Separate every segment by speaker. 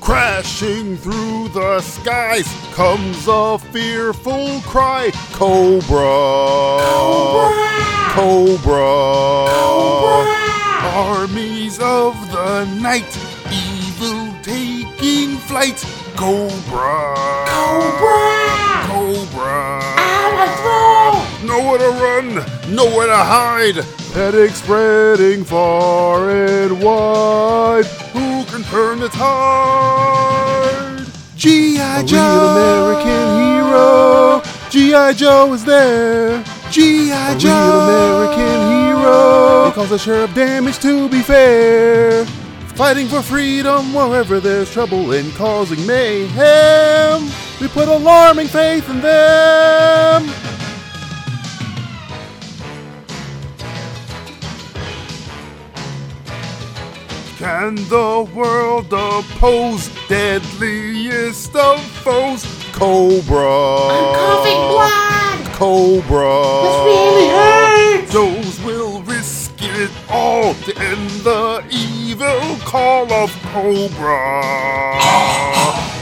Speaker 1: Crashing through the skies comes a fearful cry Cobra! Cobra! Armies of the night, evil taking flight Cobra! Cobra! Cobra! Nowhere to run, nowhere to hide. Panic spreading far and wide. Who can turn the tide? G.I. Joe! American hero. G.I. Joe is there. G.I. Joe! American hero. Because the sheriff damage to be fair. Fighting for freedom wherever there's trouble and causing mayhem. We put alarming faith in them. Can the world oppose deadliest of foes? Cobra. I'm coughing blood. Cobra. This really hurts. Those will risk it all to end the evil call of Cobra.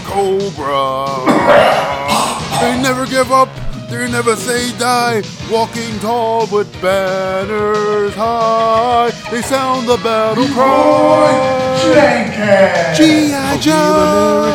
Speaker 1: Cobra. they never give up. They never say die, walking tall with banners high. They sound the battle cry. G.I. Joe!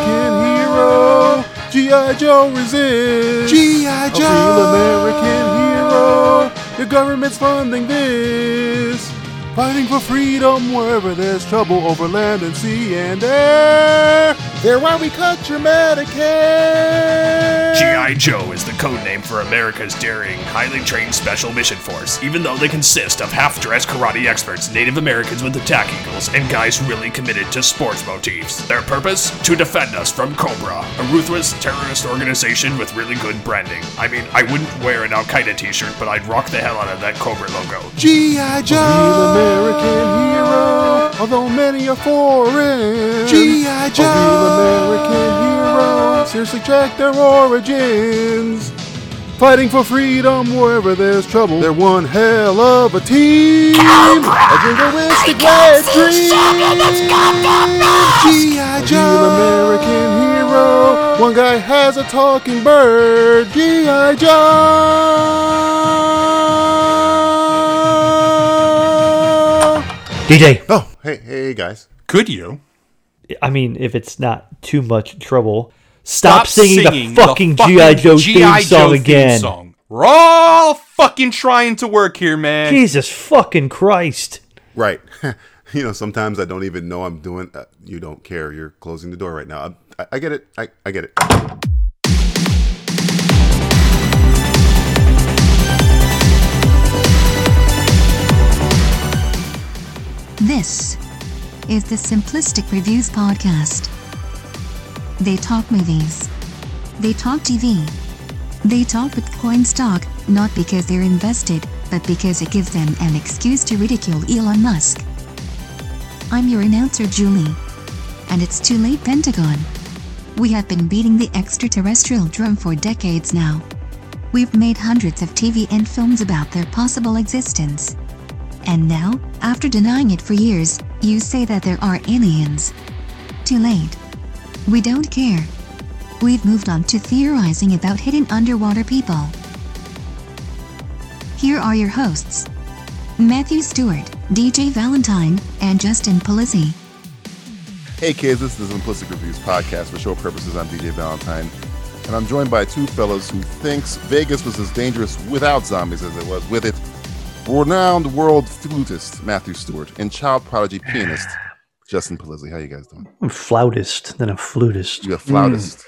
Speaker 1: American hero! G.I. Joe resist! G.I. Joe! real American hero! Your government's funding this! Fighting for freedom wherever there's trouble over land and sea and air! They're why we cut your Medicare!
Speaker 2: G.I. Joe is the code name for America's daring, highly trained special mission force, even though they consist of half dressed karate experts, Native Americans with attack eagles, and guys really committed to sports motifs. Their purpose? To defend us from Cobra, a ruthless terrorist organization with really good branding. I mean, I wouldn't wear an Al Qaeda t shirt, but I'd rock the hell out of that Cobra logo.
Speaker 1: G.I. Joe! American hero, although many are foreign. G.I. Joe! American hero, seriously check their origins. Fighting for freedom wherever there's trouble, they're one hell of a team. A jingoistic wet dream. G.I. Joe! American hero, one guy has a talking bird. G.I. Joe!
Speaker 3: DJ.
Speaker 1: Oh, hey, hey guys.
Speaker 4: Could you
Speaker 3: I mean, if it's not too much trouble, stop,
Speaker 4: stop
Speaker 3: singing, the fucking GI Joe
Speaker 4: G.I.
Speaker 3: theme song
Speaker 4: Joe theme
Speaker 3: again.
Speaker 4: song? We're all fucking trying to work here, man.
Speaker 3: Jesus fucking Christ!
Speaker 1: Right. you know, sometimes I don't even know I'm doing. Uh, you don't care. You're closing the door right now. I, I, I get it. I, I get it.
Speaker 5: This is the Simplistic Reviews Podcast. They talk movies. They talk TV. They talk Bitcoin stock, not because they're invested, but because it gives them an excuse to ridicule Elon Musk. I'm your announcer, Julie. And it's too late, Pentagon. We have been beating the extraterrestrial drum for decades now. We've made hundreds of TV and films about their possible existence. And now, after denying it for years, you say that there are aliens. Too late. We don't care. We've moved on to theorizing about hidden underwater people. Here are your hosts Matthew Stewart, DJ Valentine, and Justin Polizzi.
Speaker 1: Hey kids, this is the Simplistic Reviews podcast. For show purposes, I'm DJ Valentine, and I'm joined by two fellows who thinks Vegas was as dangerous without zombies as it was with it. Renowned world flutist Matthew Stewart and child prodigy pianist Justin Polizzi. How you guys doing?
Speaker 3: I'm flautist, then a flutist.
Speaker 1: You a flautist?
Speaker 3: I'm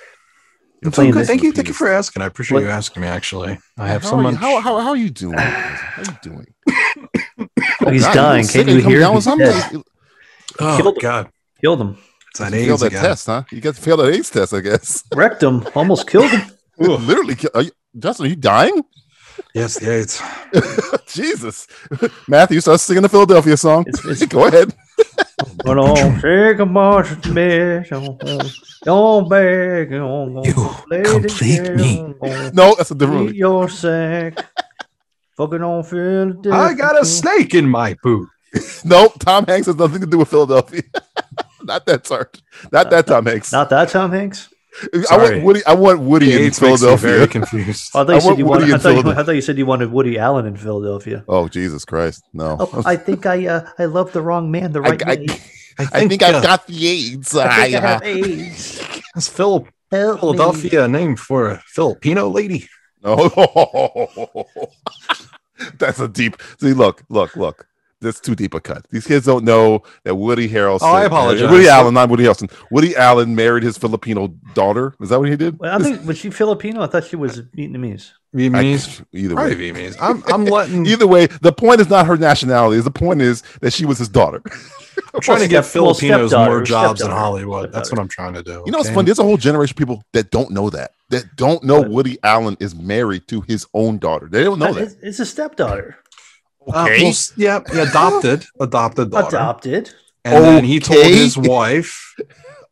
Speaker 4: Oh,
Speaker 3: playing
Speaker 4: good.
Speaker 3: this.
Speaker 4: Thank you. Thank you for asking. I appreciate
Speaker 3: What-
Speaker 4: you asking me. Actually, I
Speaker 1: How,
Speaker 4: have so
Speaker 1: are
Speaker 4: much.
Speaker 1: you, how, how, how are you doing? How are you doing?
Speaker 3: He's
Speaker 1: God,
Speaker 3: dying.
Speaker 1: sick
Speaker 3: Can
Speaker 1: and
Speaker 3: you
Speaker 1: come
Speaker 3: hear?
Speaker 1: down
Speaker 3: him?
Speaker 1: with something?
Speaker 3: Yes.
Speaker 4: oh
Speaker 3: killed-
Speaker 4: God,
Speaker 3: Killed him.
Speaker 4: It's not
Speaker 6: Failed
Speaker 4: AIDS
Speaker 6: that
Speaker 4: again.
Speaker 6: test, huh? You got to fail that AIDS test, I guess.
Speaker 3: Wrecked him. Almost killed him.
Speaker 6: Literally, ki- are you, Justin, are you dying?
Speaker 4: Yes, the AIDS.
Speaker 6: Jesus, Matthew, start singing the Philadelphia song.
Speaker 7: It's- it's-
Speaker 6: Go ahead.
Speaker 3: But don't shake a much bitch. Don't beg. Don't
Speaker 4: You complete me.
Speaker 6: No, that's a different
Speaker 3: Eat
Speaker 6: movie.
Speaker 3: your sack. Fucking on feel the
Speaker 4: I got a
Speaker 3: difference.
Speaker 4: snake in my boot.
Speaker 6: No, Tom Hanks has nothing to do with Philadelphia. Not that Sarge. Not that Tom Hanks.
Speaker 3: Not that Tom Hanks.
Speaker 6: I want
Speaker 4: sorry.
Speaker 6: Woody. I want
Speaker 4: The
Speaker 6: Woody in
Speaker 4: AIDS makes me very
Speaker 6: Philadelphia.
Speaker 4: confused.
Speaker 3: Oh, I thought
Speaker 6: I
Speaker 3: you said
Speaker 6: want
Speaker 3: you
Speaker 6: Woody
Speaker 3: wanted. I
Speaker 6: in
Speaker 3: thought you,
Speaker 6: Philadelphia.
Speaker 3: I thought you said you wanted Woody Allen in Philadelphia.
Speaker 6: Oh Jesus Christ! No.
Speaker 3: Oh, I think I uh, I love the wrong man. The
Speaker 6: I,
Speaker 3: right
Speaker 6: I,
Speaker 3: man.
Speaker 6: I think
Speaker 4: uh,
Speaker 6: I've got the AIDS.
Speaker 3: I
Speaker 6: I,
Speaker 3: think I
Speaker 6: uh,
Speaker 3: have AIDS.
Speaker 4: That's Phil-
Speaker 3: Help me.
Speaker 4: Philadelphia named for a Filipino lady.
Speaker 6: no. That's a deep. See, look, look, look. That's too deep a cut. These kids don't know that Woody Harrelson.
Speaker 4: Oh, I apologize.
Speaker 6: Woody Allen, not Woody Harrelson. Woody Allen married his Filipino daughter. Is that what he did?
Speaker 3: Well, I think was she Filipino? I thought she was Vietnamese.
Speaker 4: Vietnamese.
Speaker 6: I- either way.
Speaker 4: Probably Vietnamese. I'm, I'm letting.
Speaker 6: Either way, the point is not her nationality. The point is that she was his daughter.
Speaker 4: I'm trying to
Speaker 3: Well,
Speaker 4: get
Speaker 3: step- well,
Speaker 4: Filipinos
Speaker 3: stepdaughter,
Speaker 4: more jobs in
Speaker 3: stepdaughter,
Speaker 4: Hollywood. That's what I'm trying to do.
Speaker 6: You know, it's
Speaker 4: okay? Uh,
Speaker 6: funny. There's a whole generation of people that don't know that, that don't know
Speaker 3: Right.
Speaker 6: Woody Allen is married to his own daughter. They don't know that.
Speaker 3: It's, it's a stepdaughter,
Speaker 4: Uh, well, s- yeah, yeah, adopted, adopted daughter.
Speaker 3: adopted.
Speaker 4: and then he told
Speaker 6: Okay.
Speaker 4: his wife,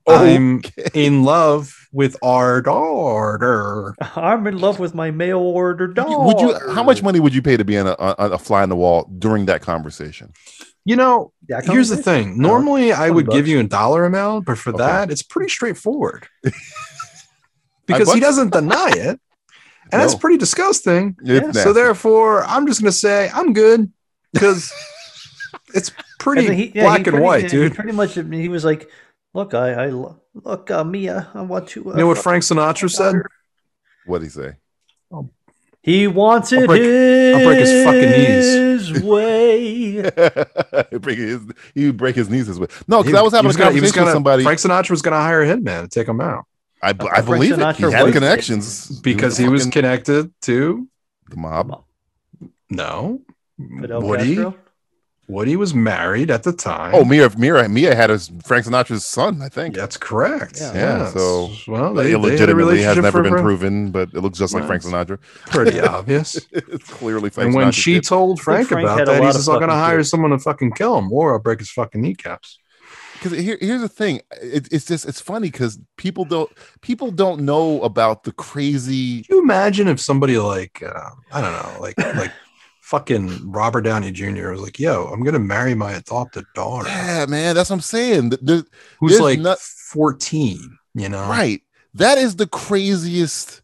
Speaker 4: "I'm in love with our daughter."
Speaker 3: I'm in love with my mail order
Speaker 6: Would you-
Speaker 3: dog.
Speaker 6: Would you? How much money would you pay to be on a, on a fly in the wall during that conversation?
Speaker 4: You know, here's the thing. Normally, I
Speaker 3: 20
Speaker 4: would give
Speaker 3: bucks.
Speaker 4: you a dollar amount, but for
Speaker 6: Okay.
Speaker 4: that, it's pretty straightforward because
Speaker 6: bucks?
Speaker 4: he doesn't deny it, and that's
Speaker 6: No.
Speaker 4: pretty disgusting.
Speaker 6: It's
Speaker 3: Yeah.
Speaker 6: nasty.
Speaker 4: So therefore, I'm just gonna say I'm good because it's pretty
Speaker 3: then he- yeah, he
Speaker 4: black and
Speaker 3: pretty-
Speaker 4: white,
Speaker 3: he
Speaker 4: dude.
Speaker 3: Pretty much, he was like, "Look, I, I lo- look, uh, Mia, I want to." Uh,
Speaker 4: you know what
Speaker 3: fuck
Speaker 4: Frank Sinatra
Speaker 3: my
Speaker 4: said?
Speaker 3: daughter."
Speaker 6: What'd he say?
Speaker 3: He wants
Speaker 4: I'll
Speaker 3: it
Speaker 4: break-
Speaker 3: his,
Speaker 4: I'll break his fucking knees.
Speaker 3: way.
Speaker 6: break his, he would break his knees as well.
Speaker 3: Oh,
Speaker 6: No, because
Speaker 4: He-
Speaker 6: I was having
Speaker 4: he
Speaker 6: a
Speaker 4: gonna- he
Speaker 6: conversation with
Speaker 4: gonna-
Speaker 6: somebody.
Speaker 4: Frank Sinatra was going to hire a hitman to take him out
Speaker 6: I, I
Speaker 3: Frank
Speaker 6: believe it. He
Speaker 3: Sinatra
Speaker 6: had
Speaker 3: was-
Speaker 6: connections He
Speaker 4: because
Speaker 6: a
Speaker 4: he was
Speaker 6: fucking-
Speaker 4: connected to
Speaker 6: the mob.
Speaker 4: no
Speaker 3: Fidel
Speaker 4: Woody.
Speaker 3: Castro?
Speaker 4: Woody was married at the time.
Speaker 6: Oh, Mira, Mira, Mia had his Frank Sinatra's son, I think.
Speaker 4: that's correct.
Speaker 3: Yeah.
Speaker 6: Yeah,
Speaker 4: Yes.
Speaker 6: so-
Speaker 4: well,
Speaker 6: But it
Speaker 4: they, they had a
Speaker 6: legitimately has
Speaker 4: relationship
Speaker 6: never
Speaker 4: for
Speaker 6: been
Speaker 4: pro-
Speaker 6: proven, but it looks just like Frank
Speaker 4: Right.
Speaker 6: Sinatra.
Speaker 4: Pretty obvious.
Speaker 6: it's clearly Frank
Speaker 4: and when
Speaker 6: Sinatra's
Speaker 4: she
Speaker 6: kid.
Speaker 4: told Frank,
Speaker 3: Frank
Speaker 4: about
Speaker 3: had a
Speaker 4: that, he
Speaker 3: lot of
Speaker 4: says, "I'm going to
Speaker 3: fucking
Speaker 4: hire
Speaker 3: kids."
Speaker 4: someone to fucking kill him, or I'll break his fucking kneecaps."
Speaker 6: because here, here's the thing it, it's just it's funny because people don't people don't know about the crazy
Speaker 4: Can you imagine if somebody like uh, I don't know, like like fucking Robert Downey Jr. was like, "Yo, I'm going to marry my adopted daughter,"
Speaker 6: yeah man that's what i'm saying The- the-
Speaker 4: who's
Speaker 6: There's
Speaker 4: like
Speaker 6: not-
Speaker 4: 14. You know,
Speaker 6: right that is the craziest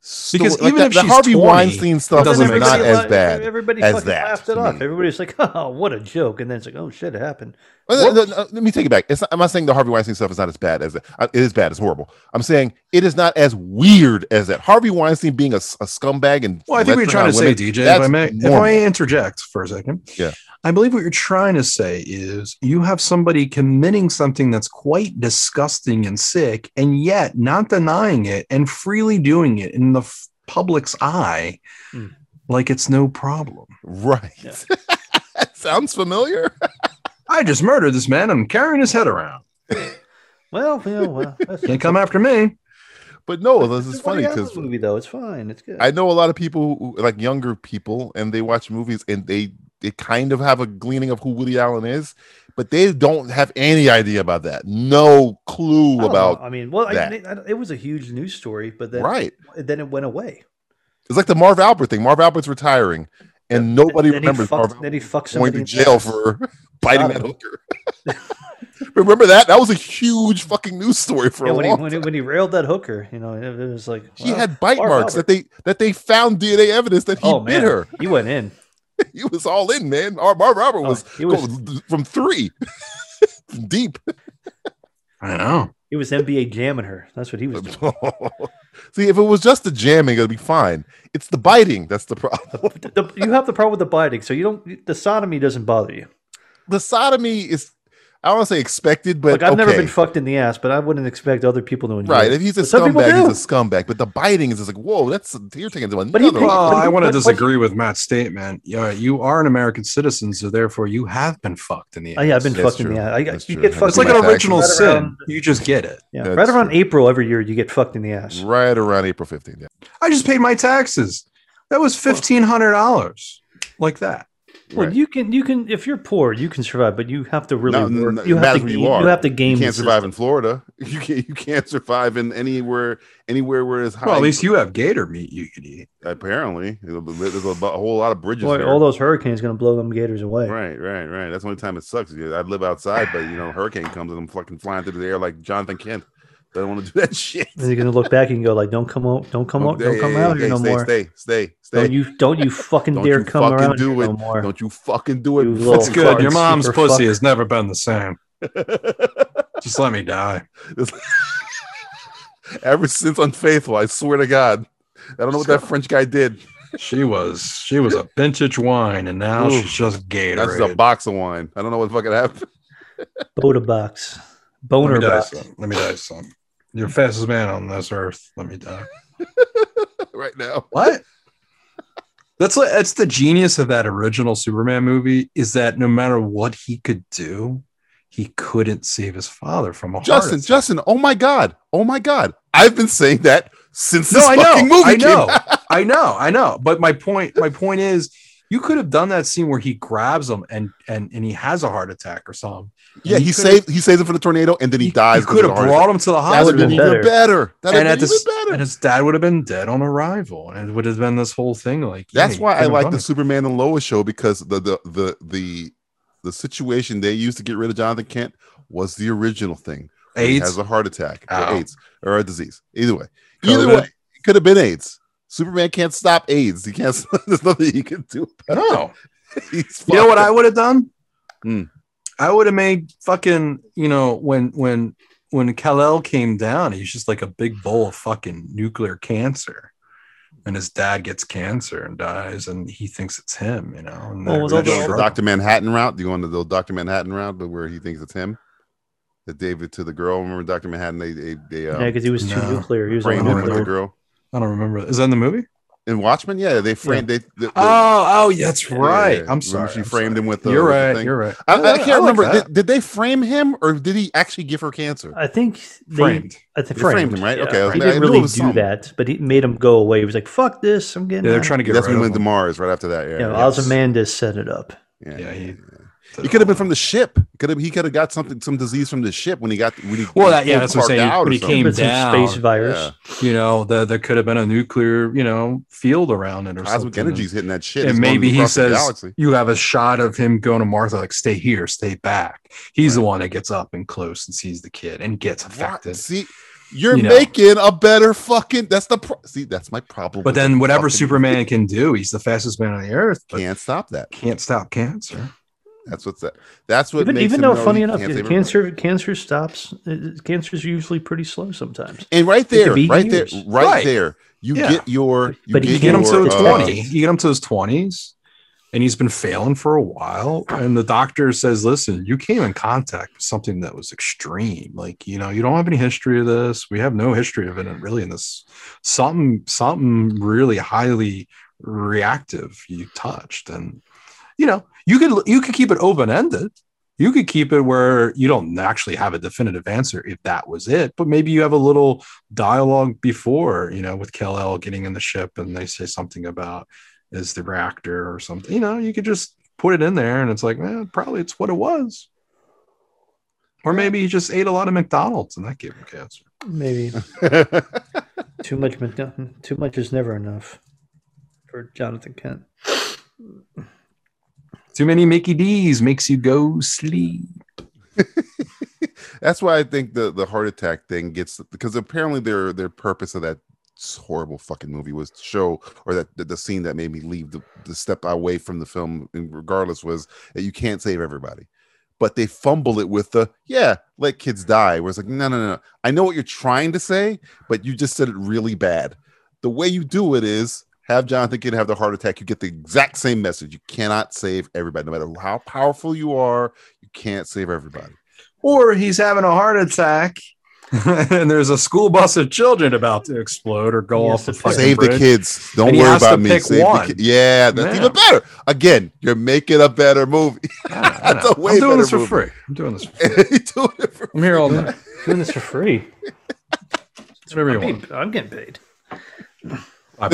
Speaker 6: story.
Speaker 4: Because even
Speaker 6: the,
Speaker 4: if
Speaker 6: the
Speaker 4: she's
Speaker 6: Harvey
Speaker 4: 20,
Speaker 6: Weinstein stuff is
Speaker 4: doesn't make
Speaker 6: not
Speaker 4: sense.
Speaker 6: as
Speaker 3: la-
Speaker 6: bad
Speaker 3: Everybody
Speaker 6: as
Speaker 3: fucking
Speaker 6: that
Speaker 3: laughed it
Speaker 6: to
Speaker 3: off.
Speaker 6: me.
Speaker 3: Everybody's like, "Oh, what a joke!" And then it's like, "Oh shit, it happened."
Speaker 6: Well, no, no, no, let me take it back. It's not, I'm not saying the Harvey Weinstein stuff is not as bad as that. Uh, It is bad. It's horrible. I'm saying it is not as weird as that. Harvey Weinstein being a, s- a scumbag and
Speaker 4: Well, I think
Speaker 6: lecturing
Speaker 4: what you're trying
Speaker 6: on
Speaker 4: to
Speaker 6: women,
Speaker 4: say, DJ, if
Speaker 6: that's
Speaker 4: I may, if
Speaker 6: normal.
Speaker 4: I interject for a second,
Speaker 6: Yeah.
Speaker 4: I believe what you're trying to say is you have somebody committing something that's quite disgusting and sick, and yet not denying it and freely doing it in the f- public's eye,
Speaker 3: Mm.
Speaker 4: like it's no problem.
Speaker 6: right. Sounds familiar.
Speaker 4: I just murdered this man. I'm carrying his head around.
Speaker 3: Well, well, well. That's
Speaker 4: Can't come after me.
Speaker 6: But no, this is funny because
Speaker 3: because movie though, it's fine. It's good.
Speaker 6: I know a lot of people, who, like younger people, and they watch movies and they they kind of have a gleaning of who Woody Allen is, but they don't have any idea about that. No clue
Speaker 3: I don't know.
Speaker 6: about
Speaker 3: I mean, well, I,
Speaker 6: that.
Speaker 3: I, it was a huge news story, but then
Speaker 6: right.
Speaker 3: then it went away.
Speaker 6: It's like the Marv Albert thing. Marv Albert's retiring, and nobody
Speaker 3: then
Speaker 6: remembers
Speaker 3: He
Speaker 6: Marv
Speaker 3: fucked, then he fucked
Speaker 6: Albert going to
Speaker 3: somebody in the
Speaker 6: jail
Speaker 3: ass.
Speaker 6: for biting
Speaker 3: Shot
Speaker 6: that
Speaker 3: him.
Speaker 6: hooker. Remember that? That was a huge fucking news story for
Speaker 3: Yeah,
Speaker 6: a
Speaker 3: when, he,
Speaker 6: long
Speaker 3: when,
Speaker 6: time.
Speaker 3: he, when he railed that hooker, you know, it, it was like
Speaker 6: She
Speaker 3: well,
Speaker 6: had bite
Speaker 3: Marv
Speaker 6: marks that
Speaker 3: Albert.
Speaker 6: they that they found DNA evidence that he
Speaker 3: oh
Speaker 6: bit
Speaker 3: man,
Speaker 6: her.
Speaker 3: he went in.
Speaker 6: He was all in, man. Our Marv Albert
Speaker 3: Oh,
Speaker 6: was,
Speaker 3: he was-
Speaker 6: going from three deep.
Speaker 4: I know.
Speaker 3: It was NBA jamming her. That's what he was doing.
Speaker 6: See, if it was just the jamming, it'd be fine. It's the biting that's the problem.
Speaker 3: The- the- you have the problem with the biting, so you don't. The sodomy doesn't bother you.
Speaker 6: The sodomy is I don't want to say expected, but
Speaker 3: Like I've never
Speaker 6: okay.
Speaker 3: been fucked in the ass, but I wouldn't expect other people to enjoy
Speaker 6: Right.
Speaker 3: it.
Speaker 6: If he's a
Speaker 3: But some people
Speaker 6: scumbag,
Speaker 3: do.
Speaker 6: he's a scumbag. But the biting is just like, whoa, that's you're taking it to
Speaker 3: he
Speaker 6: another.
Speaker 3: picked-
Speaker 6: level.
Speaker 4: Well, I want to
Speaker 3: But- but-
Speaker 4: disagree with Matt's statement. Yeah, you are an American citizen, so therefore you have been fucked in the
Speaker 3: Oh, yeah, I've been
Speaker 6: That's
Speaker 3: fucked in the
Speaker 6: true.
Speaker 3: ass. I,
Speaker 6: That's
Speaker 3: you
Speaker 6: true.
Speaker 3: get
Speaker 6: It's
Speaker 3: fucked.
Speaker 4: It's like
Speaker 3: in
Speaker 4: an
Speaker 3: the ass.
Speaker 4: original
Speaker 3: Right
Speaker 4: sin.
Speaker 3: around-
Speaker 4: You just get it.
Speaker 3: Yeah,
Speaker 6: That's
Speaker 3: right around
Speaker 6: true.
Speaker 3: April every year, you get fucked in the ass.
Speaker 6: Right around April 15th. Yeah.
Speaker 4: I just paid my taxes. That was fifteen hundred dollars, like that.
Speaker 3: Well,
Speaker 6: Right.
Speaker 3: you can, you can, if you're poor, you can survive, but you have to really
Speaker 6: No, no,
Speaker 3: work.
Speaker 6: no, it
Speaker 3: you, have
Speaker 6: matters
Speaker 3: to
Speaker 6: where
Speaker 3: game,
Speaker 6: you
Speaker 3: you,
Speaker 6: are.
Speaker 3: have to game.
Speaker 6: You
Speaker 3: the
Speaker 6: can't survive
Speaker 3: system.
Speaker 6: in Florida. You can't. You can't survive in anywhere. Anywhere where it's high.
Speaker 4: Well, at least you have gator meat you can eat.
Speaker 6: apparently there's a, there's a bu- whole lot of bridges.
Speaker 3: Boy,
Speaker 6: there.
Speaker 3: all those hurricanes going to blow them gators away.
Speaker 6: Right, right, right. That's the only time it sucks. Yeah, I live outside, but you know, a hurricane comes and I'm fucking flying through the air like Jonathan Kent. Don't want to do that shit.
Speaker 3: And you're going to look back and go like, "Don't come out, don't come out, don't
Speaker 6: Hey,
Speaker 3: come
Speaker 6: hey,
Speaker 3: out
Speaker 6: hey,
Speaker 3: here no
Speaker 6: stay,
Speaker 3: more.
Speaker 6: Stay, stay, stay.
Speaker 3: Don't you, don't you fucking
Speaker 6: Don't
Speaker 3: dare
Speaker 6: you
Speaker 3: come
Speaker 6: fucking
Speaker 3: around
Speaker 6: do
Speaker 3: here
Speaker 6: it.
Speaker 3: no more."
Speaker 6: Don't you fucking do it.
Speaker 3: You
Speaker 6: Fuck
Speaker 3: little
Speaker 4: That's good.
Speaker 3: fuck.
Speaker 4: Your mom's
Speaker 3: Super
Speaker 4: pussy
Speaker 3: fuck.
Speaker 4: has never been the same.
Speaker 6: it.
Speaker 4: Just let me die.
Speaker 6: Ever since Unfaithful, I swear to God. I don't know what that French guy did.
Speaker 4: She was she was a vintage wine, and now
Speaker 6: Oof.
Speaker 4: she's just Gatorade.
Speaker 6: That's just a box of wine. I don't know what fucking happened.
Speaker 3: Boda box,
Speaker 4: Let
Speaker 3: boner
Speaker 4: me die,
Speaker 3: box.
Speaker 4: son. Let me die, son. You're the fastest man on this earth. Let me die.
Speaker 6: right now.
Speaker 4: What? That's like, that's the genius of that original Superman movie is that no matter what he could do, he couldn't save his father from a heart
Speaker 6: Justin,
Speaker 4: attack.
Speaker 6: Justin, oh my God. Oh my God. I've been saying that since
Speaker 4: No,
Speaker 6: this
Speaker 4: I
Speaker 6: fucking
Speaker 4: know,
Speaker 6: movie
Speaker 4: I
Speaker 6: came
Speaker 4: know,
Speaker 6: out.
Speaker 4: I know, I know. But my point, my point is, you could have done that scene where he grabs him and and and he has a heart attack or something.
Speaker 6: Yeah,
Speaker 4: He
Speaker 6: he
Speaker 4: could've-
Speaker 6: saved he saves him from the tornado and then he
Speaker 4: You-
Speaker 6: dies.
Speaker 4: You
Speaker 6: because
Speaker 4: could
Speaker 6: of the
Speaker 4: have
Speaker 6: heart
Speaker 4: brought him to the
Speaker 6: That would
Speaker 4: hospital.
Speaker 6: have been
Speaker 3: That would've
Speaker 6: even
Speaker 3: been
Speaker 6: better. That would
Speaker 4: and
Speaker 6: have
Speaker 4: at
Speaker 6: been even
Speaker 4: the, s-
Speaker 6: better.
Speaker 4: and his dad would have been dead on arrival, and it would have been this whole thing. Like
Speaker 6: That's
Speaker 4: yeah, you
Speaker 6: why I
Speaker 4: could've
Speaker 6: like
Speaker 4: done
Speaker 6: the
Speaker 4: it.
Speaker 6: Superman and Lois show because the the the the the situation they used to get rid of Jonathan Kent was the original thing. When He has
Speaker 4: AIDS.
Speaker 6: a heart attack or
Speaker 4: Ow.
Speaker 6: AIDS or a disease. Either way, either
Speaker 4: COVID.
Speaker 6: way, it could have been AIDS. Superman can't stop AIDS. He can't. There's nothing he can do. About it.
Speaker 4: No,
Speaker 6: He's
Speaker 4: you know what
Speaker 6: fucked
Speaker 4: I would have done?
Speaker 6: Hmm.
Speaker 4: I would have made fucking you know when when when Kal-El came down, he's just like a big bowl of fucking nuclear cancer, and his dad gets cancer and dies, and he thinks it's him, you know. And
Speaker 3: Well,
Speaker 4: they're
Speaker 3: was
Speaker 6: up.
Speaker 3: all
Speaker 6: You going
Speaker 4: really
Speaker 3: the-
Speaker 6: the
Speaker 4: struggling.
Speaker 6: Doctor Manhattan route? Do you want to the Doctor Manhattan route, but where he thinks it's him? The David to the girl. Remember Doctor Manhattan? They they they
Speaker 3: Yeah,
Speaker 6: uh,
Speaker 3: because he was too
Speaker 4: No.
Speaker 3: nuclear. He was
Speaker 6: framed
Speaker 4: on
Speaker 6: him with the
Speaker 4: board.
Speaker 3: nuclear.
Speaker 6: girl
Speaker 4: I don't remember. Is that in the movie?
Speaker 6: in Watchmen. Yeah, they framed they. they- they-
Speaker 4: Oh, oh, yeah, that's
Speaker 6: Yeah,
Speaker 4: right.
Speaker 6: yeah.
Speaker 4: I'm
Speaker 6: Remember
Speaker 4: sorry.
Speaker 6: She
Speaker 4: I'm
Speaker 6: framed
Speaker 4: sorry.
Speaker 6: him with the.
Speaker 4: you're
Speaker 6: with the
Speaker 4: right.
Speaker 6: thing?
Speaker 4: You're right.
Speaker 6: I, I
Speaker 4: Yeah,
Speaker 6: can't
Speaker 4: like
Speaker 6: remember.
Speaker 4: that.
Speaker 6: did, did they frame him or did he actually give her cancer?
Speaker 3: I think they,
Speaker 4: Framed.
Speaker 3: I think
Speaker 6: They framed him, right?
Speaker 3: yeah.
Speaker 6: Okay, I was-
Speaker 3: he
Speaker 6: I
Speaker 3: didn't
Speaker 6: knew it
Speaker 3: really do
Speaker 6: was something.
Speaker 3: that, but he made him go away. He was like, "Fuck this, I'm getting."
Speaker 4: Yeah, they're
Speaker 3: out.
Speaker 4: trying to get
Speaker 6: That's
Speaker 4: rid
Speaker 6: when he
Speaker 4: of
Speaker 6: went to
Speaker 4: him.
Speaker 6: Mars right after that. Yeah,
Speaker 3: You know,
Speaker 6: yeah.
Speaker 3: Ozymandias set it up.
Speaker 6: Yeah,
Speaker 4: Yeah, he-
Speaker 6: He could have been from the ship. Could have he could have got something some disease from the ship when he got when he
Speaker 4: Well,
Speaker 6: when
Speaker 4: that-
Speaker 6: he
Speaker 4: yeah, that's what
Speaker 6: parked
Speaker 4: I'm saying.
Speaker 6: out
Speaker 4: When
Speaker 6: or
Speaker 4: he
Speaker 6: something.
Speaker 4: came
Speaker 3: Been some
Speaker 4: down.
Speaker 3: space virus.
Speaker 6: Yeah.
Speaker 4: you know that there could have been a nuclear you know field around it or
Speaker 6: cosmic
Speaker 4: something.
Speaker 6: energy's hitting that shit.
Speaker 4: and
Speaker 6: It's going
Speaker 4: maybe he
Speaker 6: across the
Speaker 4: says
Speaker 6: galaxy.
Speaker 4: you have a shot of him going to Martha, like stay here, stay back. He's the one that gets up and close and sees the kid and gets
Speaker 6: What?
Speaker 4: affected.
Speaker 6: See, you're
Speaker 4: You know.
Speaker 6: making a better fucking. That's the pro- see. That's my problem.
Speaker 4: But
Speaker 6: with
Speaker 4: then
Speaker 6: this
Speaker 4: whatever
Speaker 6: fucking-
Speaker 4: Superman can do, he's the fastest man on the earth, but
Speaker 6: can't stop that.
Speaker 4: can't stop cancer.
Speaker 6: That's what's that. That's what
Speaker 3: Even,
Speaker 6: makes
Speaker 3: even
Speaker 6: him
Speaker 3: though,
Speaker 6: know
Speaker 3: funny
Speaker 6: he
Speaker 3: enough,
Speaker 6: can't save everybody.
Speaker 3: cancer cancer stops. Cancer's usually pretty slow sometimes.
Speaker 6: And right
Speaker 3: could
Speaker 6: there,
Speaker 3: be
Speaker 6: right there,
Speaker 3: years.
Speaker 6: right,
Speaker 4: Right.
Speaker 6: there, you
Speaker 4: Yeah.
Speaker 6: get your. You
Speaker 3: But he
Speaker 6: get
Speaker 4: You get him
Speaker 3: can't
Speaker 6: your,
Speaker 4: to
Speaker 3: work.
Speaker 6: uh,
Speaker 4: 20. You get him to his 20s, and he's been failing for a while. And the doctor says, Listen, you came in contact with something that was extreme. Like, you know, you don't have any history of this. We have no history of it in- really in this something, something really highly reactive you touched. And you know, you could you could keep it open-ended. You could keep it where you don't actually have a definitive answer if that was it, but maybe you have a little dialogue before, you know, with Kel El getting in the ship and they say something about is the reactor or something. You know, you could just put it in there and it's like, well, probably it's what it was. Or maybe he just ate a lot of McDonald's and that gave him cancer.
Speaker 3: Maybe too much. Mc- Too much is never enough for Jonathan Kent.
Speaker 4: Too many Mickey D's makes you go sleep.
Speaker 6: That's why I think the the heart attack thing gets because apparently their their purpose of that horrible fucking movie was to show or that the, the scene that made me leave the, the step away from the film and regardless was that you can't save everybody but they fumble it with the yeah let kids die where it's like no no no no. i know what you're trying to say but you just said it really bad the way you do it is have jonathan kid have the heart attack you get the exact same message you cannot save everybody no matter how powerful you are you can't save everybody
Speaker 4: or he's having a heart attack and there's a school bus of children about to explode or go
Speaker 3: Yes,
Speaker 4: off the
Speaker 3: it's
Speaker 4: fucking
Speaker 6: Save the
Speaker 4: bridge.
Speaker 6: kids. Don't
Speaker 4: And he
Speaker 6: worry
Speaker 4: has
Speaker 6: about
Speaker 4: to
Speaker 6: me.
Speaker 4: pick
Speaker 6: Save
Speaker 4: one.
Speaker 6: the kids. Yeah, that's
Speaker 4: Yeah.
Speaker 6: even better. Again, you're making a better movie.
Speaker 4: I don't
Speaker 6: That's a
Speaker 4: know.
Speaker 6: way
Speaker 4: I'm doing this for
Speaker 6: better
Speaker 4: free. I'm doing this. For free.
Speaker 6: You're doing it for-
Speaker 4: I'm here all night.
Speaker 3: Doing this for free.
Speaker 4: Whatever you
Speaker 3: I'm,
Speaker 4: want.
Speaker 3: being, I'm getting paid.
Speaker 4: I
Speaker 6: The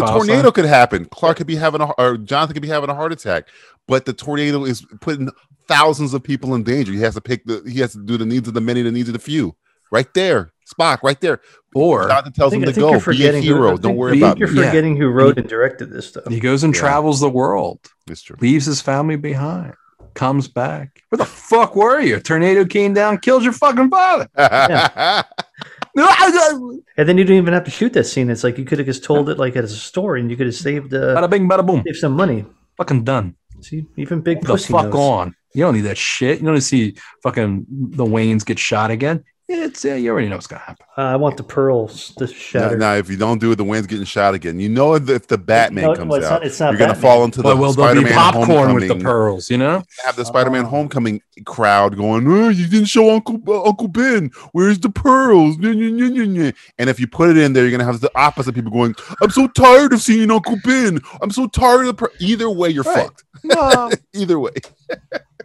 Speaker 4: apologize.
Speaker 6: tornado could happen. Clark could be having a, or Jonathan could be having a heart attack. But the tornado is putting thousands of people in danger. He has to pick the. He has to do the needs of the many, the needs of the few. Right there, Spock. Right there.
Speaker 4: Or
Speaker 6: Jonathan tells him to go. Be a
Speaker 3: who, I
Speaker 6: hero.
Speaker 3: think-
Speaker 6: Don't
Speaker 3: I
Speaker 6: worry
Speaker 3: think
Speaker 6: about
Speaker 3: You're
Speaker 6: me.
Speaker 4: Yeah.
Speaker 3: forgetting who wrote and directed this stuff.
Speaker 4: he goes and
Speaker 6: Yeah.
Speaker 4: travels the world,
Speaker 6: It's true.
Speaker 4: leaves his family behind, comes back. Where the fuck were you? Tornado came down, killed your fucking father. Bada
Speaker 3: And then you didn't even have to shoot that scene. It's like you could have just told it like as a story, and you could have saved uh,
Speaker 4: bing, bada boom.
Speaker 3: saved some money.
Speaker 4: Fucking done.
Speaker 3: See, even big
Speaker 4: the
Speaker 3: pussy
Speaker 4: fuck
Speaker 3: knows.
Speaker 4: on. You don't need that shit. You don't need to see fucking the Waynes get shot again. It's uh, you already know what's gonna happen.
Speaker 3: Uh, I want the pearls to
Speaker 6: Now,
Speaker 3: shatter.
Speaker 6: now, if you don't do it, the wind's getting shot again. You know if the Batman
Speaker 3: No,
Speaker 6: comes
Speaker 3: well, it's
Speaker 6: out,
Speaker 3: not- it's not
Speaker 6: you're going to
Speaker 3: Batman.
Speaker 6: fall into the
Speaker 4: But will there be
Speaker 6: Spider-Man
Speaker 4: popcorn with
Speaker 6: homecoming.
Speaker 4: the pearls? You know,
Speaker 6: have the Spider-Man Homecoming crowd going, oh, "You didn't show Uncle uh, Uncle Ben. Where's the pearls?" Nyeh, nyeh, nyeh, nyeh, nyeh. And if you put it in there, you're gonna have the opposite people going, "I'm so tired of seeing Uncle Ben. I'm so tired of the." Per-. Either way, you're
Speaker 4: Right.
Speaker 6: fucked. Either way,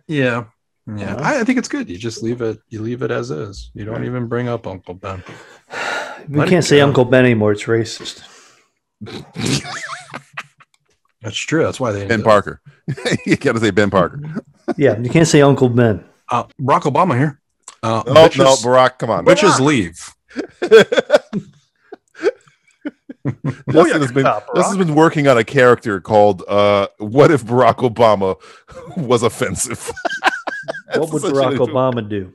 Speaker 4: yeah, yeah. I, I think it's good. You just leave it. You leave it as is. You don't even bring up Uncle Ben.
Speaker 3: we
Speaker 4: Let it
Speaker 3: can't say
Speaker 4: go.
Speaker 3: Uncle Ben anymore. It's racist.
Speaker 4: That's true. That's why they.
Speaker 6: Ben Parker. you gotta say Ben Parker.
Speaker 3: Yeah, you can't say Uncle Ben.
Speaker 4: Uh, Barack Obama here. Uh,
Speaker 6: Oh
Speaker 4: bitches,
Speaker 6: no, Barack, come on.
Speaker 4: bitches leave.
Speaker 6: Justin has been, Justin's been working on a character called uh, "What if Barack Obama was offensive?"
Speaker 3: What would
Speaker 6: such
Speaker 3: Barack
Speaker 6: an-
Speaker 3: Obama do?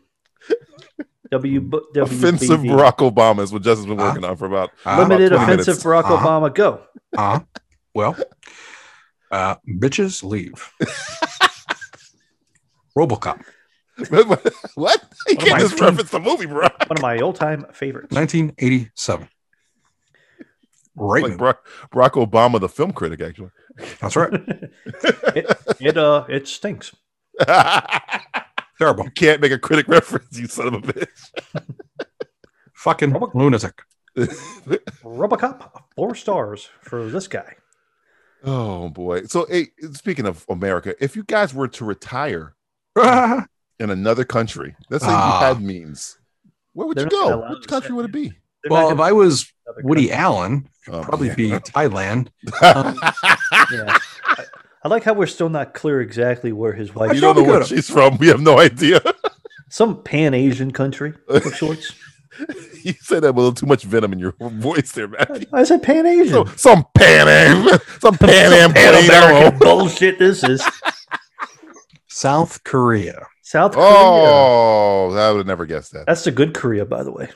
Speaker 3: W, B- WBD.
Speaker 6: offensive Barack Obama is what Justin's been working on for about
Speaker 4: Uh,
Speaker 3: Limited
Speaker 6: About 20
Speaker 3: offensive
Speaker 6: minutes. Ah.
Speaker 3: Barack
Speaker 4: Uh-huh.
Speaker 3: Obama. Go.
Speaker 4: Uh, well, uh, bitches leave. Robocop,
Speaker 6: what? You
Speaker 4: What am
Speaker 6: can't
Speaker 4: I
Speaker 6: just
Speaker 4: doing?
Speaker 6: reference the movie, bro.
Speaker 3: One of my all-time favorites.
Speaker 4: 1987. Right.
Speaker 6: Like Barack, Barack Obama, the film critic, actually.
Speaker 4: That's right.
Speaker 3: It uh, it stinks.
Speaker 4: Terrible.
Speaker 6: can't make a critic reference, you son of a
Speaker 4: Fucking lunatic.
Speaker 6: bitch.
Speaker 3: Robocop, four stars for this guy.
Speaker 6: oh boy. So, hey, speaking of America, if you guys were to retire
Speaker 4: America.
Speaker 6: in another country, let's say
Speaker 4: Ah.
Speaker 6: you had means, where would you
Speaker 3: They're not
Speaker 6: go?
Speaker 3: allowed
Speaker 6: Which
Speaker 3: to
Speaker 6: country
Speaker 3: send
Speaker 6: would it be?
Speaker 3: They're
Speaker 4: Well,
Speaker 3: not
Speaker 4: if
Speaker 3: gonna
Speaker 4: I was
Speaker 3: another
Speaker 4: Woody
Speaker 3: country.
Speaker 4: Allen,
Speaker 6: Oh,
Speaker 4: probably
Speaker 6: man.
Speaker 4: be um, Thailand.
Speaker 3: Yeah. I, I like how we're still not clear exactly where his wife.
Speaker 6: you
Speaker 3: is.
Speaker 6: don't know
Speaker 4: probably
Speaker 6: where
Speaker 4: go to-
Speaker 6: she's from. We have no idea.
Speaker 3: Some Pan Asian country of sorts.
Speaker 6: you said that with a little too much venom in your voice there, man.
Speaker 3: I said Pan Asian.
Speaker 6: So, some Pan Am, some Pan Am Plano.
Speaker 3: American bullshit. This is
Speaker 4: South Korea.
Speaker 3: South Korea.
Speaker 6: Oh, I would have never guessed that.
Speaker 3: That's a good Korea, by the way.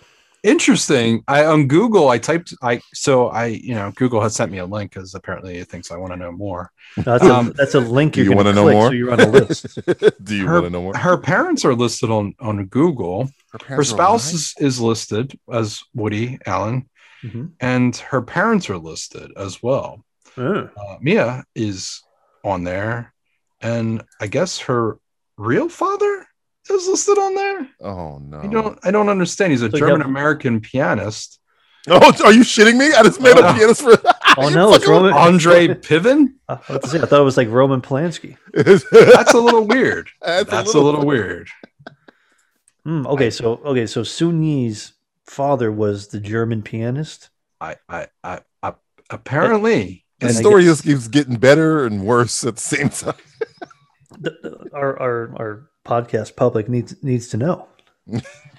Speaker 4: Interesting. I on Google, I typed I so I you know Google has sent me a link because apparently it thinks I want to know more.
Speaker 3: No, that's,
Speaker 4: Um,
Speaker 3: a, that's a link you're
Speaker 6: you
Speaker 3: going
Speaker 6: wanna
Speaker 3: to
Speaker 6: know
Speaker 3: click,
Speaker 6: more?
Speaker 3: so you're on a list.
Speaker 6: Do you
Speaker 4: Her-
Speaker 6: want to know more?
Speaker 4: Her parents are listed on on Google. Her spouse is, is listed as Woody Allen,
Speaker 3: Mhm.
Speaker 4: and her parents are listed as well.
Speaker 3: Oh.
Speaker 4: uh, Mia is on there, and I guess her real father is listed on there.
Speaker 6: Oh no!
Speaker 4: I don't, I don't understand. He's a
Speaker 3: So you have-
Speaker 4: German American pianist,
Speaker 6: Oh, are you shitting me? I just made
Speaker 4: Oh,
Speaker 6: up
Speaker 4: no.
Speaker 6: pianist for.
Speaker 3: Oh,
Speaker 6: You
Speaker 3: no, it's
Speaker 6: fucking-
Speaker 3: Roman.
Speaker 4: Andre Piven.
Speaker 3: I, was about to say, I thought it was like Roman Polanski.
Speaker 4: That's a little weird.
Speaker 6: That's
Speaker 4: That's,
Speaker 6: a
Speaker 4: a
Speaker 6: little-
Speaker 4: little, weird.
Speaker 3: Hmm, okay, so okay, so Suni's father was the German pianist.
Speaker 4: I, I, I, I apparently.
Speaker 6: the
Speaker 4: and
Speaker 6: story just keeps getting better and worse at the same time.
Speaker 3: The- the- our, our our podcast public needs needs to know.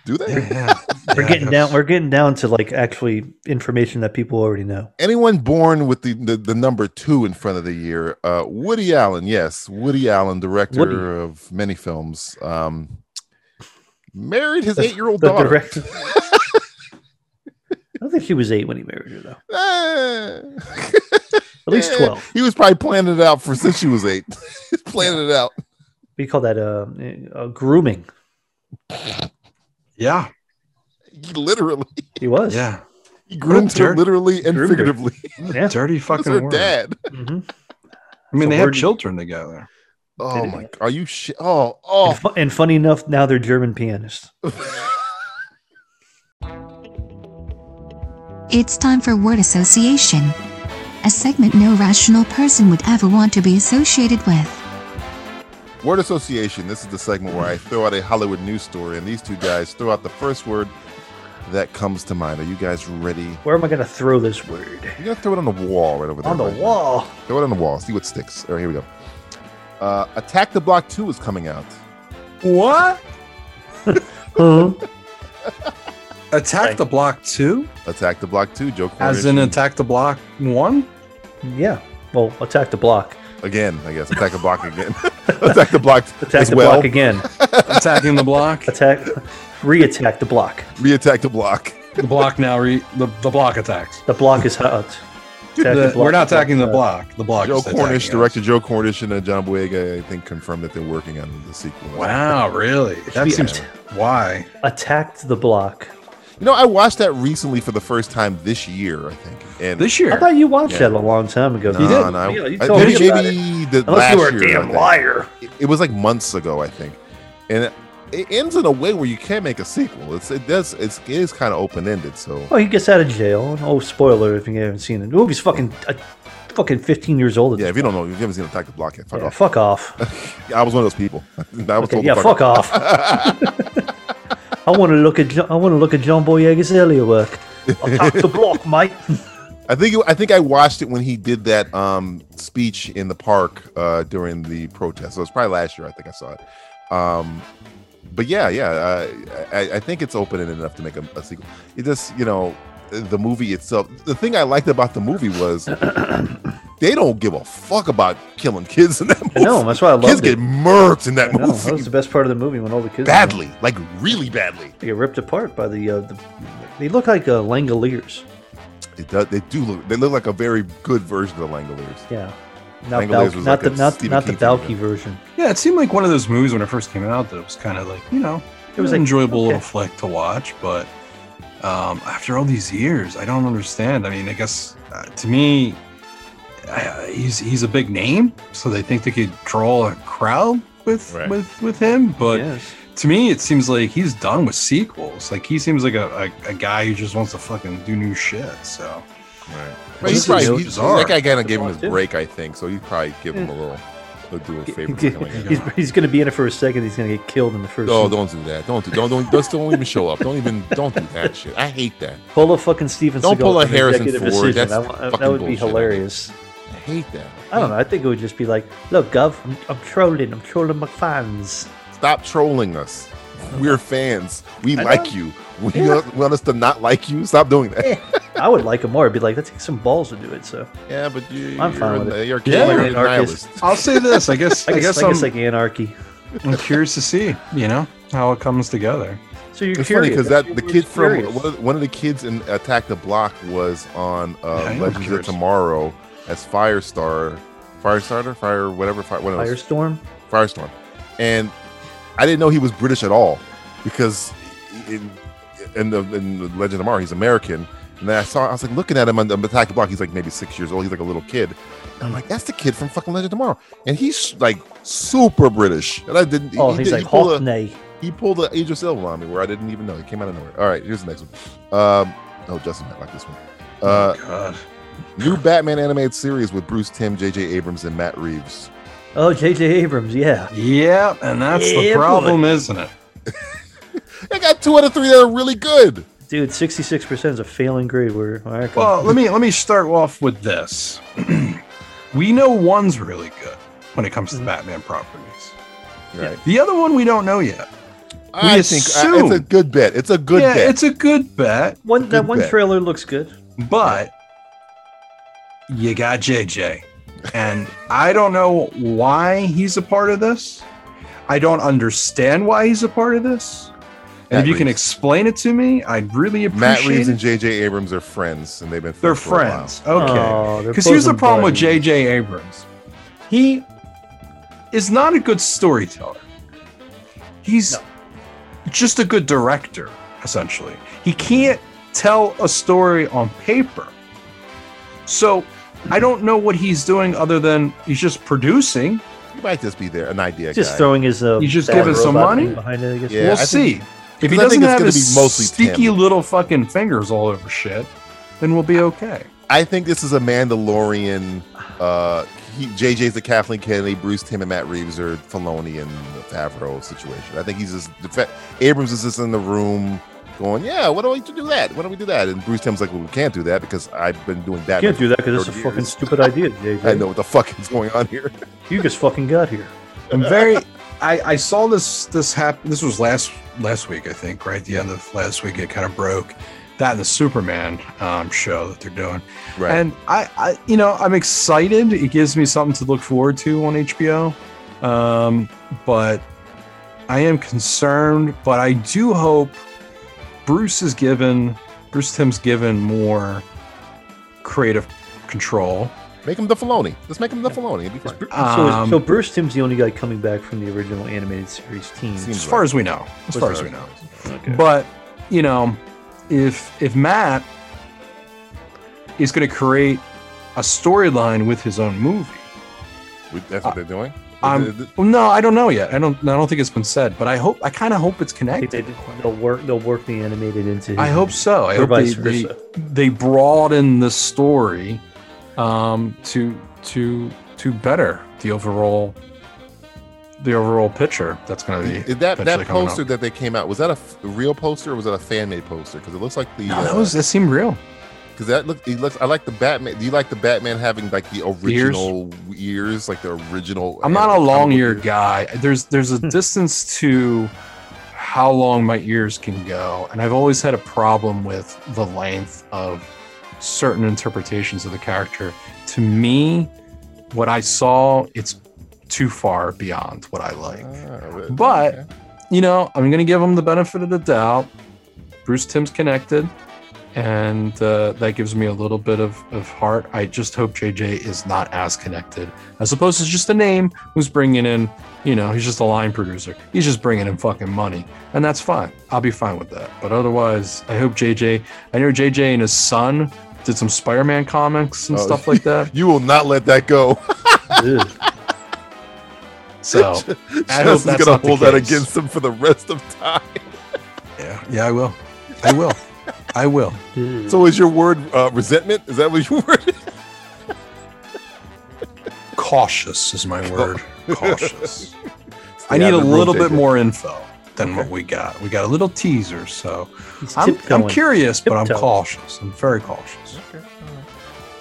Speaker 6: Do they?
Speaker 4: Yeah, yeah.
Speaker 3: We're
Speaker 4: Yeah,
Speaker 3: getting
Speaker 4: I
Speaker 3: down.
Speaker 4: guess.
Speaker 3: We're getting down to like actually information that people already know.
Speaker 6: Anyone born with the, the, the number two in front of the year? Uh, Woody Allen, yes, Woody Allen, director
Speaker 3: Woody.
Speaker 6: of many films, um, married his eight year old
Speaker 3: The
Speaker 6: daughter.
Speaker 3: director. I don't think she was eight when he married her, though.
Speaker 6: Ah.
Speaker 3: At least
Speaker 6: Eh,
Speaker 3: twelve.
Speaker 6: He was probably planning it out for since she was eight. He's planning it out.
Speaker 3: We call that uh, uh, grooming.
Speaker 4: yeah,
Speaker 6: He literally
Speaker 3: He was.
Speaker 4: yeah.
Speaker 6: he groomed her
Speaker 4: dirt-
Speaker 6: literally and
Speaker 4: groomed her.
Speaker 6: figuratively.
Speaker 3: Yeah.
Speaker 4: Dirty
Speaker 6: That's
Speaker 4: fucking
Speaker 6: her
Speaker 4: word.
Speaker 6: dad.
Speaker 3: Mhm.
Speaker 4: I mean,
Speaker 3: It's a
Speaker 4: they have
Speaker 3: word-
Speaker 4: children together.
Speaker 6: Oh my! Are you shit? Oh, oh!
Speaker 3: And, fu- and funny enough, now they're German pianists.
Speaker 5: It's time for word association. A segment no rational person would ever want to be associated with.
Speaker 6: Word association. This is the segment where I throw out a Hollywood news story, and these two guys throw out the first word that comes to mind. Are you guys ready?
Speaker 3: Where am I going to throw this word?
Speaker 6: You're gonna throw it on the wall right over there.
Speaker 3: On the
Speaker 6: right?
Speaker 3: wall.
Speaker 6: Throw it on the wall. See what sticks. All right, here we go. Uh, Attack the Block Two is coming out.
Speaker 8: What?
Speaker 3: Huh?
Speaker 4: Attack
Speaker 2: Right.
Speaker 4: the block two,
Speaker 6: Attack the Block Two. Joe Cornish.
Speaker 4: as in attack the block one.
Speaker 3: Yeah. Well, attack the block.
Speaker 6: again. I guess attack the block again. attack the block
Speaker 3: Attack
Speaker 6: as
Speaker 3: the
Speaker 6: well.
Speaker 3: block again.
Speaker 4: Attacking the block,
Speaker 3: Attack. Re-attack the block.
Speaker 6: Re-attack the block.
Speaker 4: the block now re the, the block attacks.
Speaker 3: The block is hot. Attack
Speaker 4: The-
Speaker 3: the block.
Speaker 4: we're not attacking the block. The block.
Speaker 6: Joe
Speaker 4: is attacking
Speaker 6: Cornish,
Speaker 4: us.
Speaker 6: director Joe Cornish and uh, John Boyega, I think, confirmed that they're working on the sequel.
Speaker 4: Wow, really? That
Speaker 3: Yeah.
Speaker 4: seems why.
Speaker 3: Attacked the block.
Speaker 6: You know, I watched that recently for the first time this year, I think. And
Speaker 4: This
Speaker 3: I
Speaker 4: year,
Speaker 3: thought you watched
Speaker 6: Yeah.
Speaker 3: that a long time ago.
Speaker 6: no,
Speaker 4: You did?
Speaker 6: no,
Speaker 3: Yeah, you
Speaker 6: I-
Speaker 3: told
Speaker 6: maybe,
Speaker 3: me about
Speaker 6: maybe the
Speaker 3: Unless
Speaker 6: last
Speaker 3: you were a
Speaker 6: year, I
Speaker 3: damn
Speaker 6: think.
Speaker 3: liar.
Speaker 6: It, it was like months ago, I think. And it, it ends in a way where you can't make a sequel. It's it does it's, it is kind of open ended. So
Speaker 3: Well, Oh, he gets out of jail. Oh, spoiler if you haven't seen it. The movie's fucking, uh, fucking 15 years old. at
Speaker 6: yeah,
Speaker 3: this
Speaker 6: if you don't know, if you haven't seen Attack the Block yet, fuck
Speaker 3: point. Yeah,
Speaker 6: off.
Speaker 3: fuck off.
Speaker 6: I was one of those people. I was
Speaker 3: Okay,
Speaker 6: told to
Speaker 3: yeah, fuck off. I want to look at Jo- I want to look at John Boyega's earlier work. Attack the block, mate.
Speaker 6: I think it- I think I watched it when he did that um, speech in the park uh, during the protest. So it's probably last year. I think I saw it. Um, but yeah, yeah, uh, I, I think it's open ended enough to make a, a sequel. It just you know the movie itself. The thing I liked about the movie was they don't give a fuck about killing kids in that
Speaker 3: I
Speaker 6: movie.
Speaker 3: know that's why I
Speaker 6: kids
Speaker 3: loved
Speaker 6: get
Speaker 3: it.
Speaker 6: murked in that
Speaker 3: No, that was
Speaker 6: movie
Speaker 3: the best part of the movie when all the kids
Speaker 6: badly, like really badly.
Speaker 3: They get ripped apart by the, uh, the they look like uh, Langoliers.
Speaker 6: It does, they do look. They look like a very good version of the Langoliers.
Speaker 3: Yeah, not
Speaker 6: Langoliers
Speaker 3: Balky,
Speaker 6: was
Speaker 3: not
Speaker 6: like
Speaker 3: the
Speaker 6: a
Speaker 3: not,
Speaker 6: Stephen
Speaker 3: not the
Speaker 6: King thing,
Speaker 3: Balky
Speaker 6: yeah.
Speaker 3: version.
Speaker 4: yeah, it seemed like one of those movies when it first came out that it was kind of like you know it was an
Speaker 3: like,
Speaker 4: enjoyable
Speaker 3: okay.
Speaker 4: little flick to watch, but um, after all these years, I don't understand. I mean, I guess uh, to me, I, uh, he's he's a big name, so they think they could draw a crowd with
Speaker 6: Right.
Speaker 4: with with him, but.
Speaker 3: yes,
Speaker 4: to me it seems like he's done with sequels like he seems like a, a, a guy who just wants to fucking do new shit so
Speaker 6: Right. he's
Speaker 4: Well, this
Speaker 6: probably,
Speaker 4: is
Speaker 6: he's-
Speaker 4: bizarre.
Speaker 6: that guy kind of gave him
Speaker 3: Bizarre,
Speaker 6: his
Speaker 3: too.
Speaker 6: break, I think. So he'd probably give him a little, he'll do a favor. for him, I guess.
Speaker 3: he's, he's going to be in it for a second. He's going to get killed in the first.
Speaker 6: No,
Speaker 3: scene.
Speaker 6: don't do that. Don't do, don't don't just don't even show up. Don't even don't do that shit. I hate that.
Speaker 3: Pull a fucking Steven
Speaker 6: Don't
Speaker 3: Seagal.
Speaker 6: pull a
Speaker 3: for an
Speaker 6: Harrison
Speaker 3: executive
Speaker 6: Ford.
Speaker 3: decision.
Speaker 6: That's
Speaker 3: I want- that
Speaker 6: fucking
Speaker 3: would be
Speaker 6: bullshit.
Speaker 3: hilarious.
Speaker 6: I hate that.
Speaker 3: I don't know. I think it would just be like, look, Gov, I'm, I'm trolling. I'm trolling my fans.
Speaker 6: Stop trolling us. We're fans. We like you. We want, we want us to not like you. Stop doing that. Yeah,
Speaker 3: I would like him more. I'd be like, that takes some balls to do it. So
Speaker 6: but you,
Speaker 3: I'm
Speaker 6: you're,
Speaker 3: fine with
Speaker 6: a-
Speaker 3: it.
Speaker 6: you're, you're
Speaker 4: Yeah,
Speaker 6: a
Speaker 3: I'm an anarchist.
Speaker 6: nihilist.
Speaker 4: i'll say this i guess
Speaker 3: I
Speaker 4: i
Speaker 3: guess,
Speaker 4: guess,
Speaker 3: I guess
Speaker 4: I'm,
Speaker 3: like anarchy.
Speaker 4: I'm curious to see you know how it comes together
Speaker 3: So you're
Speaker 6: It's funny
Speaker 3: curious.
Speaker 6: because
Speaker 3: That's
Speaker 6: that
Speaker 3: your
Speaker 6: the
Speaker 3: word,
Speaker 6: kid from
Speaker 3: curious.
Speaker 6: one of, one of the kids in Attack the Block was on
Speaker 4: I
Speaker 6: uh,
Speaker 4: am
Speaker 6: Legends of
Speaker 4: curious.
Speaker 6: Tomorrow as Firestar, Firestarter, Fire whatever, fire, what else?
Speaker 3: Firestorm.
Speaker 6: Firestorm, and I didn't know he was British at all because in in the, in the Legend of Tomorrow he's American. And then I saw, I was like looking at him on the Attack the Block. He's like maybe six years old. He's like a little kid. And I'm like, that's the kid from fucking Legend of Tomorrow, and he's like super British. And I didn't.
Speaker 3: Oh,
Speaker 6: he
Speaker 3: he's
Speaker 6: did-
Speaker 3: like
Speaker 6: he pulled a-
Speaker 3: Hockney.
Speaker 6: he pulled an Age of Silver on me where I didn't even know. It came out of nowhere. All right, here's the next one. Um, oh, Justin might like this one. Uh,
Speaker 4: Oh, god
Speaker 6: new Batman animated series with Bruce Tim, J.J. Abrams, and Matt Reeves.
Speaker 3: Oh, J.J. Abrams. Yeah.
Speaker 4: yeah and that's
Speaker 3: Yeah,
Speaker 4: the problem isn't it
Speaker 6: I got two out of three that are really good.
Speaker 3: Dude, 66% is a failing grade. Where I reckon.
Speaker 4: well let me let me start off with this we know one's really good when it comes to
Speaker 6: Mm-hmm.
Speaker 3: Mhm.
Speaker 4: batman properties
Speaker 6: Right.
Speaker 4: the other one we don't know yet
Speaker 6: I think I-
Speaker 4: assume-
Speaker 6: it's a good bet. It's a good
Speaker 4: yeah
Speaker 6: bet.
Speaker 4: it's a good bet
Speaker 3: one, that
Speaker 6: good
Speaker 3: one
Speaker 6: bet.
Speaker 3: trailer looks good.
Speaker 4: but you got JJ. And I don't know why he's a part of this. I don't understand why he's a part of this. And
Speaker 6: Matt
Speaker 4: if you can
Speaker 6: Reeves.
Speaker 4: explain it to me, I'd really appreciate
Speaker 6: Matt Reeves
Speaker 4: it.
Speaker 6: and J.J. Abrams are friends, and they've been
Speaker 4: They're
Speaker 6: friends for a while.
Speaker 4: friends. Okay.
Speaker 3: Oh, they're
Speaker 4: Because here's the
Speaker 3: bosom
Speaker 4: problem with
Speaker 3: buddies.
Speaker 4: JJ Abrams. He is not a good storyteller. He's
Speaker 3: No.
Speaker 4: just a good director, essentially. He can't tell a story on paper. So I don't know what he's doing other than he's just producing
Speaker 6: You might just be there, an idea
Speaker 3: Just
Speaker 6: guy.
Speaker 3: throwing his. Uh,
Speaker 4: You just
Speaker 3: bag
Speaker 4: give us some
Speaker 3: robot
Speaker 4: money?
Speaker 3: thing Behind it, I guess.
Speaker 6: Yeah,
Speaker 4: we'll
Speaker 6: I think-
Speaker 4: see. if he
Speaker 6: because I
Speaker 4: doesn't
Speaker 6: think it's
Speaker 4: have
Speaker 6: gonna
Speaker 4: his
Speaker 6: be mostly
Speaker 4: sticky
Speaker 6: Tim.
Speaker 4: little fucking fingers all over shit, then we'll be okay.
Speaker 6: I think this is a Mandalorian. Uh, he, JJ's the Kathleen Kennedy, Bruce Tim and Matt Reeves are Filoni and Favreau situation. I think he's just the fact- Abrams is just in the room going, "Yeah, why don't we do that? Why don't we do that?" And Bruce Tim's like, "Well, we can't do that because I've been doing that.
Speaker 3: You can't do that because it's a
Speaker 6: 30
Speaker 3: fucking
Speaker 6: years.
Speaker 3: stupid idea, JJ.
Speaker 6: I know what the fuck is going on here."
Speaker 3: You just fucking got here.
Speaker 4: I'm very. I, I saw this this happen. This was last last week, I think. Right, the end of last week, it kind of broke. That and the Superman um, show that they're doing.
Speaker 6: Right.
Speaker 4: And I, I, you know, I'm excited. It gives me something to look forward to on HBO. Um, but I am concerned. But I do hope Bruce is given, Bruce Tim's given more creative control.
Speaker 6: make him the Filoni. Let's make him the Filoni. It'd be fine.
Speaker 3: so, is-
Speaker 4: Um,
Speaker 3: so Bruce Tim's the only guy coming back from the original animated series team.
Speaker 6: Seems
Speaker 4: as far as we know, as
Speaker 6: Which
Speaker 4: far as
Speaker 6: is-
Speaker 4: we know. But you know, if if Matt is going to create a storyline with his own movie,
Speaker 6: We- that's what they're doing.
Speaker 4: Uh, I'm well, no, I don't know yet. I don't. I don't think it's been said, but I hope. I kind of hope it's
Speaker 3: I think
Speaker 4: connected.
Speaker 3: they, they'll work. They'll work the animated into.
Speaker 4: I hope so. I
Speaker 3: Or
Speaker 4: hope they,
Speaker 3: vice
Speaker 4: they,
Speaker 3: versa.
Speaker 4: they broaden the story um, to to to better the overall the overall picture that's going to be
Speaker 6: Is that
Speaker 4: eventually
Speaker 6: that
Speaker 4: coming up.
Speaker 6: poster that they came out was that a f- real poster or was that a fan made poster? Because it looks like the
Speaker 4: No, that
Speaker 6: uh,
Speaker 4: was that seemed real.
Speaker 6: Because that look, he looks. I like the Batman. Do you like the Batman having like the original ears, like the original?
Speaker 4: I'm not a
Speaker 6: animal
Speaker 4: long
Speaker 6: comic
Speaker 4: ear
Speaker 6: ears?
Speaker 4: guy. There's there's a distance to how long my ears can go, and I've always had a problem with the length of certain interpretations of the character. To me, what I saw, it's too far beyond what I like.
Speaker 6: Ah, right.
Speaker 4: But-
Speaker 6: Okay.
Speaker 4: You know, I'm gonna give him the benefit of the doubt. Bruce Tim's connected, and uh, that gives me a little bit of, of heart. I just hope JJ is not as connected as opposed to just a name who's bringing in, you know, he's just a line producer. He's just bringing in fucking money, and that's fine. I'll be fine with that. But otherwise, I hope JJ. I know JJ and his son did some Spider-Man comics and
Speaker 6: Oh.
Speaker 4: stuff like that.
Speaker 6: you will not let that go.
Speaker 3: Ugh.
Speaker 4: So I hope
Speaker 6: Jess is
Speaker 4: that's
Speaker 6: gonna
Speaker 4: not the
Speaker 6: hold that
Speaker 4: case.
Speaker 6: against him for the rest of time.
Speaker 4: yeah, yeah, I will. I will. I will.
Speaker 6: So is your word uh, resentment? Is that what your word? is?
Speaker 4: cautious is my word. Cautious.
Speaker 6: Stay
Speaker 4: I need
Speaker 6: out
Speaker 4: a
Speaker 6: of the room,
Speaker 4: little bit
Speaker 6: JJ.
Speaker 4: more info than what we got. We got a little teaser, so
Speaker 3: He's
Speaker 4: I'm, I'm
Speaker 3: tiptoeing.
Speaker 4: curious, but I'm
Speaker 3: Tiptoeing.
Speaker 4: cautious. I'm very cautious.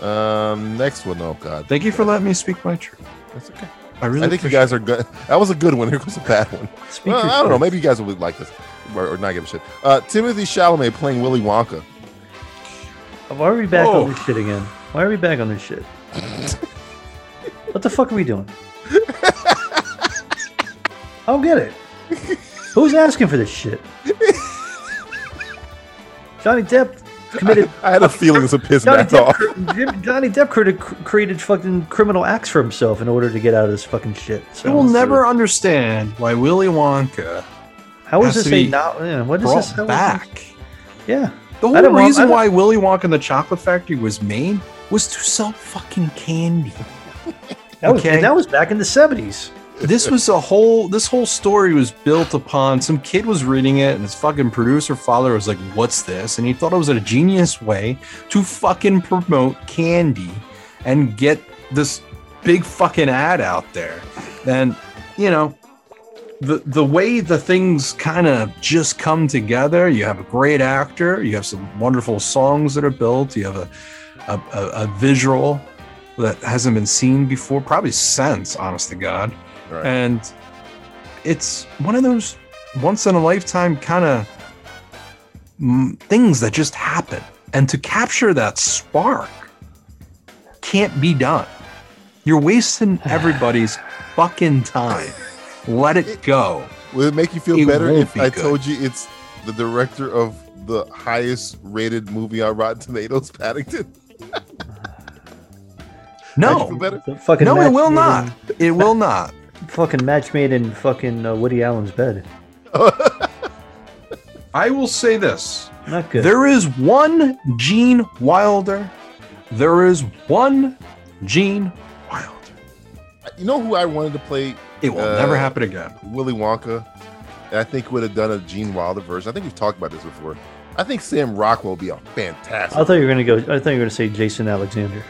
Speaker 6: Um, next one. Oh God,
Speaker 4: Thank you for letting me speak my truth.
Speaker 6: That's okay.
Speaker 4: I really
Speaker 6: I think you
Speaker 4: appreciate
Speaker 6: guys are good. That was a good one. Here goes a bad one.
Speaker 3: Speak
Speaker 6: Well,
Speaker 3: your
Speaker 6: I don't know.
Speaker 3: truth.
Speaker 6: Maybe you guys would like this or, or not give a shit. Uh, Timothy Chalamet playing Willy Wonka.
Speaker 3: Why are we back
Speaker 4: Oh.
Speaker 3: on this shit again? Why are we back on this shit? what the fuck are we doing? I don't get it. Who's asking for this shit? Johnny Depp committed.
Speaker 6: I had a feeling this would piss
Speaker 3: Johnny
Speaker 6: Matt off.
Speaker 3: Depp, cr- Jim- Johnny Depp created, created fucking criminal acts for himself in order to get out of this fucking shit.
Speaker 4: You
Speaker 3: So
Speaker 4: will never understand why Willy Wonka
Speaker 3: how
Speaker 4: has
Speaker 3: is this
Speaker 4: to
Speaker 3: a
Speaker 4: be
Speaker 3: no- yeah, What is
Speaker 4: brought
Speaker 3: this? how is this-
Speaker 4: back.
Speaker 3: Yeah.
Speaker 4: The whole
Speaker 3: I don't want- I
Speaker 4: reason
Speaker 3: don't-
Speaker 4: why Willy Wonka and the Chocolate Factory was made was to sell fucking candy.
Speaker 3: That was,
Speaker 4: Okay.
Speaker 3: that was back in the 70s.
Speaker 4: this was a whole this whole story was built upon some kid was reading it and his fucking producer father was like what's this and he thought it was a genius way to fucking promote candy and get this big fucking ad out there and you know the the way the things kind of just come together you have a great actor you have some wonderful songs that are built you have a a, a, a visual that hasn't been seen before probably since honest to god
Speaker 6: Right.
Speaker 4: and it's one of those once in a lifetime kind of mm, things that just happen. And to capture that spark can't be done. You're wasting everybody's fucking time. Let it go.
Speaker 6: Would it make you feel
Speaker 4: It
Speaker 6: better
Speaker 4: won't
Speaker 6: if
Speaker 4: be
Speaker 6: I
Speaker 4: good.
Speaker 6: told you it's the director of the highest rated movie on Rotten Tomatoes, Paddington? Make you feel
Speaker 4: No,
Speaker 6: better?
Speaker 3: The fucking
Speaker 4: no, it
Speaker 3: match
Speaker 4: will
Speaker 3: made
Speaker 4: not. It will not.
Speaker 3: in- fucking match made in fucking uh, Woody Allen's bed.
Speaker 4: I will say this
Speaker 3: Not good.
Speaker 4: There is one Gene Wilder. There is one Gene Wilder.
Speaker 6: you know who I wanted to play
Speaker 4: It will
Speaker 6: Uh,
Speaker 4: never happen again.
Speaker 6: Willy Wonka, and I think would have done a Gene Wilder version. I think we've talked about this before. I think Sam Rockwell would be a fantastic.
Speaker 3: I thought you were gonna go. I thought you were gonna say Jason Alexander.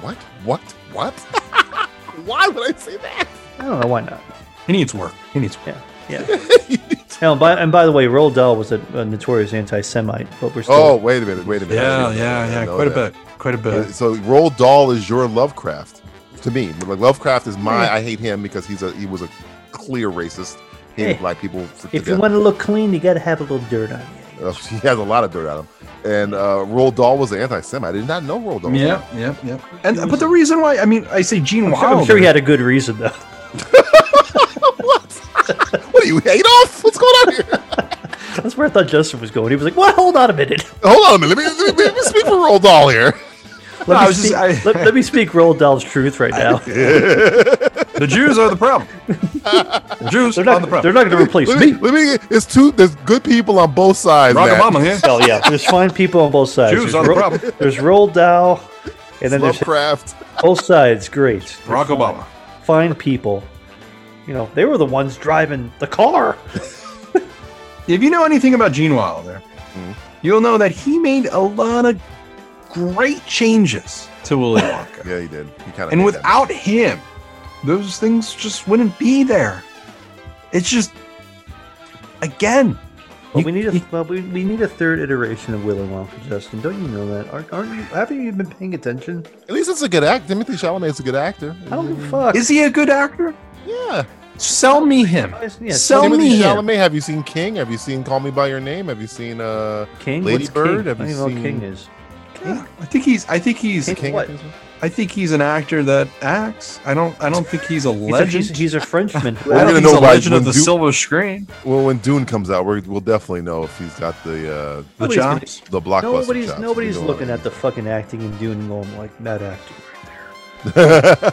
Speaker 6: what? What? What? Why would I say that?
Speaker 3: I don't know why not.
Speaker 4: He needs work. He needs work.
Speaker 3: Yeah, yeah. and, by, and by the way, Roald Dahl was a, a notorious anti-Semite, but we're still.
Speaker 6: Oh, wait a minute. Wait a minute. I
Speaker 4: Yeah,
Speaker 6: didn't- I
Speaker 4: yeah,
Speaker 6: didn't
Speaker 4: yeah.
Speaker 6: know
Speaker 4: Quite a
Speaker 6: that.
Speaker 4: bit. Quite a
Speaker 6: Uh,
Speaker 4: bit.
Speaker 6: So Roald Dahl is your Lovecraft to me. Like Lovecraft is my. I hate him because he's a he was a clear racist. He hated
Speaker 3: Hey,
Speaker 6: black people. For, to
Speaker 3: if you
Speaker 6: death.
Speaker 3: want to look clean, you gotta have a little dirt on you.
Speaker 4: Oh,
Speaker 6: Uh, he has a lot of dirt on him. And uh, Roald Dahl was an anti-Semite. I did not know Roald Dahl. was an
Speaker 4: Yeah, yeah, yeah. And but the reason why I mean I say Gene
Speaker 3: I'm sure, I'm
Speaker 4: Wilder.
Speaker 3: sure he had a good reason though.
Speaker 6: What are you, Adolf? What's going on here?
Speaker 3: That's where I thought Justin was going. He was like, "What? Hold on a minute.
Speaker 6: Hold on a minute. Let me, let me, let me speak for Roald Dahl here.
Speaker 3: Let,
Speaker 4: No, I
Speaker 3: me,
Speaker 4: was just-
Speaker 3: speak,
Speaker 4: I-
Speaker 3: let, let me speak Roald Dahl's truth right now.
Speaker 4: the Jews are the problem. the Jews
Speaker 3: They're
Speaker 4: are the
Speaker 3: not. They're
Speaker 4: problem.
Speaker 3: not gonna replace
Speaker 6: Let
Speaker 3: me.
Speaker 6: me, let me. It's two. There's good people on both sides.
Speaker 4: Barack
Speaker 6: Matt.
Speaker 4: Obama here.
Speaker 3: Oh yeah, there's fine people on both sides.
Speaker 4: Jews
Speaker 3: there's,
Speaker 4: are the
Speaker 3: Ro-
Speaker 4: problem.
Speaker 3: there's Roald Dahl, and then there's
Speaker 6: Lovecraft.
Speaker 3: both sides. Great,
Speaker 4: Barack Obama.
Speaker 3: fine people. You know, they were the ones driving the car.
Speaker 4: If you know anything about Gene Wilder, you'll know that he made a lot of great changes to Willy Wonka.
Speaker 6: Yeah, he did. He kind of.
Speaker 4: and without him, those things just wouldn't be there. It's just again,
Speaker 3: Well,
Speaker 4: You-
Speaker 3: we need a
Speaker 4: you-
Speaker 3: well, we, we need a third iteration of Willy Wonka, Justin. Don't you know that? Aren't, aren't you? Haven't you been paying attention?
Speaker 6: at least it's a good act. Timothy Chalamet is a good actor.
Speaker 3: I don't give a fuck.
Speaker 4: is he a good actor?
Speaker 6: Yeah.
Speaker 4: Sell me him.
Speaker 3: Yeah,
Speaker 4: Sell
Speaker 6: Timothy
Speaker 4: me him.
Speaker 6: Chalamet. Have you seen King? Have you seen Call Me by Your Name? Have you seen uh
Speaker 3: King,
Speaker 6: Lady
Speaker 3: What's
Speaker 6: Bird?
Speaker 3: King?
Speaker 6: Have
Speaker 3: I don't
Speaker 6: you
Speaker 3: even know what
Speaker 6: seen-
Speaker 3: King is.
Speaker 4: Yeah, I think he's. I think he's.
Speaker 3: King,
Speaker 6: King?
Speaker 3: what?
Speaker 4: I think he's an actor that acts. I don't. I don't think he's a
Speaker 3: He's a,
Speaker 4: legend.
Speaker 3: he's, he's a Frenchman.
Speaker 4: I
Speaker 6: We're
Speaker 4: don't
Speaker 6: gonna
Speaker 4: think he's
Speaker 6: know
Speaker 4: a
Speaker 6: by
Speaker 4: legend of
Speaker 6: when
Speaker 4: the
Speaker 6: Duke-
Speaker 4: silver screen.
Speaker 6: Well, when Dune comes out, we're, we'll definitely know if he's got the uh
Speaker 4: The
Speaker 3: Nobody's gonna-
Speaker 4: chops.
Speaker 6: the blockbuster.
Speaker 3: nobody's
Speaker 6: chops.
Speaker 3: nobody's
Speaker 6: You know what
Speaker 3: looking
Speaker 6: I
Speaker 3: at the fucking acting and doing and going like that acting right there.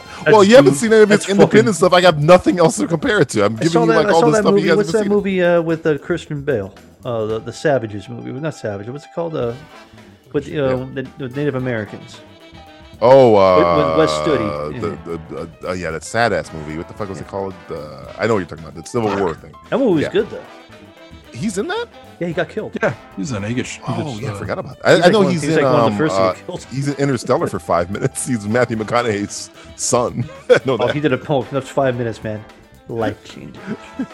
Speaker 6: mean. well, you haven't
Speaker 3: That's-
Speaker 6: seen any of his
Speaker 3: that's
Speaker 6: independent stuff. I got nothing else to compare it to. I'm
Speaker 3: I
Speaker 6: giving
Speaker 3: saw
Speaker 6: you
Speaker 3: that.
Speaker 6: like
Speaker 3: I
Speaker 6: all
Speaker 3: saw
Speaker 6: this
Speaker 3: that
Speaker 6: stuff
Speaker 3: movie.
Speaker 6: you guys
Speaker 3: What's that
Speaker 6: haven't seen.
Speaker 3: movie uh, with uh, Christian Bale? Uh, the the Savages movie. Well, Not Savage. What's it called? Uh, with you know, the, the Native Americans.
Speaker 6: Oh,
Speaker 3: With-
Speaker 6: uh,
Speaker 3: with Wes Studi.
Speaker 6: The, the, the, uh, yeah, that sad ass movie. What the fuck was it called? Uh, I know what you're talking about. The Civil War thing.
Speaker 3: That movie was
Speaker 6: Yeah.
Speaker 3: good though.
Speaker 6: He's in that.
Speaker 3: Yeah, he got killed.
Speaker 4: Yeah, he's an. He gets. he
Speaker 6: Oh
Speaker 4: gets,
Speaker 6: yeah, I
Speaker 4: uh,
Speaker 6: forgot about that. I, I
Speaker 3: like
Speaker 6: know
Speaker 3: one-
Speaker 6: he's,
Speaker 3: he's
Speaker 6: in.
Speaker 3: like one
Speaker 6: um,
Speaker 3: of the first
Speaker 6: uh,
Speaker 3: that killed.
Speaker 6: he's in Interstellar for five minutes. He's Matthew McConaughey's son. no,
Speaker 3: Oh,
Speaker 6: that.
Speaker 3: he did a poem. That's five minutes, man. Life changing.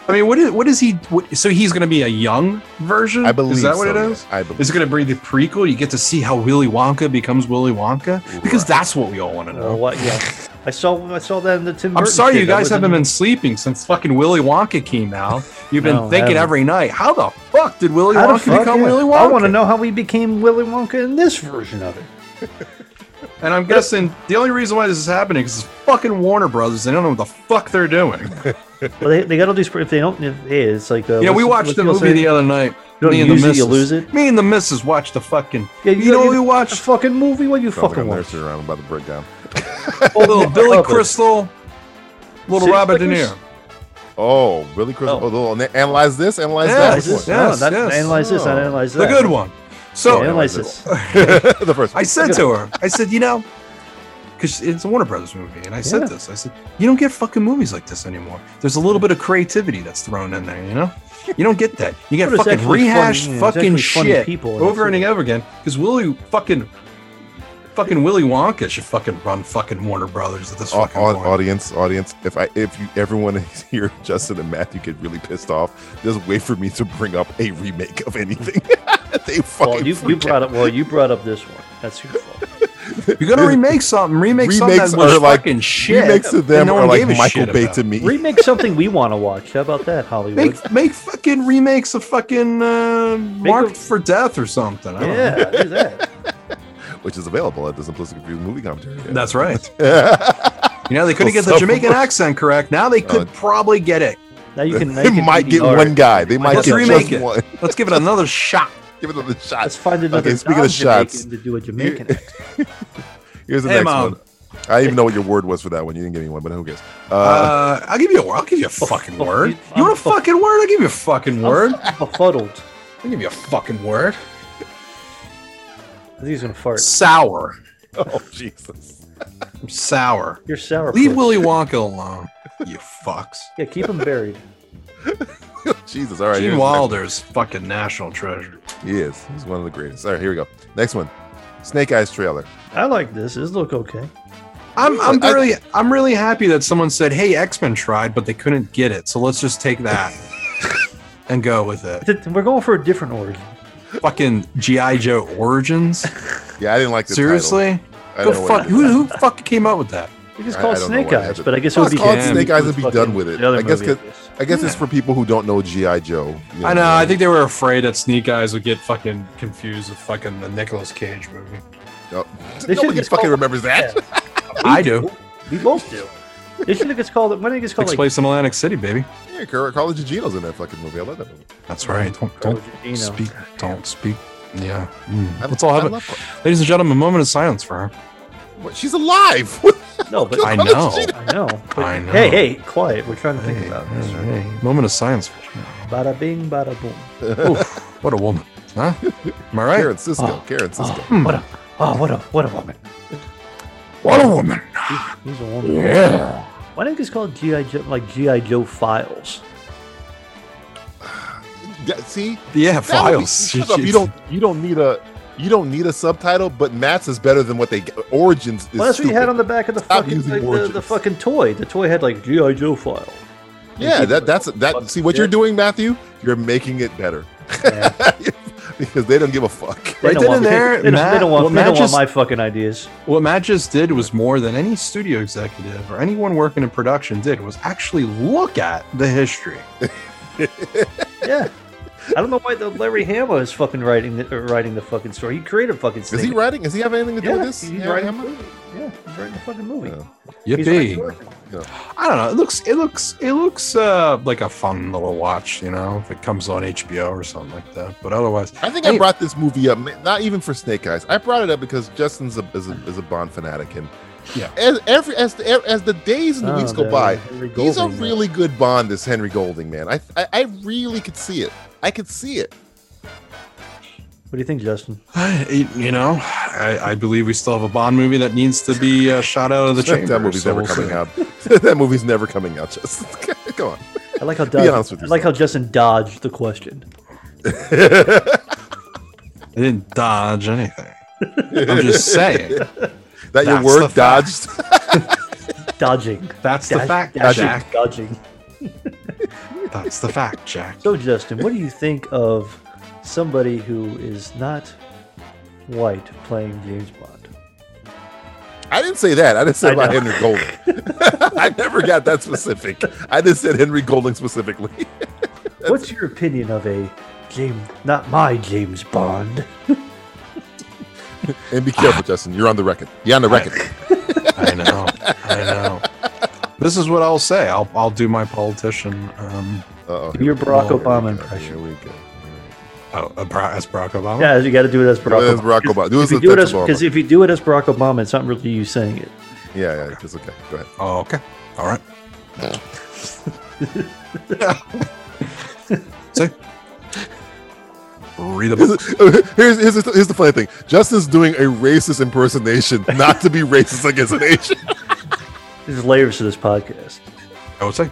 Speaker 4: I mean, what is what is he? What, so he's going to be a young version.
Speaker 6: I believe
Speaker 4: Oh. Is that what
Speaker 6: so,
Speaker 4: it
Speaker 6: yeah.
Speaker 4: is?
Speaker 6: I believe
Speaker 4: Is it going to be the prequel? You get to see how Willy Wonka becomes Willy Wonka because
Speaker 6: Right.
Speaker 4: that's what we all want to know.
Speaker 3: Oh, what? Yeah, I saw. I saw that in the Tim.
Speaker 4: I'm
Speaker 3: Burton
Speaker 4: sorry, you
Speaker 3: shit. I
Speaker 4: guys
Speaker 3: wasn't-
Speaker 4: haven't been sleeping since fucking Willy Wonka came out. You've been
Speaker 3: No, I
Speaker 4: thinking
Speaker 3: haven't.
Speaker 4: every night, how the fuck did Willy
Speaker 3: How the
Speaker 4: Wonka
Speaker 3: fuck,
Speaker 4: become
Speaker 3: yeah.
Speaker 4: Willy Wonka?
Speaker 3: I want to know how we became Willy Wonka in this version of it.
Speaker 4: And I'm guessing the only reason why this is happening is it's fucking Warner Brothers. They don't know what the fuck they're doing.
Speaker 3: Well, they, they got all these. If they don't, if- hey, it's like uh,
Speaker 4: Yeah, we watched
Speaker 3: what's- what's
Speaker 4: the
Speaker 3: old
Speaker 4: movie
Speaker 3: saying?
Speaker 4: the other night.
Speaker 3: don't
Speaker 4: Me and
Speaker 3: use
Speaker 4: the
Speaker 3: it, you
Speaker 4: missus.
Speaker 3: lose it.
Speaker 4: Me and the missus watched the fucking.
Speaker 3: Yeah,
Speaker 4: you, know, we watched
Speaker 3: a fucking movie. What you
Speaker 6: Sounds like
Speaker 3: fucking
Speaker 6: I'm
Speaker 3: watch?
Speaker 6: nursing around. I'm about to break down.
Speaker 4: little Billy
Speaker 3: Robert.
Speaker 4: Crystal, little
Speaker 3: City
Speaker 4: Robert De
Speaker 3: Slickers?
Speaker 4: Niro.
Speaker 6: Oh, really, Chris?
Speaker 3: Oh.
Speaker 6: Oh. they'll an- analyze this. Analyze
Speaker 4: Yeah,
Speaker 6: that.
Speaker 4: it's
Speaker 6: Which
Speaker 4: just-
Speaker 6: one?
Speaker 4: Yes,
Speaker 3: no, not
Speaker 4: yes.
Speaker 3: analyze this.
Speaker 6: Oh.
Speaker 3: Not analyze that.
Speaker 4: The good one. So
Speaker 3: Yeah, analyze this.
Speaker 6: the first.
Speaker 4: I
Speaker 6: One.
Speaker 4: said to her, I said, you know, because it's a Warner Brothers movie, and I said
Speaker 3: Yeah.
Speaker 4: this, I said, you don't get fucking movies like this anymore. There's a little bit of creativity that's thrown in there, you know. You don't get that. You get
Speaker 3: But it's
Speaker 4: fucking
Speaker 3: actually
Speaker 4: rehashed
Speaker 3: funny, yeah, it's
Speaker 4: fucking
Speaker 3: actually funny
Speaker 4: shit
Speaker 3: people in
Speaker 4: over
Speaker 3: it,
Speaker 4: and
Speaker 3: too.
Speaker 4: over again. Because Willy fucking, fucking Willy Wonka should fucking run fucking Warner Brothers at this
Speaker 6: Au-
Speaker 4: fucking
Speaker 6: au-
Speaker 4: point.
Speaker 6: audience, audience. If I, if you, everyone is here, Justin and Matthew get really pissed off. Just wait for me to bring up a remake of anything. they fucking.
Speaker 3: Well, you, you
Speaker 6: freak
Speaker 3: brought up. Well, you brought up this one. That's your fault.
Speaker 4: You're gonna remake something. Remake
Speaker 6: Remakes
Speaker 4: something that was
Speaker 6: are like-
Speaker 4: fucking shit.
Speaker 6: Remakes of
Speaker 4: that
Speaker 6: them
Speaker 4: no
Speaker 6: are
Speaker 4: one
Speaker 6: like
Speaker 4: gave a
Speaker 6: Michael
Speaker 4: shit
Speaker 6: Bay
Speaker 4: about.
Speaker 6: to me.
Speaker 3: Remake something we want to watch. How about that, Hollywood?
Speaker 4: Make make fucking remakes of fucking uh, Marked
Speaker 3: a-
Speaker 4: for Death or something. I don't know.
Speaker 3: yeah, do that.
Speaker 6: which is available at the Simplistic Review movie commentary.
Speaker 4: That's right. you know, they couldn't get the
Speaker 6: Well,
Speaker 4: Jamaican
Speaker 6: someone-
Speaker 4: accent correct. Now they could probably get it.
Speaker 3: Now you can. now
Speaker 6: they
Speaker 3: you can
Speaker 6: might get
Speaker 3: DDR.
Speaker 6: one guy. They might
Speaker 4: Let's
Speaker 6: get
Speaker 4: remake
Speaker 6: just
Speaker 4: it.
Speaker 6: one.
Speaker 4: Let's give it another shot.
Speaker 6: Give it another shot.
Speaker 3: Let's find another.
Speaker 6: Okay, speaking of
Speaker 3: non-Jamaican
Speaker 6: shots,
Speaker 3: to do a Jamaican. accent.
Speaker 6: here's the
Speaker 4: Hey,
Speaker 6: next
Speaker 4: Mom.
Speaker 6: one. I don't even know what your word was for that one. You didn't give me one, but who cares? Uh,
Speaker 4: Uh, I'll give you a word. I'll give you a fucking
Speaker 3: fuck
Speaker 4: word.
Speaker 3: you.
Speaker 4: You want
Speaker 3: I'm
Speaker 4: a
Speaker 3: fuck-
Speaker 4: fucking word? I'll give you a fucking word.
Speaker 3: I'm befuddled.
Speaker 4: I'll give you a fucking word.
Speaker 3: He's gonna fart.
Speaker 4: Sour.
Speaker 6: oh Jesus!
Speaker 4: I'm sour.
Speaker 3: You're sour.
Speaker 4: Leave Willy Wonka alone, you fucks.
Speaker 3: Yeah, keep him buried.
Speaker 6: Jesus. All right. here's
Speaker 4: Gene
Speaker 6: the next
Speaker 4: Wilder's fucking national treasure.
Speaker 6: one. He is. He's one of the greatest. All right. Here we go. Next one. Snake Eyes trailer.
Speaker 3: I like this. This look okay.
Speaker 4: I'm I'm
Speaker 6: I-
Speaker 4: really I'm really happy that someone said, "Hey, X Men tried, but they couldn't get it, so let's just take that and go with it."
Speaker 3: Th- We're going for a different origin.
Speaker 4: Fucking GI Joe Origins.
Speaker 6: Yeah, I didn't like the title.
Speaker 4: Seriously,
Speaker 6: I
Speaker 4: go
Speaker 6: don't know why
Speaker 4: fuck.
Speaker 6: they did
Speaker 4: Who
Speaker 6: that.
Speaker 4: who fucking came up with that?
Speaker 3: We just
Speaker 6: I-
Speaker 3: call
Speaker 6: I
Speaker 3: it
Speaker 6: don't know
Speaker 3: Snake
Speaker 6: why they had
Speaker 3: Eyes,
Speaker 6: to-
Speaker 3: but I guess it
Speaker 6: Well,
Speaker 3: would be
Speaker 6: it's called
Speaker 3: him
Speaker 6: Snake Eyes and
Speaker 3: with
Speaker 6: be
Speaker 3: fucking
Speaker 6: done with it.
Speaker 3: the other
Speaker 6: I guess
Speaker 3: movie,
Speaker 6: 'cause- I guess it's for people who don't know GI Joe. you
Speaker 4: I know. I think they were afraid that Sneak Eyes would get fucking confused with fucking the Nicolas Cage movie.
Speaker 6: Oh.
Speaker 3: They should
Speaker 6: Nobody
Speaker 3: just
Speaker 6: fucking
Speaker 3: call-
Speaker 6: remembers that.
Speaker 4: I do.
Speaker 3: We both do. They should have called it. Why don't it get
Speaker 4: Takes
Speaker 3: called like
Speaker 4: place in Atlantic City, baby.
Speaker 6: Yeah, Cur- College of Geno's in that fucking movie. I love that movie.
Speaker 4: That's right. Don't
Speaker 3: Carlo
Speaker 4: don't
Speaker 3: Gugino?
Speaker 4: speak. Don't speak. Yeah.
Speaker 6: I-
Speaker 4: Mm. Let's all
Speaker 6: Hmm. I
Speaker 4: have it.
Speaker 6: love Cor-
Speaker 4: Ladies and gentlemen, a moment of silence for her.
Speaker 6: What? She's alive.
Speaker 3: No, but
Speaker 4: I know.
Speaker 3: I know. But
Speaker 4: I know.
Speaker 3: Hey, hey, quiet. We're trying to think
Speaker 4: Hey,
Speaker 3: about
Speaker 4: hey,
Speaker 3: this.
Speaker 4: hey, moment of silence for her.
Speaker 3: Bada bing, bada boom.
Speaker 4: Oof, what a woman, huh? Am I right?
Speaker 6: Karen Cisco.
Speaker 4: Uh,
Speaker 6: Karen
Speaker 4: Ah,
Speaker 6: Cisco.
Speaker 3: What a, oh, what a, what a woman.
Speaker 4: What a woman!
Speaker 3: He's a woman.
Speaker 4: Yeah.
Speaker 3: Why don't you just call it GI Joe like GI Joe Files?
Speaker 6: That- see,
Speaker 4: Yeah,
Speaker 6: That would be-
Speaker 4: uh. files.
Speaker 6: shut up. You
Speaker 4: She's-
Speaker 6: don't. You don't need a. You don't need a subtitle, but Matt's is better than what they get. Origins is.
Speaker 3: Well, that's what you had
Speaker 6: stupid.
Speaker 3: on the back of the
Speaker 6: Stop
Speaker 3: fucking
Speaker 6: using
Speaker 3: the, the, the
Speaker 6: origins.
Speaker 3: fucking toy. The toy had like GI Joe file.
Speaker 6: Yeah, that that's that. See what you're
Speaker 3: shit.
Speaker 6: doing, Matthew. You're making it better
Speaker 3: Yeah.
Speaker 6: because they don't give a fuck.
Speaker 3: They
Speaker 4: Right
Speaker 3: don't
Speaker 4: then
Speaker 3: want
Speaker 4: and
Speaker 3: me-
Speaker 4: there,
Speaker 3: they don't, they
Speaker 4: Matt-
Speaker 3: don't want,
Speaker 4: well,
Speaker 3: they
Speaker 4: Matt
Speaker 3: don't want
Speaker 4: just-
Speaker 3: my fucking ideas.
Speaker 4: What Matt just did was more than any studio executive or anyone working in production did was actually look at the history.
Speaker 3: Yeah. I don't know why the Larry Hama is fucking writing the, uh, writing the fucking story. He created fucking.
Speaker 6: Is he
Speaker 3: Snake.
Speaker 6: writing? Does he have anything to do
Speaker 3: Yeah,
Speaker 6: with this?
Speaker 3: he's
Speaker 6: Yeah,
Speaker 3: writing.
Speaker 6: am I-
Speaker 3: Yeah, he's writing the fucking movie.
Speaker 6: Yeah.
Speaker 3: He's writing the
Speaker 4: Yippee!
Speaker 3: origin.
Speaker 4: I don't know. It looks, it looks, it looks uh, like a fun little watch. You know, if it comes on HBO or something like that. But otherwise,
Speaker 6: I think
Speaker 4: Hey.
Speaker 6: I brought this movie up, ma- not even for Snake Eyes. I brought it up because Justin's a, is, a, is a Bond fanatic, and
Speaker 4: Yeah.
Speaker 6: as every as the, as the days and the
Speaker 3: Oh,
Speaker 6: weeks go
Speaker 3: the
Speaker 6: by,
Speaker 3: Henry
Speaker 6: he's a
Speaker 3: Golding,
Speaker 6: really good Bond. This Henry Golding man, I, I I really could see it. I could see it.
Speaker 3: What do you think, Justin?
Speaker 4: it- you know, I, I believe we still have a Bond movie that needs to be uh, shot out of the chamber.
Speaker 6: that movie's
Speaker 4: so
Speaker 6: never
Speaker 4: we'll
Speaker 6: coming
Speaker 4: see.
Speaker 6: out. that movie's never coming out. Justin, come on.
Speaker 3: I like how Dodge,
Speaker 6: honest with
Speaker 3: I like how Justin dodged the question.
Speaker 4: I didn't dodge anything. I'm just saying.
Speaker 6: That your
Speaker 4: That's the
Speaker 6: word
Speaker 4: fact.
Speaker 6: dodged.
Speaker 3: Dodging.
Speaker 4: That's the
Speaker 3: Dash-
Speaker 4: fact,
Speaker 3: dashing,
Speaker 4: Jack.
Speaker 3: Dodging.
Speaker 4: That's the fact, Jack.
Speaker 3: So, Justin, what do you think of somebody who is not white playing James Bond?
Speaker 6: I didn't say that. I didn't say
Speaker 3: I
Speaker 6: about
Speaker 3: know.
Speaker 6: Henry Golding. I never got that specific. I just said Henry Golding specifically.
Speaker 3: What's your opinion of a James, not my James Bond?
Speaker 6: And be
Speaker 4: Ah.
Speaker 6: careful, Justin. You're on the record. You're on the record.
Speaker 4: I know. I know. This is what I'll say. I'll, I'll do my politician. Um,
Speaker 6: Uh-oh.
Speaker 3: Your Barack
Speaker 6: Here we
Speaker 3: Obama
Speaker 6: go.
Speaker 3: impression.
Speaker 6: Here we go.
Speaker 4: oh, uh, Bra- as Barack Obama.
Speaker 3: Yeah, you got to do it as Barack
Speaker 6: Do it as Barack
Speaker 3: Obama.
Speaker 6: Obama. Do it
Speaker 3: If
Speaker 6: as
Speaker 3: you do it as
Speaker 6: Obama.
Speaker 3: because if you do it as Barack Obama, it's not really you saying it.
Speaker 6: Yeah, yeah, it's okay. Go ahead.
Speaker 4: Oh, okay. All right. See? Read the book.
Speaker 6: Here's, here's, the- here's the funny thing. Justin's doing a racist impersonation, not to be racist against an Asian.
Speaker 3: There's layers to this podcast.
Speaker 4: I would say.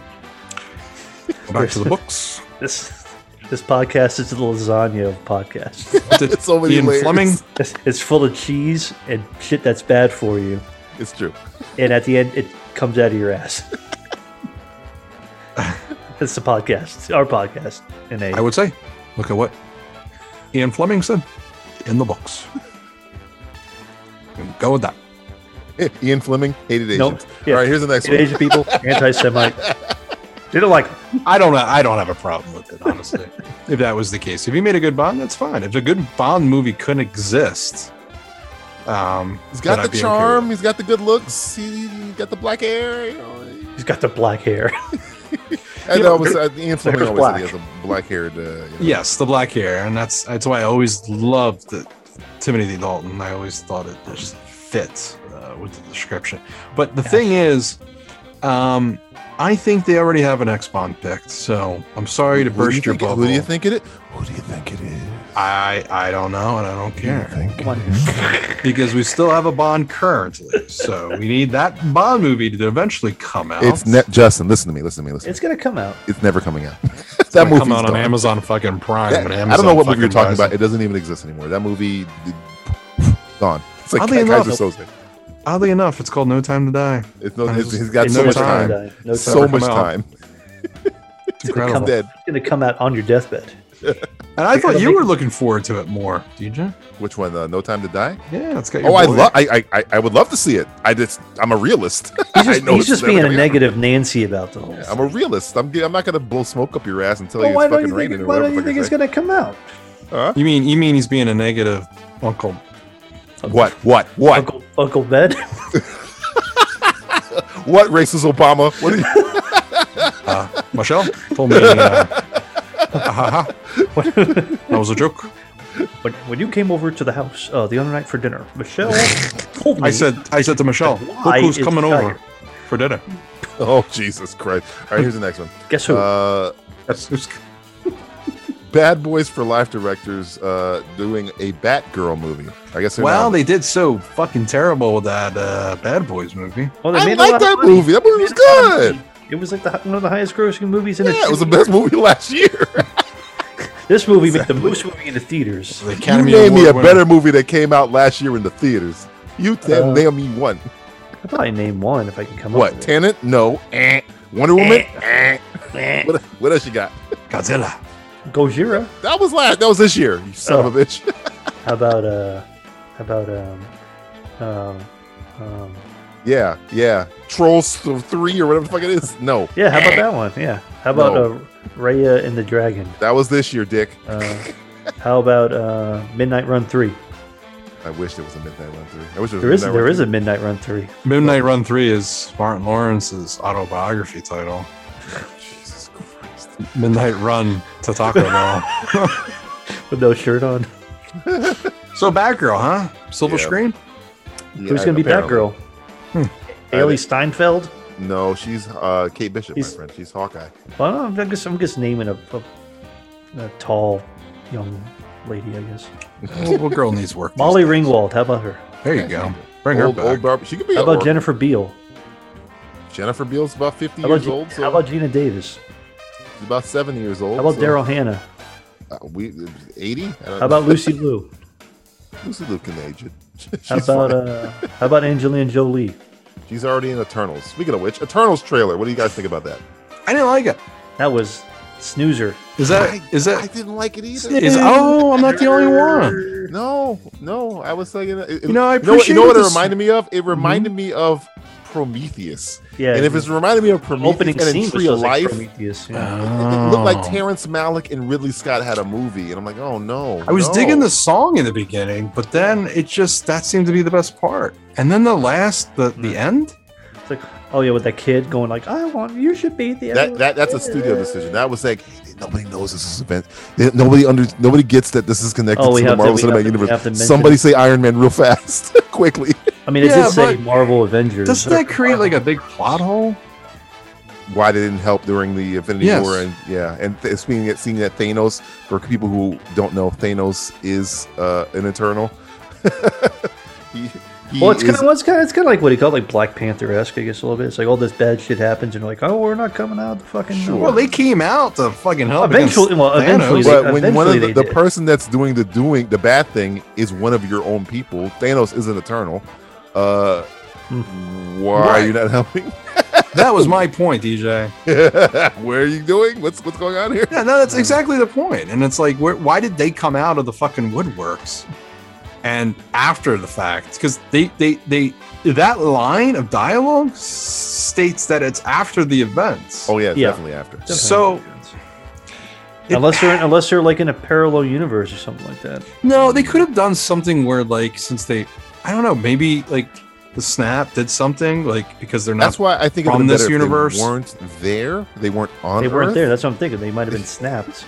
Speaker 4: Go back to the books.
Speaker 3: This this podcast is the lasagna of podcasts.
Speaker 4: Did
Speaker 6: So many
Speaker 4: Ian
Speaker 6: layers.
Speaker 4: Fleming.
Speaker 3: it's, it's full of cheese and shit that's bad for you,
Speaker 6: It's true.
Speaker 3: and at the end, it comes out of your ass. it's the podcast, our podcast. In a
Speaker 4: I would say, look at what Ian Fleming said in the books. And Go with that.
Speaker 6: Ian Fleming hated Asians.
Speaker 3: Nope. Yeah.
Speaker 6: All right, here's the next one.
Speaker 3: Asian people, anti-Semite. They don't like. 'em.
Speaker 4: I don't. I don't have a problem with it, honestly. if that was the case, if you made a good Bond, that's fine. If a good Bond movie couldn't exist, um,
Speaker 6: He's
Speaker 4: then
Speaker 6: got
Speaker 4: I'd
Speaker 6: the
Speaker 4: be okay with
Speaker 6: charm.
Speaker 4: it.
Speaker 6: He's got the good looks. He, he got the black hair. You know.
Speaker 3: He's got the black hair.
Speaker 6: I
Speaker 4: Yeah,
Speaker 6: always, uh, Ian Fleming always
Speaker 3: there's
Speaker 6: said he
Speaker 3: black.
Speaker 6: has a black-haired. Uh, you know.
Speaker 4: Yes, the black hair, and that's that's why I always loved the, Timothy Dalton. I always thought it just fits uh, with the description. But the thing is, um, I think they already have an X Bond picked. So I'm sorry to
Speaker 6: Who do you
Speaker 4: burst your
Speaker 6: think-
Speaker 4: bubble.
Speaker 6: Who do you think it is? Who do you think it is?
Speaker 4: I I don't know, and I don't care
Speaker 6: Thank
Speaker 3: Come on.
Speaker 6: Mhm.
Speaker 4: because we still have a Bond currently, so we need that Bond movie to eventually come out.
Speaker 6: It's ne- Justin. Listen to me. Listen to me. Listen.
Speaker 3: It's gonna come out.
Speaker 6: It's never coming out. that
Speaker 4: It'll
Speaker 6: movie
Speaker 4: come out on Amazon fucking Prime. when Amazon
Speaker 6: I don't know what movie
Speaker 4: fucking
Speaker 6: you're talking
Speaker 4: buys
Speaker 6: about.
Speaker 4: it.
Speaker 6: It doesn't even exist anymore. That movie d- gone. It's like
Speaker 4: Oddly
Speaker 6: Kaiser
Speaker 4: enough-
Speaker 6: Soze.
Speaker 4: Oddly enough, it's called No Time to Die.
Speaker 6: It's no,
Speaker 4: I
Speaker 6: it's,
Speaker 4: was-
Speaker 6: he's got
Speaker 4: in
Speaker 6: so
Speaker 4: no
Speaker 6: much
Speaker 4: time.
Speaker 6: time.
Speaker 3: Die. No, it's,
Speaker 6: So
Speaker 4: never
Speaker 6: much
Speaker 4: come out.
Speaker 6: time.
Speaker 4: It's incredible.
Speaker 3: come-
Speaker 6: Dead.
Speaker 3: it's gonna come out on your deathbed.
Speaker 4: And I thought
Speaker 3: It'll
Speaker 4: you
Speaker 3: make-
Speaker 4: were looking forward to it more, DJ.
Speaker 6: Which one? Uh, no Time to Die.
Speaker 4: Yeah, it's got. Your
Speaker 6: Oh, I
Speaker 4: boy.
Speaker 6: love. I, I I- I would love to see it. I just I'm a realist.
Speaker 3: He's just,
Speaker 6: I know
Speaker 3: he's
Speaker 6: it's
Speaker 3: just
Speaker 6: never
Speaker 3: being a
Speaker 6: gonna be-
Speaker 3: negative Nancy about the whole. thing.
Speaker 6: I'm a realist. I'm I'm not gonna blow smoke up your ass and tell
Speaker 3: Well,
Speaker 6: you
Speaker 3: why
Speaker 6: it's
Speaker 3: don't
Speaker 6: fucking
Speaker 3: you
Speaker 6: raining
Speaker 3: think,
Speaker 6: or
Speaker 3: why
Speaker 6: whatever.
Speaker 3: don't you
Speaker 6: the fuck
Speaker 3: think
Speaker 6: you're
Speaker 3: it's gonna come out?
Speaker 6: Huh?
Speaker 4: You mean you mean he's being a negative uncle?
Speaker 6: What? What? What?
Speaker 3: Uncle Uncle Bed.
Speaker 6: What? Racist Obama? What? Are you,
Speaker 4: Uh, Michelle told me. Uh, "Ah, ha, ha. that was a joke.
Speaker 3: When, when you came over to the house uh, the other night for dinner, Michelle told me
Speaker 4: I said I said to Michelle, look
Speaker 3: Why
Speaker 4: who's
Speaker 3: is
Speaker 4: coming
Speaker 3: tiger?
Speaker 4: over for dinner.
Speaker 6: oh Jesus Christ! All right, here's the next one.
Speaker 3: Guess who?
Speaker 6: Uh,
Speaker 4: That's who's-
Speaker 6: Bad Boys for Life directors uh, doing a Batgirl movie. I guess. they're
Speaker 4: Well,
Speaker 6: not-
Speaker 4: they did so fucking terrible with that uh, Bad Boys movie.
Speaker 3: well,
Speaker 6: I
Speaker 3: a lot
Speaker 6: like
Speaker 3: of
Speaker 6: that
Speaker 3: money.
Speaker 6: movie. That movie
Speaker 3: They
Speaker 6: was
Speaker 3: made a lot of
Speaker 6: good.
Speaker 3: money. It was like the, one of the highest grossing movies in
Speaker 6: Yeah,
Speaker 3: the
Speaker 6: it was the best movie last year.
Speaker 3: This movie made the most money in the theaters.
Speaker 4: The
Speaker 6: Can you
Speaker 4: Academy
Speaker 6: name me a
Speaker 4: Award winner.
Speaker 6: better movie that came out last year in the theaters. You tell
Speaker 3: Uh,
Speaker 6: name me one.
Speaker 3: I could probably name one if I can come up
Speaker 6: What?
Speaker 3: with it.
Speaker 6: Tenant? No. Eh. Wonder Woman? Eh. What, what else you got?
Speaker 4: Godzilla.
Speaker 3: Gojira.
Speaker 6: That was last. That was this year. You son
Speaker 3: Oh.
Speaker 6: of a bitch.
Speaker 3: How about uh, how about um, um, um,
Speaker 6: yeah, yeah. Trolls th- three or whatever the fuck it is. No,
Speaker 3: yeah, how about that one? Yeah, how about
Speaker 6: No.
Speaker 3: uh, Raya and the Dragon?
Speaker 6: that was this year, Dick.
Speaker 3: Uh, how about uh, Midnight Run three?
Speaker 6: I wish there was a Midnight Run three. I wish there was
Speaker 3: There is
Speaker 6: a Midnight
Speaker 3: there
Speaker 6: Run
Speaker 3: is a Midnight Run three.
Speaker 4: Midnight Run Three is Martin Lawrence's autobiography title.
Speaker 6: Jesus Christ.
Speaker 4: Midnight Run to Taco Bell.
Speaker 3: with no shirt on.
Speaker 4: So Batgirl, huh? Silver
Speaker 6: Yeah.
Speaker 4: screen?
Speaker 6: Yeah,
Speaker 3: Who's gonna be
Speaker 6: apparently. Hmm.
Speaker 3: Batgirl? Haley Steinfeld.
Speaker 6: No, she's uh, Kate Bishop,
Speaker 3: He's-
Speaker 6: my friend. She's Hawkeye.
Speaker 3: Well, I don't know, I'm just I'm just naming a, a, a tall young lady, I guess.
Speaker 4: Well, what girl needs work? these
Speaker 3: Molly
Speaker 4: days?
Speaker 3: Ringwald. How about her?
Speaker 4: There you go. Bring
Speaker 6: Old,
Speaker 4: her
Speaker 6: old
Speaker 4: back.
Speaker 6: Barb. She could be.
Speaker 3: How about
Speaker 6: or-
Speaker 3: Jennifer Beal?
Speaker 6: Jennifer Beals about fifty
Speaker 3: How
Speaker 6: years
Speaker 3: about, Ge-
Speaker 6: old. So
Speaker 3: how about Gina Davis?
Speaker 6: she's about seventy years old.
Speaker 3: How about
Speaker 6: so-
Speaker 3: Daryl Hannah?
Speaker 6: Uh, we eighty.
Speaker 3: How about Lucy Liu?
Speaker 6: Lucy Liu can age it. She's
Speaker 3: How about
Speaker 6: fine.
Speaker 3: uh, how about Angelina Jolie?
Speaker 6: She's already in Eternals. Speaking of which, Eternals trailer. What do you guys think about that?
Speaker 4: I didn't like it.
Speaker 3: That was snoozer.
Speaker 4: Is that is
Speaker 6: I
Speaker 4: that
Speaker 6: didn't like it either.
Speaker 4: is oh I'm not the only one.
Speaker 6: No, no. I was saying it, it-
Speaker 4: You know, I
Speaker 6: what- you know
Speaker 4: appreciated
Speaker 6: what it
Speaker 4: this-
Speaker 6: reminded me of? It reminded me of Prometheus.
Speaker 3: Mm-hmm. Yeah.
Speaker 6: and if it's reminding me of Prometheus
Speaker 3: opening
Speaker 6: and
Speaker 3: scene
Speaker 6: a
Speaker 3: was
Speaker 6: Tree of
Speaker 3: just like
Speaker 6: Life,
Speaker 3: Prometheus.
Speaker 4: Uh-huh.
Speaker 6: it,
Speaker 3: Yeah.
Speaker 6: it looked like
Speaker 4: Oh.
Speaker 6: Terrence Malick and Ridley Scott had a movie, and I'm like, oh no.
Speaker 4: I was
Speaker 6: no.
Speaker 4: digging the song in the beginning, but then it just that seemed to be the best part. And then the last the the
Speaker 6: Hmm.
Speaker 4: end?
Speaker 3: It's like, oh yeah, with that kid going like, I want you should be the
Speaker 6: That, that that's a studio decision. That was like nobody knows this is event. They- Nobody under nobody gets that this is connected
Speaker 3: Oh, we
Speaker 6: to the
Speaker 3: have to-
Speaker 6: Marvel
Speaker 3: we have
Speaker 6: Cinematic
Speaker 3: to- we have
Speaker 6: Universe.
Speaker 3: to mention
Speaker 6: Somebody
Speaker 3: it.
Speaker 6: say Iron Man real fast, quickly.
Speaker 3: I mean, it
Speaker 4: Yeah,
Speaker 3: did say
Speaker 4: but-
Speaker 3: Marvel Avengers.
Speaker 4: Doesn't that create like a big plot hole?
Speaker 6: why they didn't help during the Infinity
Speaker 4: Yes.
Speaker 6: War, and yeah, and th- seeing that seeing that Thanos for people who don't know, Thanos is uh, an Eternal. he, he
Speaker 3: Well, it's kind
Speaker 6: is,
Speaker 3: of well, it's kind of it's kind of like what he called like Black Panther esque, I guess a little bit. It's like all this bad shit happens, and you're like, oh, we're not coming out of the fucking.
Speaker 6: Sure.
Speaker 4: Well, they came out to fucking help.
Speaker 3: Eventually-
Speaker 4: against
Speaker 3: well, eventually
Speaker 4: Thanos.
Speaker 3: they-
Speaker 6: but when one of
Speaker 3: eventually
Speaker 6: the,
Speaker 3: they
Speaker 6: the
Speaker 3: did.
Speaker 6: person that's doing the doing the bad thing is one of your own people, Thanos is an Eternal. Uh,
Speaker 3: Hmm.
Speaker 6: Why are you not helping?
Speaker 4: that was my point, DJ.
Speaker 6: Where are you doing? What's what's going on here?
Speaker 4: Yeah, no,
Speaker 6: Hmm.
Speaker 4: that's exactly the point. And it's like, wh- why did they come out of the fucking woodworks? And after the fact, because they, they, they, that line of dialogue s- states that it's after the events.
Speaker 6: Oh yeah,
Speaker 3: Yeah.
Speaker 6: definitely after.
Speaker 3: Definitely
Speaker 4: So-
Speaker 3: makes sense. unless they're unless they're like in a parallel universe or something like that.
Speaker 4: No, they could have done something where, like, since they, I don't know, maybe like the snap did something, like, because they're not.
Speaker 6: That's why I think it
Speaker 4: From
Speaker 6: would
Speaker 4: this
Speaker 6: this better universe
Speaker 4: universe?
Speaker 6: if they weren't there. They weren't on.
Speaker 3: They
Speaker 6: Earth.
Speaker 3: weren't there. That's what I'm thinking. They might have been snapped.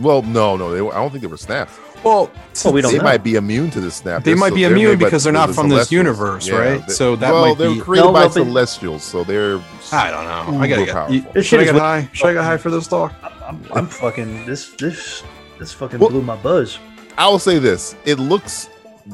Speaker 6: Well, no, no, they were, I don't think they were snapped.
Speaker 4: well,
Speaker 3: Well, we don't
Speaker 6: they
Speaker 3: know.
Speaker 6: might be immune to the snap.
Speaker 4: They
Speaker 6: They're
Speaker 4: might
Speaker 6: so-
Speaker 4: be
Speaker 6: they're
Speaker 4: immune
Speaker 6: made by
Speaker 4: because they're
Speaker 6: the
Speaker 4: not from this
Speaker 6: Celestials.
Speaker 4: universe, right?
Speaker 6: they-
Speaker 4: So that
Speaker 6: well,
Speaker 4: might
Speaker 6: they're
Speaker 4: be-
Speaker 6: created
Speaker 3: No,
Speaker 6: by
Speaker 3: but-
Speaker 6: Celestials, so they're.
Speaker 4: I don't know. I gotta
Speaker 6: Uber
Speaker 4: get.
Speaker 6: powerful.
Speaker 4: You, should,
Speaker 3: This shit
Speaker 4: I
Speaker 3: is
Speaker 4: get
Speaker 3: what-
Speaker 4: high? should I get high for this talk?
Speaker 3: I'm, I'm fucking this this This fucking
Speaker 6: Well-
Speaker 3: blew my buzz.
Speaker 6: I will say this: it looks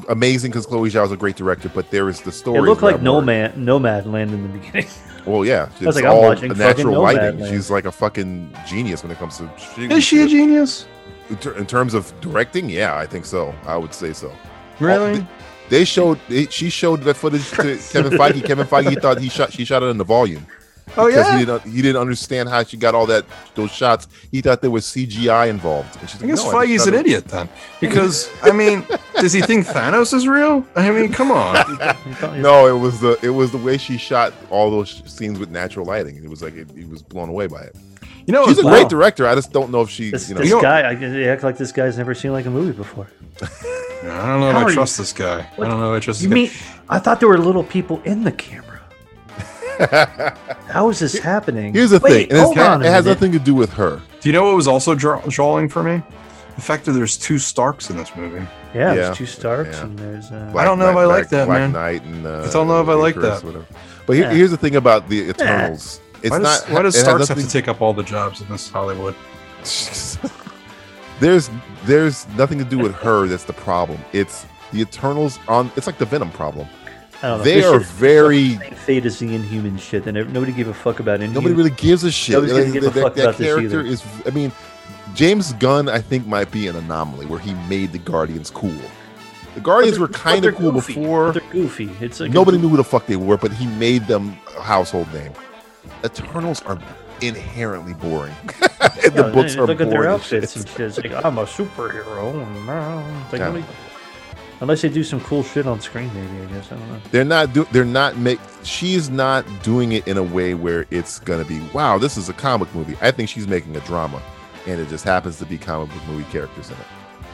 Speaker 6: amazing because Chloe Zhao is a great director, but there is the story.
Speaker 3: It looked like Nomad Nomad Land in the beginning.
Speaker 6: Well, yeah, it's
Speaker 3: like, I'm
Speaker 6: all
Speaker 3: watching
Speaker 6: the
Speaker 3: fucking
Speaker 6: natural lighting.
Speaker 3: Nomadland.
Speaker 6: She's like a fucking genius when it comes to. shooting
Speaker 4: Is she a
Speaker 6: shit.
Speaker 4: genius?
Speaker 6: In ter- in terms of directing? Yeah, I think so. I would say so.
Speaker 4: Really?
Speaker 6: th- They showed it, she showed that footage to Kevin Feige. Kevin Feige thought he shot she shot it in the volume.
Speaker 4: Oh,
Speaker 6: because
Speaker 4: yeah?
Speaker 6: he didn't, he didn't understand how she got all that those shots. He thought there was CGI involved. And she's
Speaker 4: I guess
Speaker 6: like, "No, just
Speaker 4: Feige's
Speaker 6: shot
Speaker 4: an
Speaker 6: it."
Speaker 4: idiot then, because I mean, does he think Thanos is real? I mean, come on.
Speaker 3: You thought-
Speaker 6: No, it was the it was the way she shot all those sh- scenes with natural lighting. It was like it, he was blown away by it.
Speaker 4: You know,
Speaker 6: She's a
Speaker 4: it's-
Speaker 6: great director. I just don't know if she
Speaker 3: This,
Speaker 6: you know
Speaker 3: this
Speaker 4: You know-
Speaker 3: guy, I, they act like this guy's never seen like a movie before.
Speaker 4: I don't know if
Speaker 3: How are
Speaker 4: I
Speaker 3: you-
Speaker 4: trust this guy. I
Speaker 3: What?
Speaker 4: don't know if I trust
Speaker 3: You
Speaker 4: this guy.
Speaker 3: mean I thought there were little people in the camera? How is this happening?
Speaker 6: Here's the
Speaker 3: Wait,
Speaker 6: thing, and it's
Speaker 3: hold
Speaker 6: not-
Speaker 3: on a
Speaker 6: it has
Speaker 3: minute.
Speaker 6: nothing to do with her.
Speaker 4: Do you know what was also draw- drawing for me? The fact that there's two Starks in this movie.
Speaker 6: Yeah,
Speaker 3: Yeah, there's two Starks
Speaker 6: yeah.
Speaker 3: and there's. Uh,
Speaker 6: Black
Speaker 4: don't know if
Speaker 6: Knight-
Speaker 4: I like
Speaker 6: Black-
Speaker 4: that,
Speaker 6: Black
Speaker 4: man.
Speaker 6: Knight and, uh,
Speaker 4: I don't know if I like
Speaker 6: Icarus,
Speaker 4: that.
Speaker 6: whatever. But here-
Speaker 3: Yeah.
Speaker 6: here's the thing about the Eternals. It's
Speaker 4: why does,
Speaker 6: not.
Speaker 4: why does
Speaker 6: it has
Speaker 4: Starks have
Speaker 6: nothing-
Speaker 4: to take up all the jobs in this Hollywood?
Speaker 6: there's there's nothing to do with her that's the problem. It's the Eternals on. It's like the Venom problem.
Speaker 3: I don't know.
Speaker 6: They
Speaker 3: This
Speaker 6: are
Speaker 3: shit is
Speaker 6: very.
Speaker 3: the same fate as the Inhuman shit. They never, nobody gave a fuck about Inhuman.
Speaker 6: Nobody really gives a shit.
Speaker 3: Nobody's gonna
Speaker 6: Like,
Speaker 3: give a
Speaker 6: that-
Speaker 3: fuck
Speaker 6: that
Speaker 3: about this
Speaker 6: character
Speaker 3: either.
Speaker 6: is. I mean, James Gunn, I think, might be an anomaly where he made the Guardians cool. The Guardians were
Speaker 3: But
Speaker 6: kind
Speaker 3: they're
Speaker 6: of cool
Speaker 3: goofy.
Speaker 6: before.
Speaker 3: But They're goofy. It's like
Speaker 6: Nobody knew who the fuck they were, but he made them a household name. Eternals are inherently boring. And the
Speaker 3: Yeah,
Speaker 6: books
Speaker 3: they
Speaker 6: are
Speaker 3: look at
Speaker 6: boring.
Speaker 3: their
Speaker 6: as shit.
Speaker 3: outfits and shit. It's like I'm a superhero. and, uh, it's like,
Speaker 6: Yeah.
Speaker 3: nobody- Unless they do some cool shit on screen, maybe I guess I don't know.
Speaker 6: They're not do. They're not make. She's not doing it in a way where it's gonna be wow. This is a comic movie. I think she's making a drama, and it just happens to be comic book movie characters in it.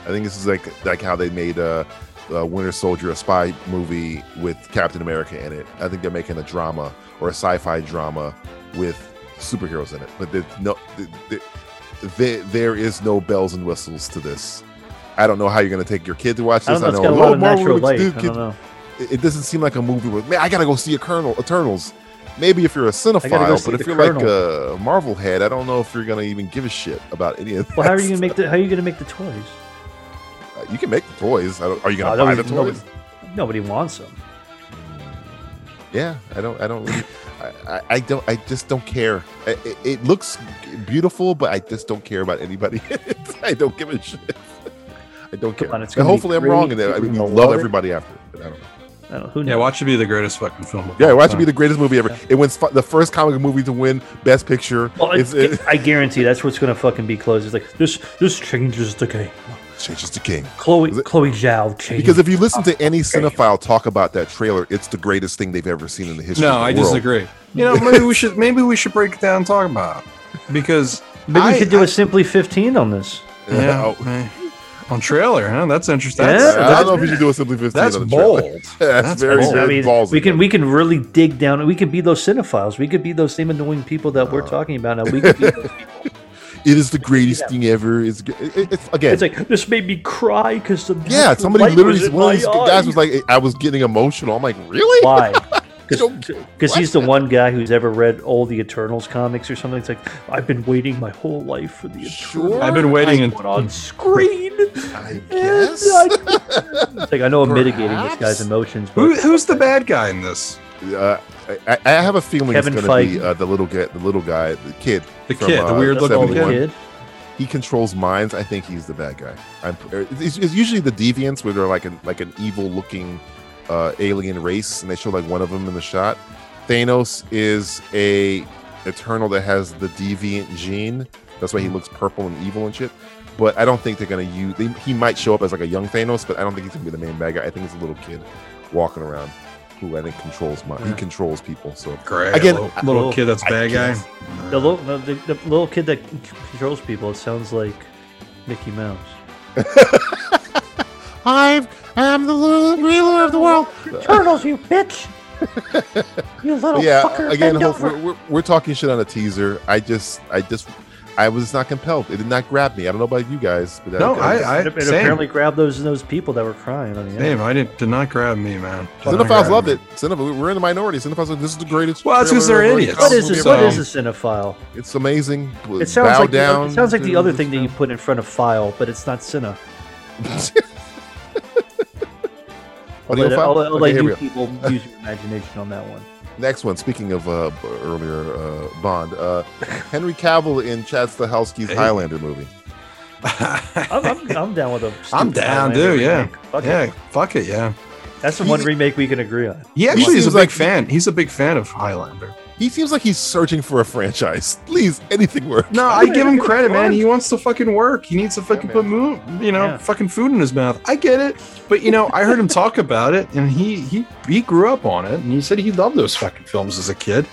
Speaker 6: I think this is like like how they made uh, uh, Winter Soldier a spy movie with Captain America in it. I think they're making a drama or a sci-fi drama with superheroes in it. But there's no, th th th- there is no bells and whistles to this. I don't know how you're gonna take your kid to watch
Speaker 3: I
Speaker 6: this.
Speaker 3: don't know. It's
Speaker 6: a
Speaker 3: got a
Speaker 6: lot
Speaker 3: lot of
Speaker 6: more
Speaker 3: natural
Speaker 6: movies
Speaker 3: light.
Speaker 6: do
Speaker 3: I
Speaker 6: kids-
Speaker 3: don't know.
Speaker 6: it it doesn't seem like a movie where man, I gotta go see Eternal, Eternals. Maybe if you're a cinephile,
Speaker 3: see
Speaker 6: but if
Speaker 3: the
Speaker 6: you're like a Marvel head, I don't know if you're gonna even give a shit about any of that.
Speaker 3: Well, how are you gonna make the? How are you gonna make the toys?
Speaker 6: stuff. You can make the toys. I don't, are you gonna
Speaker 3: Oh,
Speaker 6: buy
Speaker 3: nobody-
Speaker 6: the toys?
Speaker 3: Nobody, nobody wants them.
Speaker 6: Yeah, I don't. I don't. Really, I, I, I don't. I just don't care. I, it, it looks beautiful, but I just don't care about anybody. I don't give a shit. I don't
Speaker 3: Come
Speaker 6: care.
Speaker 3: on, it's
Speaker 6: and
Speaker 3: gonna be
Speaker 6: hopefully, I'm
Speaker 3: great.
Speaker 6: wrong in that. I
Speaker 3: People
Speaker 6: mean,
Speaker 3: will
Speaker 6: love
Speaker 3: love it.
Speaker 6: everybody after. But I don't know.
Speaker 3: I don't. Who
Speaker 4: Yeah,
Speaker 3: knows?
Speaker 4: watch it be the greatest fucking film. of
Speaker 6: Yeah,
Speaker 4: all
Speaker 6: watch it be
Speaker 4: time.
Speaker 6: the greatest movie ever. It wins fi- the first comic movie to win Best Picture.
Speaker 3: Well,
Speaker 6: It's-
Speaker 3: it's,
Speaker 6: it-
Speaker 3: I guarantee that's what's gonna fucking be closed. It's like this. This changes the game.
Speaker 6: Changes to King.
Speaker 3: Chloe
Speaker 6: Is it-
Speaker 3: Chloe Zhao changed.
Speaker 6: Because if you listen to any cinephile talk about that trailer, it's the greatest thing they've ever seen in the history.
Speaker 4: No,
Speaker 6: of the
Speaker 4: I
Speaker 6: world.
Speaker 4: disagree. You know, maybe we should maybe we should break it down and talk about it. because
Speaker 3: maybe
Speaker 4: I-
Speaker 3: we could do a simply fifteen on this.
Speaker 4: yeah,
Speaker 6: No.
Speaker 4: I- on trailer, huh? That's interesting.
Speaker 3: Yeah,
Speaker 4: That's-
Speaker 6: I
Speaker 4: that's-
Speaker 6: don't know if you should do a simply fifteen.
Speaker 4: That's
Speaker 6: on the trailer.
Speaker 4: bold.
Speaker 6: that's,
Speaker 4: That's
Speaker 6: very,
Speaker 4: bold.
Speaker 6: very
Speaker 3: I mean,
Speaker 6: ballsy.
Speaker 3: we can we can really dig down. We could be those cinephiles. We could be those same annoying people that
Speaker 6: Uh.
Speaker 3: we're talking about. Now we could be those people.
Speaker 6: It is the greatest thing ever. It's, it, it's again.
Speaker 3: It's like this made me cry because the
Speaker 6: yeah,
Speaker 3: natural
Speaker 6: somebody
Speaker 3: light was
Speaker 6: literally.
Speaker 3: in
Speaker 6: One of
Speaker 3: my
Speaker 6: these guys
Speaker 3: eyes.
Speaker 6: was like, I was getting emotional. I'm like, really?
Speaker 3: why.
Speaker 6: Don't-
Speaker 3: Because he's the one guy who's ever read all the Eternals comics or something. It's like I've been waiting my whole life for the Eternals
Speaker 6: Sure.
Speaker 4: I've been waiting
Speaker 3: to
Speaker 4: and
Speaker 3: put on screen.
Speaker 6: I guess.
Speaker 3: Yes. it's like I know I'm mitigating this
Speaker 6: Perhaps.
Speaker 3: guy's emotions, but
Speaker 4: who, who's the bad guy in this?
Speaker 6: Uh, I, I have a feeling
Speaker 3: Kevin
Speaker 6: it's going to be
Speaker 3: Feige.
Speaker 6: uh, the little guy, the little guy, the kid.
Speaker 4: The
Speaker 6: from,
Speaker 4: kid,
Speaker 6: uh,
Speaker 4: the weird
Speaker 3: that's
Speaker 6: the
Speaker 4: looking
Speaker 3: all
Speaker 6: seventy
Speaker 3: the
Speaker 6: one.
Speaker 4: kid.
Speaker 3: kid.
Speaker 6: he controls minds. I think he's the bad guy. I'm, er, it's, it's usually the deviants where they're like an like an evil looking uh, alien race, and they show like one of them in the shot. Thanos is a eternal that has the deviant gene. That's why he looks purple and evil and shit. But I don't think they're gonna use. They, he might show up as like a young Thanos, but I don't think he's gonna be the main bad guy. I think he's a little kid walking around who I think controls mind. He controls people. So
Speaker 4: Great.
Speaker 6: Again,
Speaker 4: little, little kid that's
Speaker 6: I
Speaker 4: bad guy.
Speaker 6: guess.
Speaker 3: The little the, the, the little kid that controls people. It sounds like Mickey Mouse.
Speaker 6: I'm I'm the ruler of the world.
Speaker 3: Eternals, you bitch! You little
Speaker 6: yeah
Speaker 3: fucker!
Speaker 6: again
Speaker 3: bend
Speaker 6: hope-
Speaker 3: over.
Speaker 6: we're, we're, we're talking shit on a teaser i just i just I was not compelled. It did not grab me. I don't know about you guys, but
Speaker 4: No,
Speaker 6: I,
Speaker 4: I, I
Speaker 3: it it
Speaker 4: same.
Speaker 3: apparently grabbed those those people that were crying on the
Speaker 4: Damn, I didn't. Did not grab me, man. Did
Speaker 6: Cinephiles
Speaker 4: not grab
Speaker 6: loved
Speaker 4: me.
Speaker 6: it. Cinephiles, we're in the minority. Cinephiles, like, this is the greatest.
Speaker 4: Well, that's 'cause
Speaker 6: trailer
Speaker 4: they're
Speaker 6: ever.
Speaker 4: idiots.
Speaker 3: What is
Speaker 4: Absolutely
Speaker 3: this? What
Speaker 4: wrong.
Speaker 3: is a cinephile?
Speaker 6: It's amazing.
Speaker 3: It sounds
Speaker 6: Bow
Speaker 3: like
Speaker 6: down.
Speaker 3: The, it sounds like the other thing that you put in front of file, but it's not Cine. I'll
Speaker 6: Audio
Speaker 3: let,
Speaker 6: file?
Speaker 3: I'll, I'll
Speaker 6: Okay,
Speaker 3: let
Speaker 6: here we go.
Speaker 3: you people use your imagination on that one.
Speaker 6: Next one. Speaking of uh, b- earlier uh, Bond, uh, Henry Cavill in Chad Stahelski's
Speaker 4: Hey.
Speaker 6: Highlander movie.
Speaker 3: I'm, I'm, I'm down with a.
Speaker 4: I'm
Speaker 3: stupid
Speaker 4: down,
Speaker 3: Highlander
Speaker 4: dude. Yeah,
Speaker 3: remake. Fuck it.
Speaker 4: yeah. Fuck it, yeah.
Speaker 3: That's the one remake we can agree on.
Speaker 4: He actually is a
Speaker 6: seems
Speaker 4: big
Speaker 6: like-
Speaker 4: fan. He's a big fan of Highlander.
Speaker 6: He seems like he's searching for a franchise. Please, anything works.
Speaker 4: No, I give him credit, man. He wants to fucking work. He needs to fucking
Speaker 6: man.
Speaker 4: put mo- you know,
Speaker 3: Yeah.
Speaker 4: fucking food in his mouth. I get it, but you know, I heard him talk about it, and he he he grew up on it, and he said he loved those fucking films as a kid.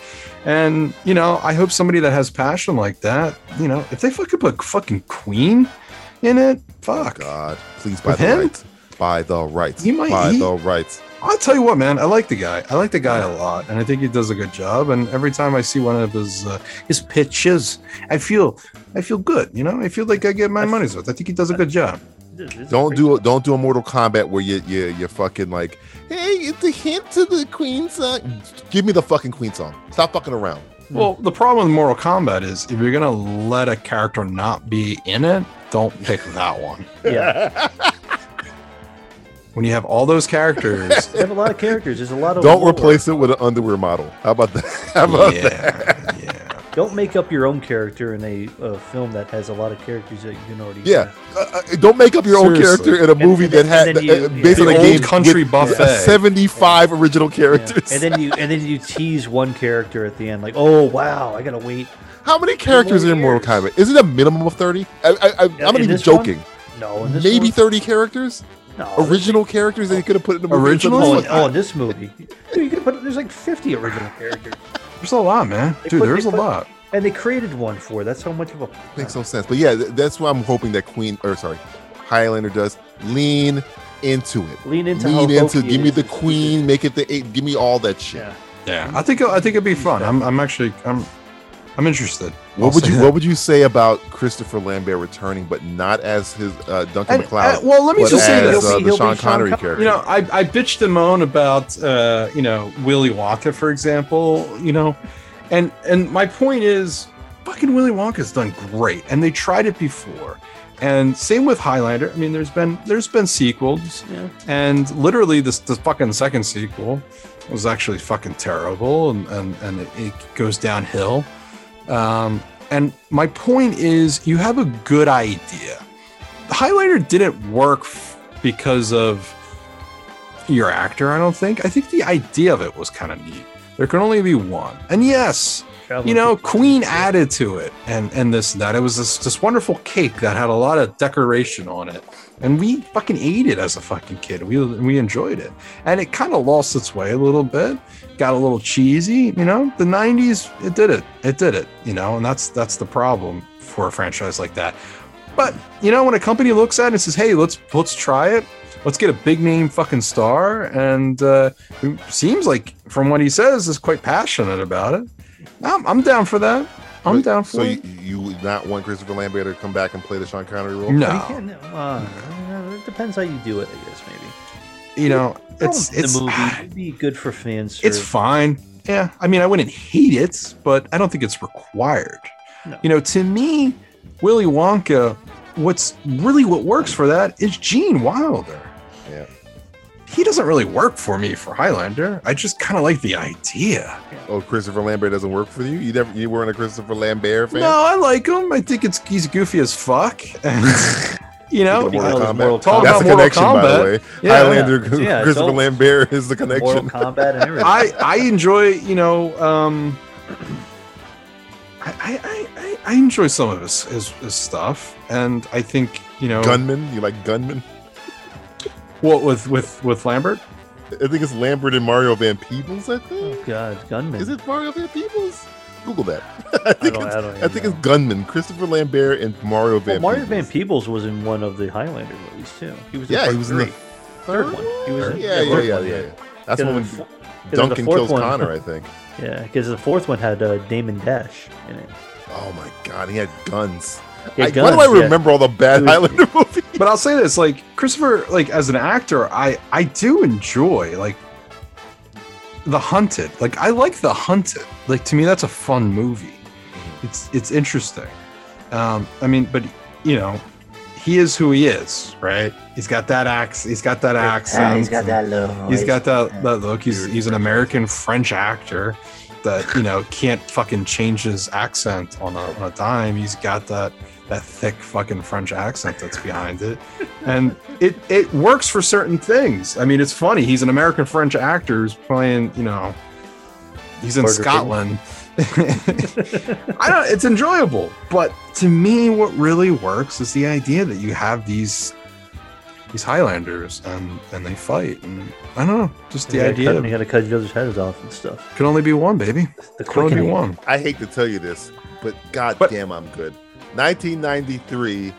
Speaker 4: And you know, I hope somebody that has passion like that, you know, if they fucking put fucking Queen in it,
Speaker 6: Oh,
Speaker 4: fuck.
Speaker 6: God, please buy
Speaker 4: With
Speaker 6: the
Speaker 4: him?
Speaker 6: rights. Buy the rights.
Speaker 4: He might-
Speaker 6: buy
Speaker 4: he-
Speaker 6: the rights.
Speaker 4: I'll tell you what, man. I like the guy. I like the guy a lot, and I think he does a good job. And every time I see one of his uh, his pitches, I feel I feel good. You know, I feel like I get my money's worth. I think he does a good job.
Speaker 3: This is
Speaker 6: Don't
Speaker 3: pretty-
Speaker 6: do a, don't do a Mortal Kombat where you you you fucking like, hey, it's a hint to the Queen song. Give me the fucking Queen song. Stop fucking around.
Speaker 3: Hmm.
Speaker 4: Well, the problem with Mortal Kombat is if you're gonna let a character not be in it, don't pick that one.
Speaker 3: Yeah,
Speaker 4: When you have all those characters,
Speaker 3: they have a lot of characters. There's a lot of.
Speaker 6: Don't
Speaker 3: lore.
Speaker 6: replace it with an underwear model. How about that? How about that?
Speaker 4: yeah, yeah.
Speaker 3: Don't make up your own character in a, uh film that has a lot of characters that you can already.
Speaker 6: Yeah, uh, uh, don't make up your own
Speaker 4: Seriously.
Speaker 6: character in a movie
Speaker 3: and
Speaker 6: that
Speaker 3: then-
Speaker 6: had
Speaker 3: and then you-
Speaker 6: uh, based on
Speaker 4: The
Speaker 6: a
Speaker 4: old
Speaker 6: game
Speaker 4: country
Speaker 6: with
Speaker 4: buffet.
Speaker 6: seventy-five original
Speaker 3: Yeah.
Speaker 6: characters.
Speaker 3: And then you and then you tease one character at the end, like, oh wow, I gotta wait.
Speaker 6: How many characters are in Mortal
Speaker 3: years.
Speaker 6: Kombat? Is it a minimum of thirty? I, I, I, I'm not
Speaker 3: in
Speaker 6: even
Speaker 3: this one?
Speaker 6: joking.
Speaker 3: No, in this
Speaker 6: Maybe
Speaker 3: one-
Speaker 6: thirty characters,
Speaker 3: no, this-
Speaker 6: original characters that you could have put in the movie.
Speaker 4: Original?
Speaker 3: Oh,
Speaker 6: Look,
Speaker 3: in, oh, in this movie, Dude, you could put there's like 50 original characters,
Speaker 4: There's a lot, man.
Speaker 3: They
Speaker 4: Dude,
Speaker 3: put-
Speaker 4: there's
Speaker 3: they
Speaker 4: a
Speaker 3: put-
Speaker 4: lot.
Speaker 3: and they created one for. it. That's how much of a.
Speaker 6: Makes no sense. But yeah, th- that's why I'm hoping that Queen, or sorry, Highlander does lean into it.
Speaker 3: Lean into how
Speaker 6: Lean into.
Speaker 3: hokey it
Speaker 6: Give me
Speaker 3: is.
Speaker 6: the Queen. Make it the eight. Give me all that shit.
Speaker 3: Yeah.
Speaker 4: Yeah, I think I think it'd be fun. I'm I'm actually I'm I'm interested. I'll
Speaker 6: What would
Speaker 4: say
Speaker 6: you
Speaker 4: that.
Speaker 6: What would you say about Christopher Lambert returning, but not as his uh, Duncan
Speaker 4: And-
Speaker 6: McLeod?
Speaker 4: and- well, let me
Speaker 6: but
Speaker 4: just say
Speaker 6: as,
Speaker 4: this.
Speaker 6: uh,
Speaker 3: He'll
Speaker 6: the
Speaker 3: be
Speaker 6: Sean
Speaker 3: Sean
Speaker 6: Connery
Speaker 3: Con-
Speaker 6: character.
Speaker 4: You know, I, I bitched and moan about uh, you know Willy Wonka, for example. You know, and and my point is, fucking Willy Wonka's done great, and they tried it before. And same with Highlander. I mean, there's been there's been sequels,
Speaker 3: Yeah.
Speaker 4: and literally this the fucking second sequel was actually fucking terrible, and and, and it, it goes downhill. Um, and my point is, you have a good idea. Highlander didn't work f- because of your actor, I don't think. I think the idea of it was kind of neat. There can only be one. And yes, you
Speaker 3: Traveling
Speaker 4: know,
Speaker 3: people.
Speaker 4: Queen added to it and and this and that. It was this this wonderful cake that had a lot of decoration on it. And we fucking ate it as a fucking kid. We we enjoyed it. And it kind of lost its way a little bit. Got a little cheesy, you know? The 90s it did it. It did it, you know? And that's that's the problem for a franchise like that. But, you know, when a company looks at it and says, "Hey, let's let's try it. Let's get a big name fucking star." And uh who seems like from what he says is quite passionate about it. I'm, I'm down for that. I'm
Speaker 6: But-
Speaker 4: down for
Speaker 6: So you,
Speaker 4: it.
Speaker 6: you would not want Christopher Lambert to come back and play the Sean Connery role?
Speaker 3: But he
Speaker 4: no,
Speaker 3: can't- uh, it depends how you do it, I guess maybe.
Speaker 4: you know, it's
Speaker 3: Throw him in
Speaker 4: it's ah,
Speaker 3: the
Speaker 6: ah.
Speaker 3: movie It'd be good for fans.
Speaker 4: it's fine. Yeah, I mean, I wouldn't hate it, but I don't think it's required.
Speaker 3: No.
Speaker 4: You know, to me, Willy Wonka. What's really what works for that is Gene Wilder.
Speaker 6: Yeah.
Speaker 4: He doesn't really work for me for Highlander. I just kind of like the idea.
Speaker 6: Oh, Christopher Lambert doesn't work for you. You never. You weren't a Christopher Lambert fan.
Speaker 4: No, I like him. I think it's he's goofy as fuck. And, you know,
Speaker 6: Mortal
Speaker 3: Mortal
Speaker 6: Kombat.
Speaker 3: Kombat.
Speaker 4: Talk
Speaker 6: That's
Speaker 4: about
Speaker 6: the
Speaker 4: Mortal
Speaker 6: connection, by the
Speaker 4: Kombat.
Speaker 6: way.
Speaker 4: Yeah.
Speaker 6: Highlander,
Speaker 3: Yeah, it's
Speaker 6: Christopher
Speaker 3: all-
Speaker 6: Lambert is the
Speaker 3: Mortal
Speaker 6: connection.
Speaker 3: Kombat and everything.
Speaker 4: I I enjoy you know um I I, I, I enjoy some of his, his his stuff and I think you know
Speaker 6: Gunman, you like Gunman?
Speaker 4: what with with with Lambert
Speaker 6: I think it's Lambert and Mario Van Peebles. I think.
Speaker 3: oh God, Gunman.
Speaker 6: Is it Mario Van Peebles? Google that. I think
Speaker 3: don't-
Speaker 6: it's,
Speaker 3: I don't
Speaker 6: I
Speaker 3: even
Speaker 6: think
Speaker 3: know.
Speaker 6: it's Gunman, Christopher Lambert, and Mario Van.
Speaker 3: Well, Oh,
Speaker 6: Peebles.
Speaker 3: Mario Van Peebles was in one of the Highlander movies too. He was.
Speaker 6: Yeah,
Speaker 3: part
Speaker 6: he was in the
Speaker 3: three. third one. He was in-
Speaker 6: yeah, yeah,
Speaker 3: yeah,
Speaker 6: yeah,
Speaker 3: third
Speaker 6: yeah,
Speaker 3: one,
Speaker 6: yeah. That's
Speaker 3: And
Speaker 6: when
Speaker 3: the fo- and then the
Speaker 6: Duncan
Speaker 3: fourth
Speaker 6: kills
Speaker 3: one-
Speaker 6: Connor, I think.
Speaker 3: Yeah, because the fourth one had uh, Damon Dash in it.
Speaker 6: Oh my god, he had guns.
Speaker 3: Yeah,
Speaker 6: I-
Speaker 3: guns,
Speaker 6: why do I
Speaker 3: yeah.
Speaker 6: remember all the bad
Speaker 3: Dude.
Speaker 6: Highlander movies?
Speaker 4: But I'll say this, like Christopher, like as an actor, I I do enjoy like The Hunted. Like I like The Hunted. Like to me, that's a fun movie. It's it's interesting. Um, I mean, but you know, he is who he is, right? He's got that axe. He's got that accent. he's got that look. He's got that, that look. He's he's an American French actor that you know can't fucking change his accent on a, on a dime. He's got that that thick fucking French accent that's behind it, and it it works for certain things. I mean, it's funny. He's an American French actor who's playing. You know, he's in
Speaker 3: Burger King.
Speaker 4: Scotland. I don't. It's enjoyable, but to me, what really works is the idea that you have these these Highlanders and and they fight, and I don't know, just the
Speaker 3: You gotta
Speaker 4: idea
Speaker 3: cut- you gotta cut each other's heads off and stuff.
Speaker 4: can only be one, baby.
Speaker 3: The
Speaker 4: Can only be
Speaker 3: quickening.
Speaker 4: one.
Speaker 6: I hate to tell you this, but god
Speaker 4: But-
Speaker 6: damn, I'm good. 1993,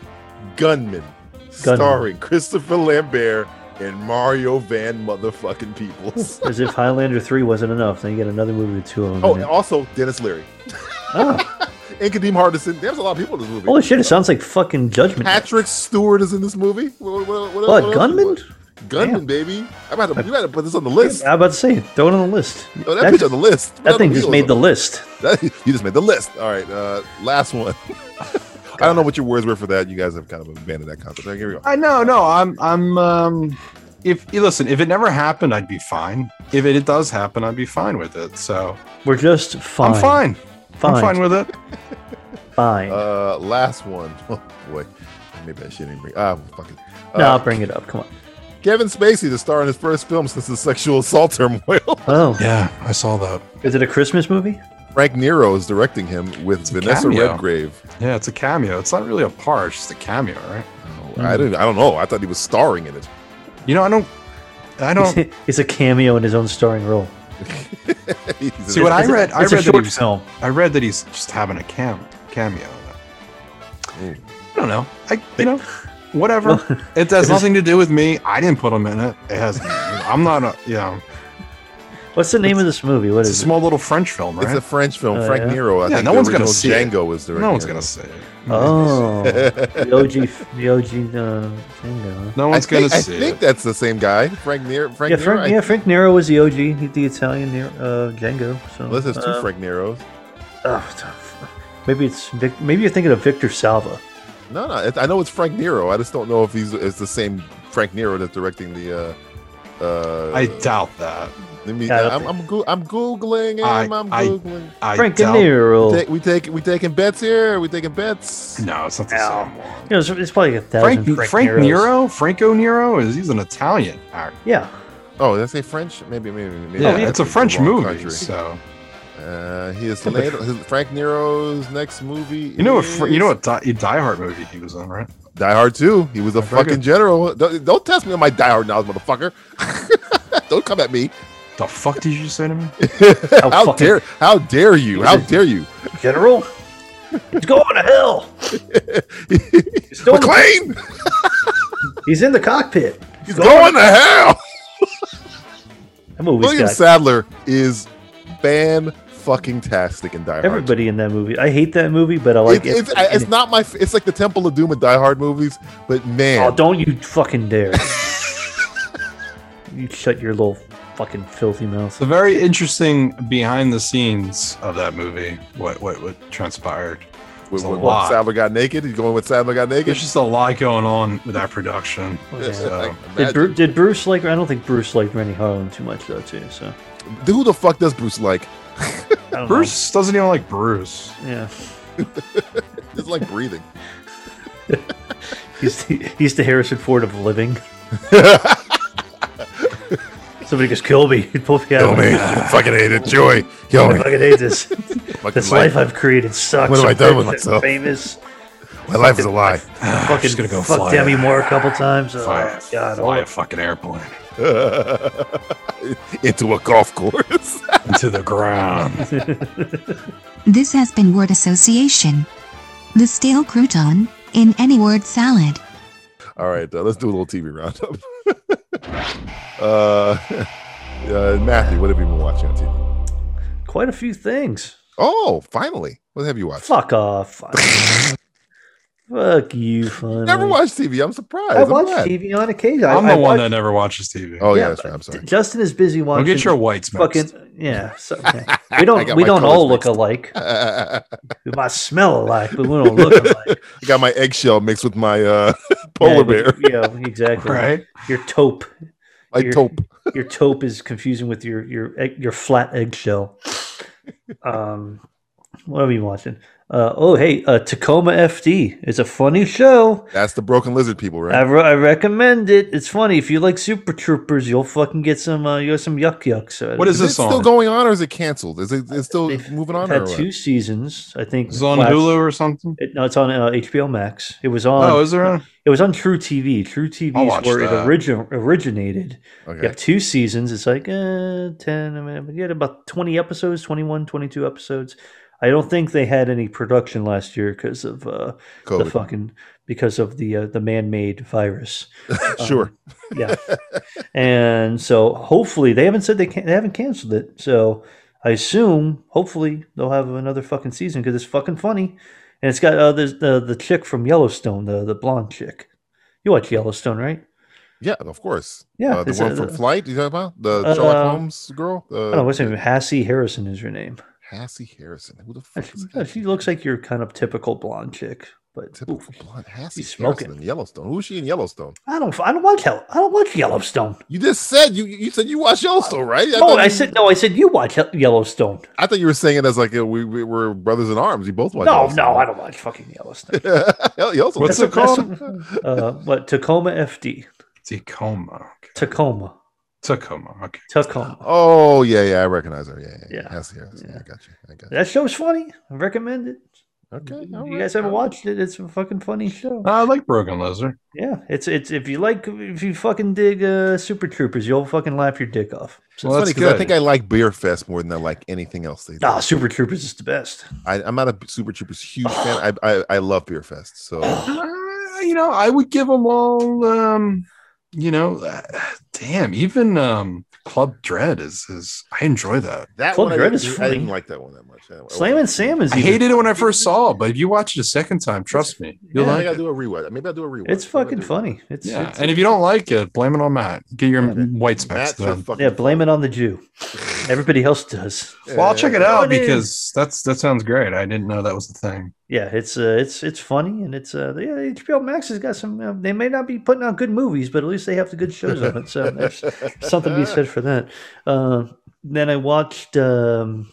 Speaker 6: Gunman, starring Christopher Lambert and Mario Van Motherfucking Peoples.
Speaker 3: As if Highlander three wasn't enough, then you get another movie with two of them.
Speaker 6: Oh,
Speaker 3: in
Speaker 6: and
Speaker 3: it.
Speaker 6: also Dennis Leary
Speaker 3: Ah.
Speaker 6: and Kadeem Hardison. There's a lot of people in this movie.
Speaker 3: holy shit! It sounds like fucking Judgment. Day.
Speaker 6: Patrick Stewart is in this movie. What, what, what,
Speaker 3: What
Speaker 6: what else-
Speaker 3: gunman?
Speaker 6: what- Gunman, baby. I'm about to, we gotta put this on the list.
Speaker 3: I'm about to say, throw it on the list.
Speaker 6: Oh, that,
Speaker 3: That-
Speaker 6: bitch on the list. Put it
Speaker 3: That
Speaker 6: on
Speaker 3: thing just
Speaker 6: wheel.
Speaker 3: made the list.
Speaker 6: That- you just made the list. All right, uh, last one. I don't know what your words were for that. You guys have kind of abandoned that concept. All right, here we go.
Speaker 4: I know, no, I'm, I'm. um If you listen, if it never happened, I'd be fine. If it, it does happen, I'd be fine with it. So
Speaker 3: We're just fine.
Speaker 4: I'm fine.
Speaker 3: Fine.
Speaker 4: I'm fine with it.
Speaker 3: Fine.
Speaker 6: Uh, last one. Oh boy, maybe I shouldn't bring. Ah, fuck it. Uh,
Speaker 3: no, I'll bring it up. Come on.
Speaker 6: Kevin Spacey to star in his first film since the sexual assault turmoil.
Speaker 3: Oh,
Speaker 4: Yeah, I saw that.
Speaker 3: is it a Christmas movie?
Speaker 6: Frank Nero is directing him with
Speaker 4: a
Speaker 6: Vanessa
Speaker 4: cameo.
Speaker 6: Redgrave.
Speaker 4: Yeah, it's a cameo. It's not really a part. It's just a cameo, right?
Speaker 6: Oh, I didn't. I don't know. I thought he was starring in it.
Speaker 4: You know, I don't. I don't
Speaker 3: it's a cameo in his own starring role.
Speaker 6: He's in
Speaker 4: see
Speaker 6: it.
Speaker 4: what I
Speaker 3: It's a-
Speaker 4: read. I
Speaker 3: it's a
Speaker 4: read that he
Speaker 3: short
Speaker 4: was,
Speaker 3: film.
Speaker 4: I read that he's just having a cam cameo.
Speaker 6: Ooh.
Speaker 4: I don't know. I you know, whatever. it has nothing to do with me. I didn't put him in it. It has. I'm not a you know.
Speaker 3: What's the name of this movie? What
Speaker 4: It's a
Speaker 3: is it?
Speaker 4: small little French film, right?
Speaker 6: It's a French film.
Speaker 3: Oh,
Speaker 6: Frank
Speaker 3: yeah.
Speaker 6: Nero. I
Speaker 4: Yeah,
Speaker 6: think
Speaker 4: no
Speaker 6: the
Speaker 4: one's gonna
Speaker 6: original
Speaker 4: see it.
Speaker 6: Django was directing.
Speaker 4: no one's
Speaker 6: it.
Speaker 4: gonna see it.
Speaker 3: Oh, the OG, the OG uh, Django.
Speaker 4: No
Speaker 6: I
Speaker 4: one's
Speaker 6: think,
Speaker 4: gonna
Speaker 6: I
Speaker 4: see
Speaker 6: think
Speaker 4: it.
Speaker 6: that's the same guy, Frank Nero. Frank
Speaker 3: yeah,
Speaker 6: Nero.
Speaker 3: Frank,
Speaker 6: I-
Speaker 3: yeah, Frank Nero was the OG, He- the Italian Nero, uh, Django. So
Speaker 6: Unless there's two
Speaker 3: uh,
Speaker 6: Frank Neros.
Speaker 3: oh, it's a- maybe it's Vic, maybe you're thinking of Victor Salva.
Speaker 6: No, no. It, I know it's Frank Nero. I just don't know if he's it's the same Frank Nero that's directing the. uh uh
Speaker 4: I doubt that.
Speaker 6: Let me,
Speaker 3: Yeah, I don't
Speaker 6: I'm, I'm, goo- I'm googling him.
Speaker 4: I-
Speaker 6: I, am
Speaker 4: I-
Speaker 6: googling.
Speaker 4: I
Speaker 3: Frank
Speaker 4: doubt.
Speaker 3: Nero.
Speaker 6: Take- we take we taking bets here. We taking bets.
Speaker 4: No, it's not the same one.
Speaker 3: You know, it's, it's probably a thousand
Speaker 4: Frank
Speaker 3: Frank,
Speaker 4: Frank,
Speaker 3: Neros.
Speaker 4: Nero, Franco Nero is he's an Italian actor. Oh,
Speaker 3: Yeah,
Speaker 6: Oh, did I say French? Maybe maybe maybe.
Speaker 4: Yeah,
Speaker 6: I
Speaker 4: it's a
Speaker 6: picked the
Speaker 4: French
Speaker 6: wrong
Speaker 4: movie.
Speaker 6: country.
Speaker 4: So
Speaker 6: Uh, he is later, his, Frank Nero's next movie.
Speaker 4: you know what?
Speaker 6: is
Speaker 4: Fr- You know what? Die, Die Hard movie he was in, right?
Speaker 6: Die Hard Two. He was a
Speaker 4: Very
Speaker 6: fucking
Speaker 4: good.
Speaker 6: general. Don't, don't test me on my Die Hard knowledge, motherfucker. don't come at me.
Speaker 4: The fuck did you say to me?
Speaker 6: How,
Speaker 3: Oh, fucking-
Speaker 6: dare how dare you? How dare you?
Speaker 3: General. He's going to hell. He's, doing-
Speaker 6: McLean,
Speaker 3: he's in the cockpit.
Speaker 6: he's going to hell.
Speaker 3: That movie's
Speaker 6: William
Speaker 3: got
Speaker 6: Sadler is fan fucking tastic in Die Hard.
Speaker 3: everybody in that movie. I hate that movie, but I
Speaker 6: It,
Speaker 3: like it.
Speaker 6: it's, it's not my. f- It's like the Temple of Doom of Die Hard movies, but man,
Speaker 3: Oh, don't you fucking dare! you shut your little fucking filthy mouth.
Speaker 4: The very interesting behind the scenes of that movie. What what what transpired?
Speaker 6: when,
Speaker 4: a
Speaker 6: when
Speaker 4: lot.
Speaker 6: Sadler got naked, he's going with Sadler got naked.
Speaker 4: There's just a lot going on with that production.
Speaker 3: Yeah.
Speaker 6: Like,
Speaker 3: Did, Bru-
Speaker 6: imagine.
Speaker 3: did Bruce like? I don't think Bruce liked Rennie Harlan too much though, too. So
Speaker 6: Dude, who the fuck does Bruce like?
Speaker 3: I don't
Speaker 4: Bruce doesn't even like Bruce.
Speaker 3: know. yeah,
Speaker 6: It's like breathing.
Speaker 3: he's the, he's the Harrison Ford of living. Somebody goes, "Kill me! Pull me out!" of my-
Speaker 6: fucking hate it. Joy. Kill
Speaker 3: I fucking hate this.
Speaker 6: Fucking
Speaker 3: this life I've created sucks.
Speaker 6: What have
Speaker 3: I'm
Speaker 6: I done with
Speaker 3: rich and
Speaker 6: myself?
Speaker 3: Famous.
Speaker 6: My life is a lie.
Speaker 3: fucking
Speaker 4: just gonna go
Speaker 3: fuck
Speaker 4: fly
Speaker 3: Demi
Speaker 4: it.
Speaker 3: Moore a couple times. Oh,
Speaker 4: Fly,
Speaker 3: God,
Speaker 4: fly
Speaker 3: oh,
Speaker 4: a fucking airplane
Speaker 6: Into a golf course.
Speaker 4: into the ground.
Speaker 5: This has been word association. The stale crouton in any word salad.
Speaker 6: All right, uh, let's do a little TV roundup. uh, uh, Matthew, what have you been watching on TV?
Speaker 3: quite a few things.
Speaker 6: Oh, finally. What have you watched?
Speaker 3: Fuck off. Fuck you, finally.
Speaker 6: Never watched TV. I'm surprised.
Speaker 3: I
Speaker 6: I'm
Speaker 3: watch
Speaker 6: glad.
Speaker 3: TV on occasion. I-
Speaker 4: I'm
Speaker 3: I
Speaker 4: the one
Speaker 3: watch-
Speaker 4: that never watches TV.
Speaker 6: Oh yeah,
Speaker 3: Yeah,
Speaker 6: that's right. I'm
Speaker 3: but
Speaker 6: sorry.
Speaker 3: Justin is busy
Speaker 4: Don't
Speaker 3: watching.
Speaker 4: get your whites mixed.
Speaker 3: fucking yeah. So, okay. We
Speaker 6: I
Speaker 3: don't
Speaker 6: got
Speaker 3: we
Speaker 6: my
Speaker 3: don't
Speaker 6: colors
Speaker 3: all look
Speaker 6: mixed.
Speaker 3: alike.
Speaker 6: I
Speaker 3: We might smell alike, but we don't look alike.
Speaker 6: got my eggshell mixed with my uh, polar
Speaker 3: Yeah,
Speaker 6: bear.
Speaker 3: you- Yeah, exactly.
Speaker 4: right?
Speaker 3: Your taupe.
Speaker 6: I
Speaker 3: you're-
Speaker 6: taupe.
Speaker 3: Your taupe is confusing with your your egg, your flat eggshell. Um, what are we watching? Uh, oh, hey, uh, Tacoma FD. It's a funny show.
Speaker 6: That's the broken lizard people,
Speaker 3: I,
Speaker 6: right?
Speaker 3: re- I recommend it. It's funny. If you like Super Troopers, you'll fucking get some uh, you some yuck yucks. out of
Speaker 4: What
Speaker 3: it.
Speaker 4: is
Speaker 6: it
Speaker 4: this
Speaker 6: still
Speaker 4: on?
Speaker 6: going on, or is it canceled? Is it it's still
Speaker 3: They've
Speaker 6: moving on? Or
Speaker 3: Had
Speaker 6: what?
Speaker 3: two seasons, I think.
Speaker 4: Is it on
Speaker 3: last-
Speaker 4: Hulu or something?
Speaker 3: It, no, it's on uh, HBO Max. It was on.
Speaker 4: Oh, is there? A,
Speaker 3: It was on True TV. True TV
Speaker 4: I'll
Speaker 3: is
Speaker 4: watch
Speaker 3: where
Speaker 4: that.
Speaker 3: it origin- originated. You
Speaker 6: Okay.
Speaker 3: have two seasons. It's like uh, 10, I mean, you had about 20 episodes, 21, 22 episodes. I don't think they had any production last year because of uh, the
Speaker 6: COVID.
Speaker 3: fucking because of the uh, the man-made virus. uh,
Speaker 6: Sure.
Speaker 3: Yeah. and so hopefully they haven't said they can they haven't canceled it. So I assume hopefully they'll have another fucking season because it's fucking funny, and it's got uh, there's the the chick from Yellowstone, the the blonde chick. You watch Yellowstone, right?
Speaker 6: Yeah, of course.
Speaker 3: Yeah,
Speaker 6: Uh, the
Speaker 3: it's,
Speaker 6: one
Speaker 3: uh,
Speaker 6: from
Speaker 3: the-
Speaker 6: Flight. You talking about the
Speaker 3: uh,
Speaker 6: Sherlock Holmes girl? Uh,
Speaker 3: I don't know what's her name. Hassie Harrison is her name.
Speaker 6: Hassie Harrison. Who the
Speaker 3: Uh,
Speaker 6: fuck
Speaker 3: She,
Speaker 6: is
Speaker 3: uh,
Speaker 6: that?
Speaker 3: she looks like your kind of typical blonde chick, but
Speaker 6: Typical blonde Hassie
Speaker 3: She's smoking.
Speaker 6: Harrison in Yellowstone. Who is she in Yellowstone?
Speaker 3: I don't. I don't watch. Hell, I don't watch Yellowstone.
Speaker 6: You just said you you said you watched Yellowstone, right? I,
Speaker 3: Oh,
Speaker 6: thought
Speaker 3: I
Speaker 6: you-
Speaker 3: said no. I said you watch Hel- Yellowstone.
Speaker 6: I thought you were saying it as like uh, we, we were brothers in arms. We both watched.
Speaker 3: No, no, I don't watch fucking Yellowstone.
Speaker 6: don't. Yellowstone.
Speaker 4: What's it
Speaker 3: That's-
Speaker 4: called?
Speaker 3: Uh, what Tacoma FD?
Speaker 4: Tacoma.
Speaker 3: Tacoma.
Speaker 4: Tacoma. Okay.
Speaker 3: Tacoma.
Speaker 6: Oh yeah, yeah, I recognize her. Yeah, yeah, yeah.
Speaker 3: Yeah.
Speaker 6: Hassie Harrison.
Speaker 3: Yeah.
Speaker 6: I got you. I got you.
Speaker 3: That show's funny. I recommend it.
Speaker 6: Okay,
Speaker 3: you
Speaker 6: all
Speaker 3: guys
Speaker 6: right,
Speaker 3: haven't
Speaker 6: all right.
Speaker 3: watched it. It's a fucking funny show.
Speaker 4: I like Broken Lizard.
Speaker 3: Yeah, it's it's if you like if you fucking dig uh, Super Troopers, you'll fucking laugh your dick off.
Speaker 6: It's
Speaker 4: Well,
Speaker 6: funny
Speaker 4: that's
Speaker 6: because
Speaker 4: good.
Speaker 6: I think I like Beer Fest more than I like anything else. They do.
Speaker 3: Ah, Super Troopers is the best.
Speaker 6: I, I'm not a Super Troopers huge fan. I, I I love Beer Fest. So
Speaker 4: Uh, you know, I would give them all. Um, you know, uh, damn, even um, Club Dread is is. I enjoy that.
Speaker 6: that
Speaker 3: Club
Speaker 6: one I
Speaker 3: Dread
Speaker 6: didn't-
Speaker 3: is
Speaker 6: I
Speaker 3: funny.
Speaker 6: didn't like that one that much. I- I
Speaker 3: Slam and Sam is
Speaker 4: I
Speaker 3: even,
Speaker 4: hated it when I first saw, it, but if you watch it a second time, trust me, you'll
Speaker 6: Yeah, I
Speaker 4: like
Speaker 6: gotta
Speaker 4: it.
Speaker 6: do a rewatch. Maybe I'll do a rewatch.
Speaker 3: It's
Speaker 6: Maybe I'll
Speaker 3: fucking
Speaker 6: do-
Speaker 3: funny. It's
Speaker 4: Yeah,
Speaker 3: it's,
Speaker 4: and if you don't like it, blame it on Matt. Get your whites
Speaker 6: Matt's
Speaker 4: mixed
Speaker 6: a
Speaker 4: then.
Speaker 6: fucking
Speaker 3: yeah. Blame it on the Jew. Everybody else does.
Speaker 4: Well, I'll
Speaker 6: uh,
Speaker 4: check it out
Speaker 3: Yeah.
Speaker 4: because that's that sounds great. I didn't know that was the thing.
Speaker 3: Yeah, it's uh, it's it's funny and it's uh, yeah, HBO Max has got some. Uh, they may not be putting out good movies, but at least they have the good shows on it. So there's something to be said for that. Uh, then I watched, um,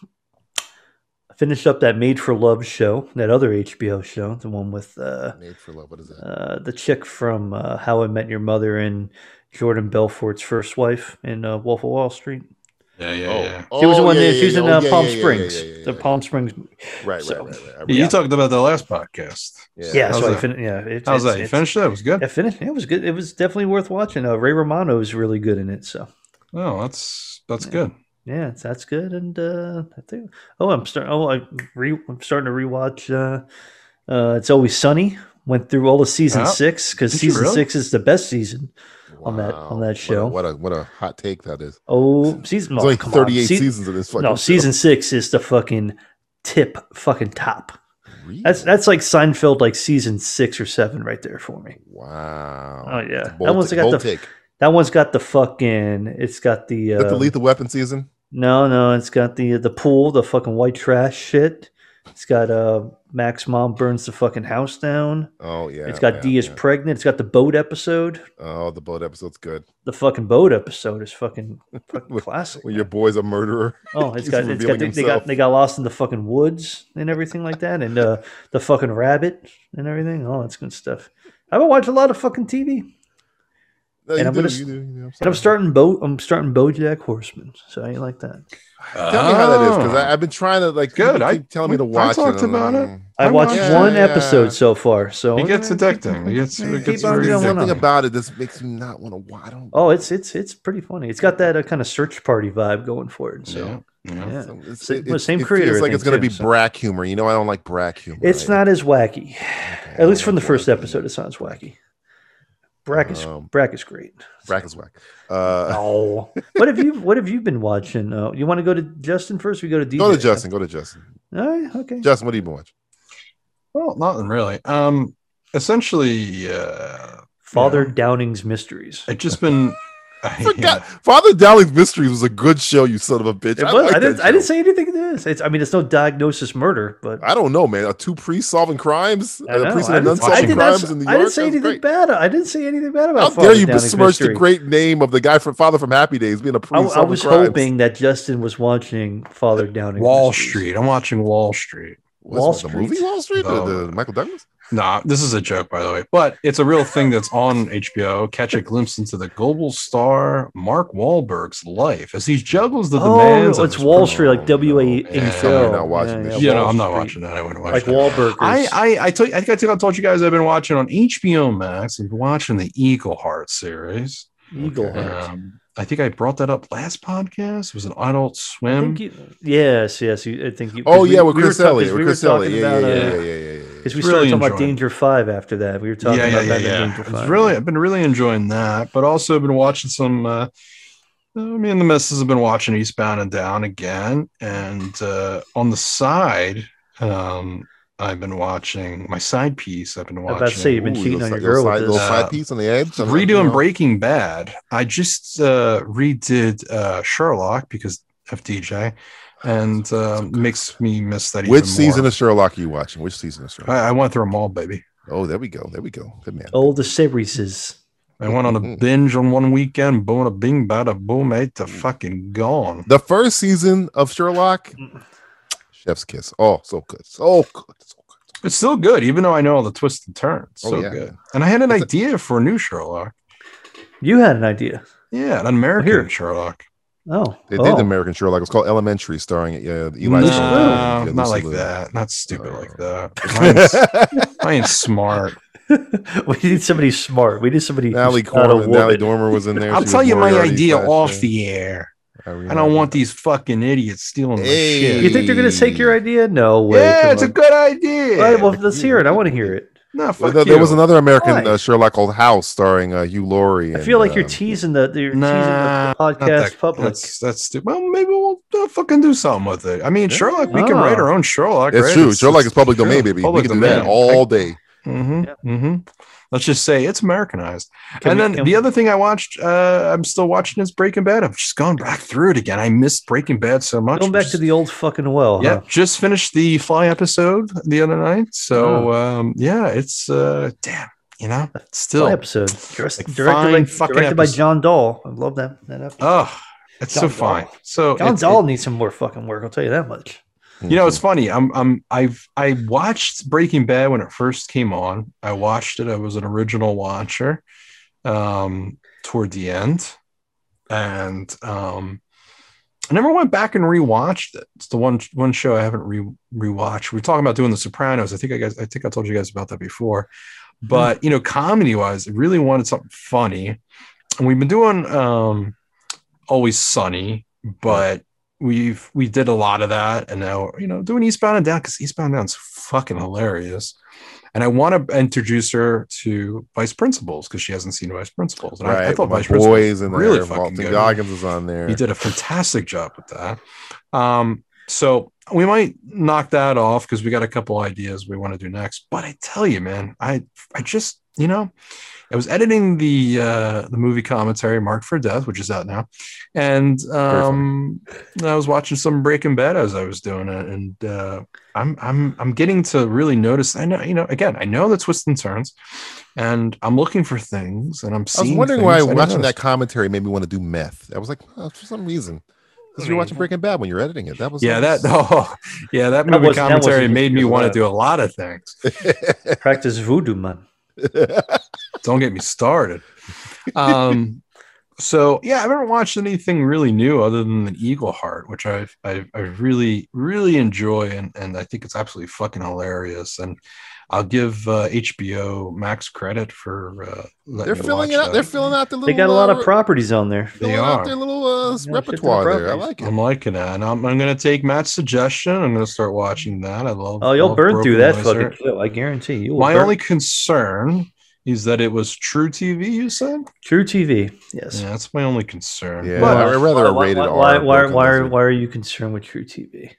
Speaker 3: finished up that Made for Love show, that other HBO show, the one with uh,
Speaker 6: Made for love. What is that?
Speaker 3: uh, the chick from uh, How I Met Your Mother and Jordan Belfort's first wife in uh, Wolf of Wall Street.
Speaker 4: Yeah, yeah, yeah.
Speaker 6: Oh,
Speaker 3: She was the
Speaker 6: oh,
Speaker 3: one
Speaker 6: yeah,
Speaker 3: that
Speaker 6: yeah,
Speaker 3: she was
Speaker 6: yeah.
Speaker 3: in
Speaker 6: Oh,
Speaker 3: uh,
Speaker 6: yeah,
Speaker 3: Palm
Speaker 6: yeah, yeah, yeah,
Speaker 3: Springs,
Speaker 6: yeah, yeah,
Speaker 3: the
Speaker 6: yeah.
Speaker 3: Palm Springs.
Speaker 6: Right, right, right,
Speaker 3: so-
Speaker 6: right. I
Speaker 4: Yeah, You
Speaker 6: remember.
Speaker 4: talked about the last podcast.
Speaker 6: Yeah.
Speaker 3: Yeah,
Speaker 4: How's
Speaker 3: so I
Speaker 4: that?
Speaker 3: fin- yeah, it,
Speaker 4: How's
Speaker 3: it's-
Speaker 4: that? You
Speaker 3: it's-
Speaker 4: finished that? It was good.
Speaker 3: Yeah, finished. It was good. It was definitely worth watching. Uh, Ray Romano is really good in it. So
Speaker 4: Oh, that's that's
Speaker 3: Yeah.
Speaker 4: good.
Speaker 3: yeah, it's- that's good. And uh, I think oh, I'm starting. Oh, I re- I'm starting to rewatch. Uh, uh, it's always sunny. Went through all of season
Speaker 4: Oh,
Speaker 3: six because
Speaker 4: did you
Speaker 3: season
Speaker 4: really?
Speaker 3: six is the best season. on that-
Speaker 6: Wow.
Speaker 3: on that
Speaker 6: What a-
Speaker 3: show.
Speaker 6: What a, what a hot take that is.
Speaker 3: Oh, season
Speaker 6: There's
Speaker 3: oh,
Speaker 6: only
Speaker 3: come on.
Speaker 6: 38
Speaker 3: Se-
Speaker 6: seasons of this fucking.
Speaker 3: No,
Speaker 6: show.
Speaker 3: season six is the fucking tip, fucking top.
Speaker 6: Really?
Speaker 3: That's that's like Seinfeld, like season six or seven, right there for me.
Speaker 6: wow.
Speaker 3: Oh, yeah.
Speaker 6: It's a
Speaker 3: That
Speaker 6: bold
Speaker 3: one's
Speaker 6: ta-
Speaker 3: got
Speaker 6: bold
Speaker 3: the-
Speaker 6: take. Is
Speaker 3: That one's got the fucking. It's got the. Uh,
Speaker 6: that the Lethal Weapon season?
Speaker 3: No, no, it's got the the pool, the fucking white trash shit. It's got uh Max mom burns the fucking house down.
Speaker 6: Oh yeah.
Speaker 3: it's got
Speaker 6: yeah,
Speaker 3: D is
Speaker 6: yeah.
Speaker 3: pregnant. It's got the boat episode.
Speaker 6: Oh, the boat episode's good.
Speaker 3: The fucking boat episode is fucking fucking
Speaker 6: When-
Speaker 3: classic.
Speaker 6: When your boy's a murderer.
Speaker 3: Oh, it's
Speaker 6: he's
Speaker 3: got it's
Speaker 6: revealing
Speaker 3: got they, they
Speaker 6: himself.
Speaker 3: got they got lost in the fucking woods and everything like that, and uh, the fucking rabbit and everything. Oh, that's good stuff. I've been watching a lot of fucking TV, and
Speaker 6: No, you
Speaker 3: and I'm
Speaker 6: do,
Speaker 3: gonna
Speaker 6: you
Speaker 3: s-
Speaker 6: do, you do.
Speaker 3: I'm
Speaker 6: sorry.
Speaker 3: starting boat. I'm starting BoJack Horseman, so I ain't like that.
Speaker 6: Tell me how that is because
Speaker 4: Ah.
Speaker 6: I've been trying to like.
Speaker 4: Good,
Speaker 6: people
Speaker 4: I-
Speaker 6: keep telling me to
Speaker 4: I
Speaker 6: watch. it,
Speaker 4: talked
Speaker 6: and I'm
Speaker 4: about
Speaker 6: like,
Speaker 4: it.
Speaker 6: mm.
Speaker 3: I
Speaker 4: I'm
Speaker 3: watched
Speaker 4: watching-
Speaker 3: one
Speaker 6: Yeah.
Speaker 3: episode so far, so
Speaker 4: It gets addicting. It gets, it gets
Speaker 6: Keep on
Speaker 4: very
Speaker 6: doing
Speaker 3: one
Speaker 4: addicting.
Speaker 6: Something about it that makes me not want to watch. I don't.
Speaker 3: Oh, it's it's it's pretty funny. It's got that uh, kind of search party vibe going for it. So
Speaker 4: Yeah, yeah.
Speaker 3: yeah.
Speaker 6: So it's,
Speaker 3: Same-
Speaker 6: it-
Speaker 3: well,
Speaker 6: it-
Speaker 3: same
Speaker 6: it
Speaker 3: creator,
Speaker 6: feels
Speaker 3: I
Speaker 6: like it's
Speaker 3: think,
Speaker 6: going to
Speaker 3: too,
Speaker 6: be
Speaker 3: so.
Speaker 6: brack humor. You know, I don't like brack humor.
Speaker 3: it's
Speaker 6: I-
Speaker 3: not as wacky.
Speaker 6: I
Speaker 3: At least from the
Speaker 6: don't
Speaker 3: first
Speaker 6: like it.
Speaker 3: episode, it sounds wacky. Brack is
Speaker 6: Um,
Speaker 3: Brack is great.
Speaker 6: Brack is whack. Uh,
Speaker 3: Oh, what have you what have you been watching? Uh, you want to go to Justin first? Or we go to DJ.
Speaker 6: go to Justin. Go to Justin.
Speaker 3: All right, okay.
Speaker 6: Justin, what have you been watching?
Speaker 4: Well, nothing really. Um, essentially, uh,
Speaker 3: Father Downing's Mysteries.
Speaker 4: I've just been. I,
Speaker 6: Forgot Father Dowling's Mysteries was a good show. You son of a bitch.
Speaker 3: It
Speaker 6: I
Speaker 3: was.
Speaker 6: like
Speaker 3: I
Speaker 6: that
Speaker 3: didn't. I
Speaker 6: show.
Speaker 3: didn't say anything to this. It's, I mean, it's no diagnosis murder, but
Speaker 6: I don't know, man. Are two priests solving crimes?
Speaker 3: I, know.
Speaker 6: A priest
Speaker 3: I
Speaker 6: and an
Speaker 3: didn't, I
Speaker 6: unsolved
Speaker 3: did not.
Speaker 6: crimes
Speaker 3: s-
Speaker 6: in New York.
Speaker 3: I didn't say
Speaker 6: That's
Speaker 3: anything
Speaker 6: great.
Speaker 3: bad. I didn't say anything bad
Speaker 6: How
Speaker 3: about.
Speaker 6: dare
Speaker 3: Father
Speaker 6: you
Speaker 3: Downing's
Speaker 6: besmirch the
Speaker 3: Mystery.
Speaker 6: great name of the guy from Father from Happy Days being a
Speaker 3: I,
Speaker 6: priest?
Speaker 3: I
Speaker 6: solving
Speaker 3: was
Speaker 6: crimes.
Speaker 3: hoping that Justin was watching Father Downing.
Speaker 4: Wall Street. I'm watching Wall Street.
Speaker 6: What's
Speaker 3: Wall
Speaker 6: the movie
Speaker 3: Street.
Speaker 6: Wall Street? The-
Speaker 4: Oh.
Speaker 6: the, Michael Douglas?
Speaker 4: Nah, this is a joke, by the way, but it's a real thing that's on HBO. Catch a glimpse into the global star Mark Wahlberg's life as he juggles the
Speaker 3: Oh,
Speaker 4: demands.
Speaker 3: it's
Speaker 4: of his
Speaker 3: Wall
Speaker 4: personal-
Speaker 3: Street, like W A
Speaker 4: Yeah,
Speaker 3: N
Speaker 4: I'm
Speaker 3: G L.
Speaker 6: not watching this.
Speaker 4: Yeah, no,
Speaker 3: Wall
Speaker 4: I'm not
Speaker 3: Street.
Speaker 4: watching that. I wouldn't watch
Speaker 3: Like
Speaker 4: that.
Speaker 3: Wahlberg.
Speaker 4: I, I, I, told, I think I, think I told you guys I've been watching on HBO Max. I've been watching the Eagle Heart series.
Speaker 3: Eagle
Speaker 6: Okay.
Speaker 3: Heart.
Speaker 4: Um, I think I brought that up last podcast. It was an Adult
Speaker 3: I
Speaker 4: Swim.
Speaker 3: think you, yes, yes. You, I think you.
Speaker 6: Oh
Speaker 3: 'cause we-
Speaker 6: yeah, with
Speaker 3: we were
Speaker 6: Chris
Speaker 3: talk- 'cause
Speaker 6: Elliott.
Speaker 3: we
Speaker 6: With
Speaker 3: were
Speaker 6: Chris Elliott.
Speaker 3: talking
Speaker 6: Yeah, yeah,
Speaker 3: about,
Speaker 6: yeah,
Speaker 3: uh,
Speaker 6: yeah, yeah, yeah, yeah.
Speaker 3: Because we
Speaker 4: It's really
Speaker 3: started talking about
Speaker 4: enjoyable.
Speaker 3: Danger Five after that. We were talking
Speaker 4: yeah, yeah,
Speaker 3: about
Speaker 4: yeah,
Speaker 3: that in
Speaker 4: yeah.
Speaker 3: Danger
Speaker 4: It's
Speaker 3: Five.
Speaker 4: really, I've been really enjoying that, but also I've been watching some. Uh, uh, me and the missus have been watching Eastbound and Down again, and uh, on the side, um, I've been watching my side piece. I've been
Speaker 3: was
Speaker 4: watching.
Speaker 3: about to say, you've been
Speaker 6: Ooh,
Speaker 3: cheating
Speaker 6: little
Speaker 3: on your
Speaker 6: side- little
Speaker 3: girl with
Speaker 6: side- little
Speaker 3: this.
Speaker 6: side
Speaker 4: Uh,
Speaker 6: piece on the edge. something like, you
Speaker 4: redoing
Speaker 6: know.
Speaker 4: Breaking Bad. I just uh, redid uh, Sherlock because of DJ, and uh, makes me miss that.
Speaker 6: Which
Speaker 4: even
Speaker 6: season
Speaker 4: more.
Speaker 6: of Sherlock are you watching? Which season of Sherlock?
Speaker 4: I, I went through them all, baby.
Speaker 6: Oh, there we go. There we go. Good man.
Speaker 3: All the series.
Speaker 4: I went on a
Speaker 6: Mhm.
Speaker 4: binge on one weekend, boom, a bing, bada, boom,
Speaker 6: Mm.
Speaker 4: ate the fucking gone.
Speaker 6: The first season of Sherlock, Chef's Kiss. Oh, so good. So good. So good.
Speaker 4: It's still good, even though I know all the twists and turns.
Speaker 6: Oh,
Speaker 4: So
Speaker 6: yeah.
Speaker 4: good. And I had an
Speaker 6: It's a-
Speaker 4: idea for a new Sherlock.
Speaker 3: You had an idea.
Speaker 4: Yeah, an American
Speaker 3: Here.
Speaker 4: Sherlock.
Speaker 3: Oh,
Speaker 6: They
Speaker 3: oh.
Speaker 6: did the American Sherlock. It was called Elementary, starring uh, Eli.
Speaker 4: Nah,
Speaker 6: Stone and, uh,
Speaker 4: not
Speaker 6: Lucy
Speaker 4: like
Speaker 6: Liu.
Speaker 4: that. Not stupid
Speaker 6: Oh.
Speaker 4: like that. I ain't smart.
Speaker 3: we need somebody smart. We need somebody.
Speaker 6: Nally
Speaker 3: who's not a
Speaker 6: Corman, Nally
Speaker 3: woman.
Speaker 6: Dormer was in there.
Speaker 4: I'll
Speaker 6: She was
Speaker 4: tell you my
Speaker 6: Moriarty
Speaker 4: idea
Speaker 6: slash,
Speaker 4: off
Speaker 6: uh,
Speaker 4: the air.
Speaker 6: Irene
Speaker 4: I don't want
Speaker 6: Adler.
Speaker 4: these fucking idiots stealing
Speaker 6: Hey.
Speaker 4: my
Speaker 3: You
Speaker 4: shit.
Speaker 3: think they're going to take your idea? No way.
Speaker 4: yeah,
Speaker 3: come
Speaker 4: it's a
Speaker 3: on.
Speaker 4: good idea.
Speaker 3: All right, well, let's hear it. I want to hear it.
Speaker 4: no,
Speaker 6: Well,
Speaker 4: fuck
Speaker 6: there, there
Speaker 4: you.
Speaker 6: was another American
Speaker 3: Why?
Speaker 6: uh, Sherlock called House, starring uh, Hugh Laurie.
Speaker 3: I feel
Speaker 6: and,
Speaker 3: like you're
Speaker 6: um,
Speaker 3: teasing the you're
Speaker 4: Nah,
Speaker 3: teasing the
Speaker 4: Not
Speaker 3: podcast
Speaker 4: that-
Speaker 3: public.
Speaker 4: That's that's stupid. Well, maybe we'll uh, fucking do something with it. I mean,
Speaker 6: Yeah.
Speaker 4: Sherlock, we can write
Speaker 3: Ah.
Speaker 4: our own Sherlock.
Speaker 6: Oh. It's
Speaker 4: right?
Speaker 6: true. Sherlock is public
Speaker 4: true.
Speaker 6: domain, baby.
Speaker 4: Public
Speaker 6: we can do that
Speaker 4: domain.
Speaker 6: all day.
Speaker 4: hmm
Speaker 3: Yeah.
Speaker 4: hmm Let's just say it's Americanized.
Speaker 3: Can
Speaker 4: and
Speaker 3: we-
Speaker 4: then
Speaker 3: can
Speaker 4: the
Speaker 3: we-
Speaker 4: other thing I watched, uh, I'm still watching is Breaking Bad. I've just gone back through it again. I missed Breaking Bad so much.
Speaker 3: Going
Speaker 4: I'm
Speaker 3: back
Speaker 4: just-
Speaker 3: to the uh-huh. old fucking well.
Speaker 4: yeah,
Speaker 3: huh?
Speaker 4: just finished the Fly episode the other night.
Speaker 3: Oh.
Speaker 4: So um, yeah, it's uh, damn, you know, still.
Speaker 3: Fly episode Direct-
Speaker 4: Like, fine
Speaker 3: directed, by,
Speaker 4: fucking
Speaker 3: directed by
Speaker 4: episode.
Speaker 3: John Dahl. I love that that episode.
Speaker 4: Oh, it's so
Speaker 3: John
Speaker 4: fine.
Speaker 3: Dahl.
Speaker 4: So
Speaker 3: John
Speaker 4: it's-
Speaker 3: Dahl needs some more fucking work. I'll tell you that much.
Speaker 4: You know, it's funny. I'm, I'm, I've, I watched Breaking Bad when it first came on. I watched it. I was an original watcher, um, toward the end, and um, I never went back and rewatched it. It's the one, one show I haven't re rewatched. We We're talking about doing The Sopranos. I think I guys, I think I told you guys about that before. But you know, comedy wise, I really wanted something funny, and we've been doing um, Always Sunny, but we've we did a lot of that and now you know doing eastbound and down because eastbound and down's fucking hilarious and i want to introduce her to vice principals because she hasn't seen vice principals and
Speaker 6: right?
Speaker 4: I, I thought
Speaker 6: my
Speaker 4: vice principals
Speaker 6: boys and
Speaker 4: really
Speaker 6: there.
Speaker 4: fucking
Speaker 6: Walton
Speaker 4: good.
Speaker 6: Goggins is on there.
Speaker 4: he did a fantastic job with that um so we might knock that off because we got a couple ideas we want to do next but i tell you man i i just you know i was editing the uh the movie commentary marked for death which is out now and um i was watching some breaking bad as i was doing it and uh i'm i'm i'm getting to really notice i know you know again i know the twists and turns and i'm looking for things and
Speaker 6: I
Speaker 4: i'm
Speaker 6: was
Speaker 4: seeing
Speaker 6: wondering why
Speaker 4: things I didn't
Speaker 6: watching
Speaker 4: notice.
Speaker 6: that commentary made me want to do meth. I was like, oh, for some reason, because you're watching Breaking Bad when you're editing it. That was
Speaker 4: Hmm. yeah that oh yeah that
Speaker 3: That
Speaker 4: movie
Speaker 3: was- that was
Speaker 4: commentary
Speaker 3: a-
Speaker 4: made me
Speaker 3: because of
Speaker 4: want to
Speaker 3: that.
Speaker 4: do a lot of things
Speaker 3: Practice voodoo, man.
Speaker 4: don't get me started um so yeah i haven't watched anything really new other than the eagle heart which i i, I really really enjoy and, and i think it's absolutely fucking hilarious and i'll give uh, hbo max credit for uh letting
Speaker 6: they're
Speaker 4: me
Speaker 6: filling
Speaker 4: watch
Speaker 6: out.
Speaker 4: that.
Speaker 6: They're filling out the little.
Speaker 3: They got a lot
Speaker 6: uh,
Speaker 3: of properties on there.
Speaker 6: filling
Speaker 4: They
Speaker 6: out
Speaker 4: are.
Speaker 6: their little uh,
Speaker 3: shit ton of
Speaker 6: repertoire there. I
Speaker 3: properties.
Speaker 6: like it.
Speaker 4: I'm liking that, and I'm, I'm going to take Matt's suggestion. I'm going to start watching that. I love.
Speaker 3: Oh, you'll
Speaker 4: love
Speaker 3: burn through
Speaker 4: Broken
Speaker 3: that
Speaker 4: Wizard.
Speaker 3: fucking show. I guarantee you. will
Speaker 4: My
Speaker 3: burn-
Speaker 4: only concern is that it was True TV. You said,
Speaker 3: True TV. Yes.
Speaker 4: yeah, that's my only concern.
Speaker 6: Yeah,
Speaker 4: But
Speaker 6: I'd rather
Speaker 3: Why-
Speaker 6: a rated
Speaker 3: why, why,
Speaker 6: R.
Speaker 3: why,
Speaker 6: Broken
Speaker 3: why,
Speaker 6: Lizard.
Speaker 3: why are you concerned with True TV?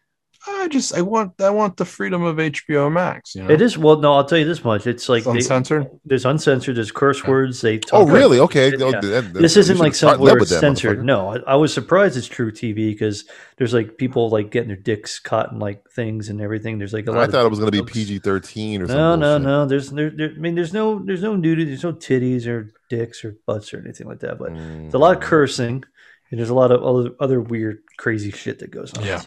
Speaker 4: I just I want I want the freedom of HBO Max. You know,
Speaker 3: It is well. No, I'll tell you this much. It's like
Speaker 4: It's
Speaker 3: they-
Speaker 4: uncensored.
Speaker 3: there's uncensored. There's curse words. They talk
Speaker 6: Oh,
Speaker 3: about-
Speaker 6: really? Okay.
Speaker 3: Yeah.
Speaker 6: Oh, then- then
Speaker 3: This
Speaker 6: you
Speaker 3: isn't
Speaker 6: should
Speaker 3: like
Speaker 6: start
Speaker 3: something where
Speaker 6: level
Speaker 3: it's
Speaker 6: that,
Speaker 3: censored.
Speaker 6: motherfucker.
Speaker 3: No, I, I was surprised it's true TV because there's like people like getting their dicks caught in like things and everything. There's like a lot.
Speaker 6: I thought it
Speaker 3: of
Speaker 6: was going to be
Speaker 3: jokes.
Speaker 6: PG thirteen or something.
Speaker 3: No, no, no. There's there, there. I mean, there's no there's no nudity. There's no titties or dicks or butts or anything like that. But there's a lot
Speaker 6: Mm.
Speaker 3: of cursing and there's a lot of other, other weird crazy shit that goes on.
Speaker 4: Yeah.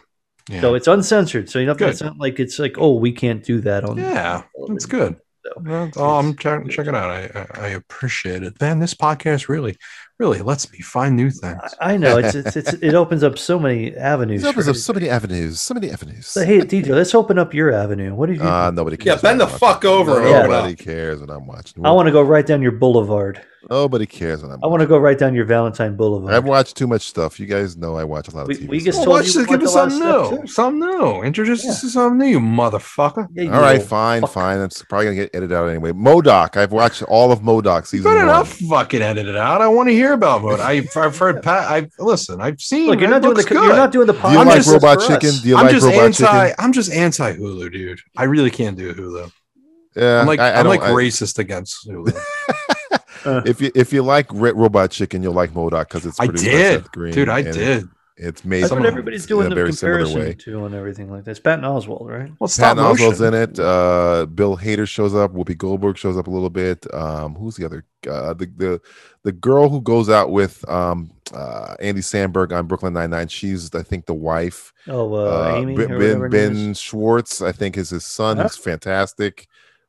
Speaker 4: Yeah.
Speaker 3: So it's uncensored. So you know,
Speaker 4: Good.
Speaker 3: it's not like it's like oh we can't do that on
Speaker 4: yeah, that's good.
Speaker 3: So,
Speaker 4: Well, oh, I'm checking check it out. I, I I appreciate it. Man, this podcast really, really lets me find new things.
Speaker 3: I, I know it's, it's it's it opens up so many avenues.
Speaker 6: It opens up
Speaker 3: for-
Speaker 6: so many avenues. So many avenues.
Speaker 3: So, hey, DJ, let's open up your avenue. What do you?
Speaker 6: Ah, nobody cares.
Speaker 8: Yeah,
Speaker 6: when
Speaker 8: bend the
Speaker 6: I'm
Speaker 8: fuck
Speaker 6: watching.
Speaker 8: over
Speaker 3: and open
Speaker 6: Nobody
Speaker 8: up.
Speaker 6: cares when I'm watching.
Speaker 3: I want to go right down your boulevard.
Speaker 6: Nobody cares when I'm.
Speaker 3: I want to go right down your Valentine Boulevard.
Speaker 6: I've watched too much stuff. You guys know I watch a lot of
Speaker 3: We-
Speaker 6: TV.
Speaker 3: we
Speaker 6: stuff.
Speaker 3: just
Speaker 4: Well,
Speaker 3: told
Speaker 4: watch
Speaker 3: you
Speaker 4: this.
Speaker 3: about
Speaker 4: Give
Speaker 3: the
Speaker 4: us something
Speaker 3: last
Speaker 4: new.
Speaker 3: episode.
Speaker 4: Something new. Introduce us to something new, you motherfucker.
Speaker 3: Yeah, you
Speaker 6: All right,
Speaker 3: little
Speaker 6: fine,
Speaker 3: fuck.
Speaker 6: fine. It's probably gonna get edited out anyway. Modoc. I've watched all of Modoc season
Speaker 4: Good
Speaker 6: one.
Speaker 4: enough. Fucking edit it out. I want to hear about it. I've, I've heard Pat. I've listen. I've seen.
Speaker 3: Look, you're
Speaker 4: man,
Speaker 3: not doing the
Speaker 4: looks
Speaker 3: co- you're
Speaker 4: good.
Speaker 3: not doing the
Speaker 6: Do you
Speaker 4: I'm
Speaker 6: like
Speaker 3: podcast
Speaker 4: just-
Speaker 6: Robot
Speaker 3: for
Speaker 6: Chicken?
Speaker 3: us.
Speaker 6: Do you
Speaker 4: I'm
Speaker 6: like
Speaker 4: just
Speaker 6: Robot
Speaker 4: anti.
Speaker 6: Chicken?
Speaker 4: I'm just anti Hulu, dude. I really can't do Hulu.
Speaker 6: Yeah,
Speaker 4: I'm like I,
Speaker 6: I, I
Speaker 4: am
Speaker 6: don't-
Speaker 4: like
Speaker 6: I-
Speaker 4: racist against Hulu.
Speaker 6: If you if you like Ri- Robot Chicken, you'll like Modoc because it's
Speaker 4: I
Speaker 6: produced by Seth
Speaker 4: did,
Speaker 6: Green,
Speaker 4: dude. I
Speaker 6: and it-
Speaker 4: did.
Speaker 6: it's made.
Speaker 3: That's
Speaker 4: Some
Speaker 3: what
Speaker 4: of
Speaker 3: everybody's doing
Speaker 6: in a
Speaker 3: the
Speaker 6: very similar way.
Speaker 3: comparison to and everything like that. It's Patton Oswald, right?
Speaker 4: Well,
Speaker 6: Pat
Speaker 4: stop
Speaker 6: Oswald's
Speaker 4: motion.
Speaker 6: in it. Uh, Bill Hader shows up. Whoopi Goldberg shows up a little bit. Um, who's the other? Uh, the the the girl who goes out with um, uh, Andy Sandberg on Brooklyn Nine Nine. She's I think the wife.
Speaker 3: Oh, uh,
Speaker 6: uh,
Speaker 3: Amy
Speaker 6: Ben-
Speaker 3: or whatever
Speaker 6: ben,
Speaker 3: her name is.
Speaker 6: ben Schwartz, I think, is his son.
Speaker 3: Huh?
Speaker 6: He's fantastic.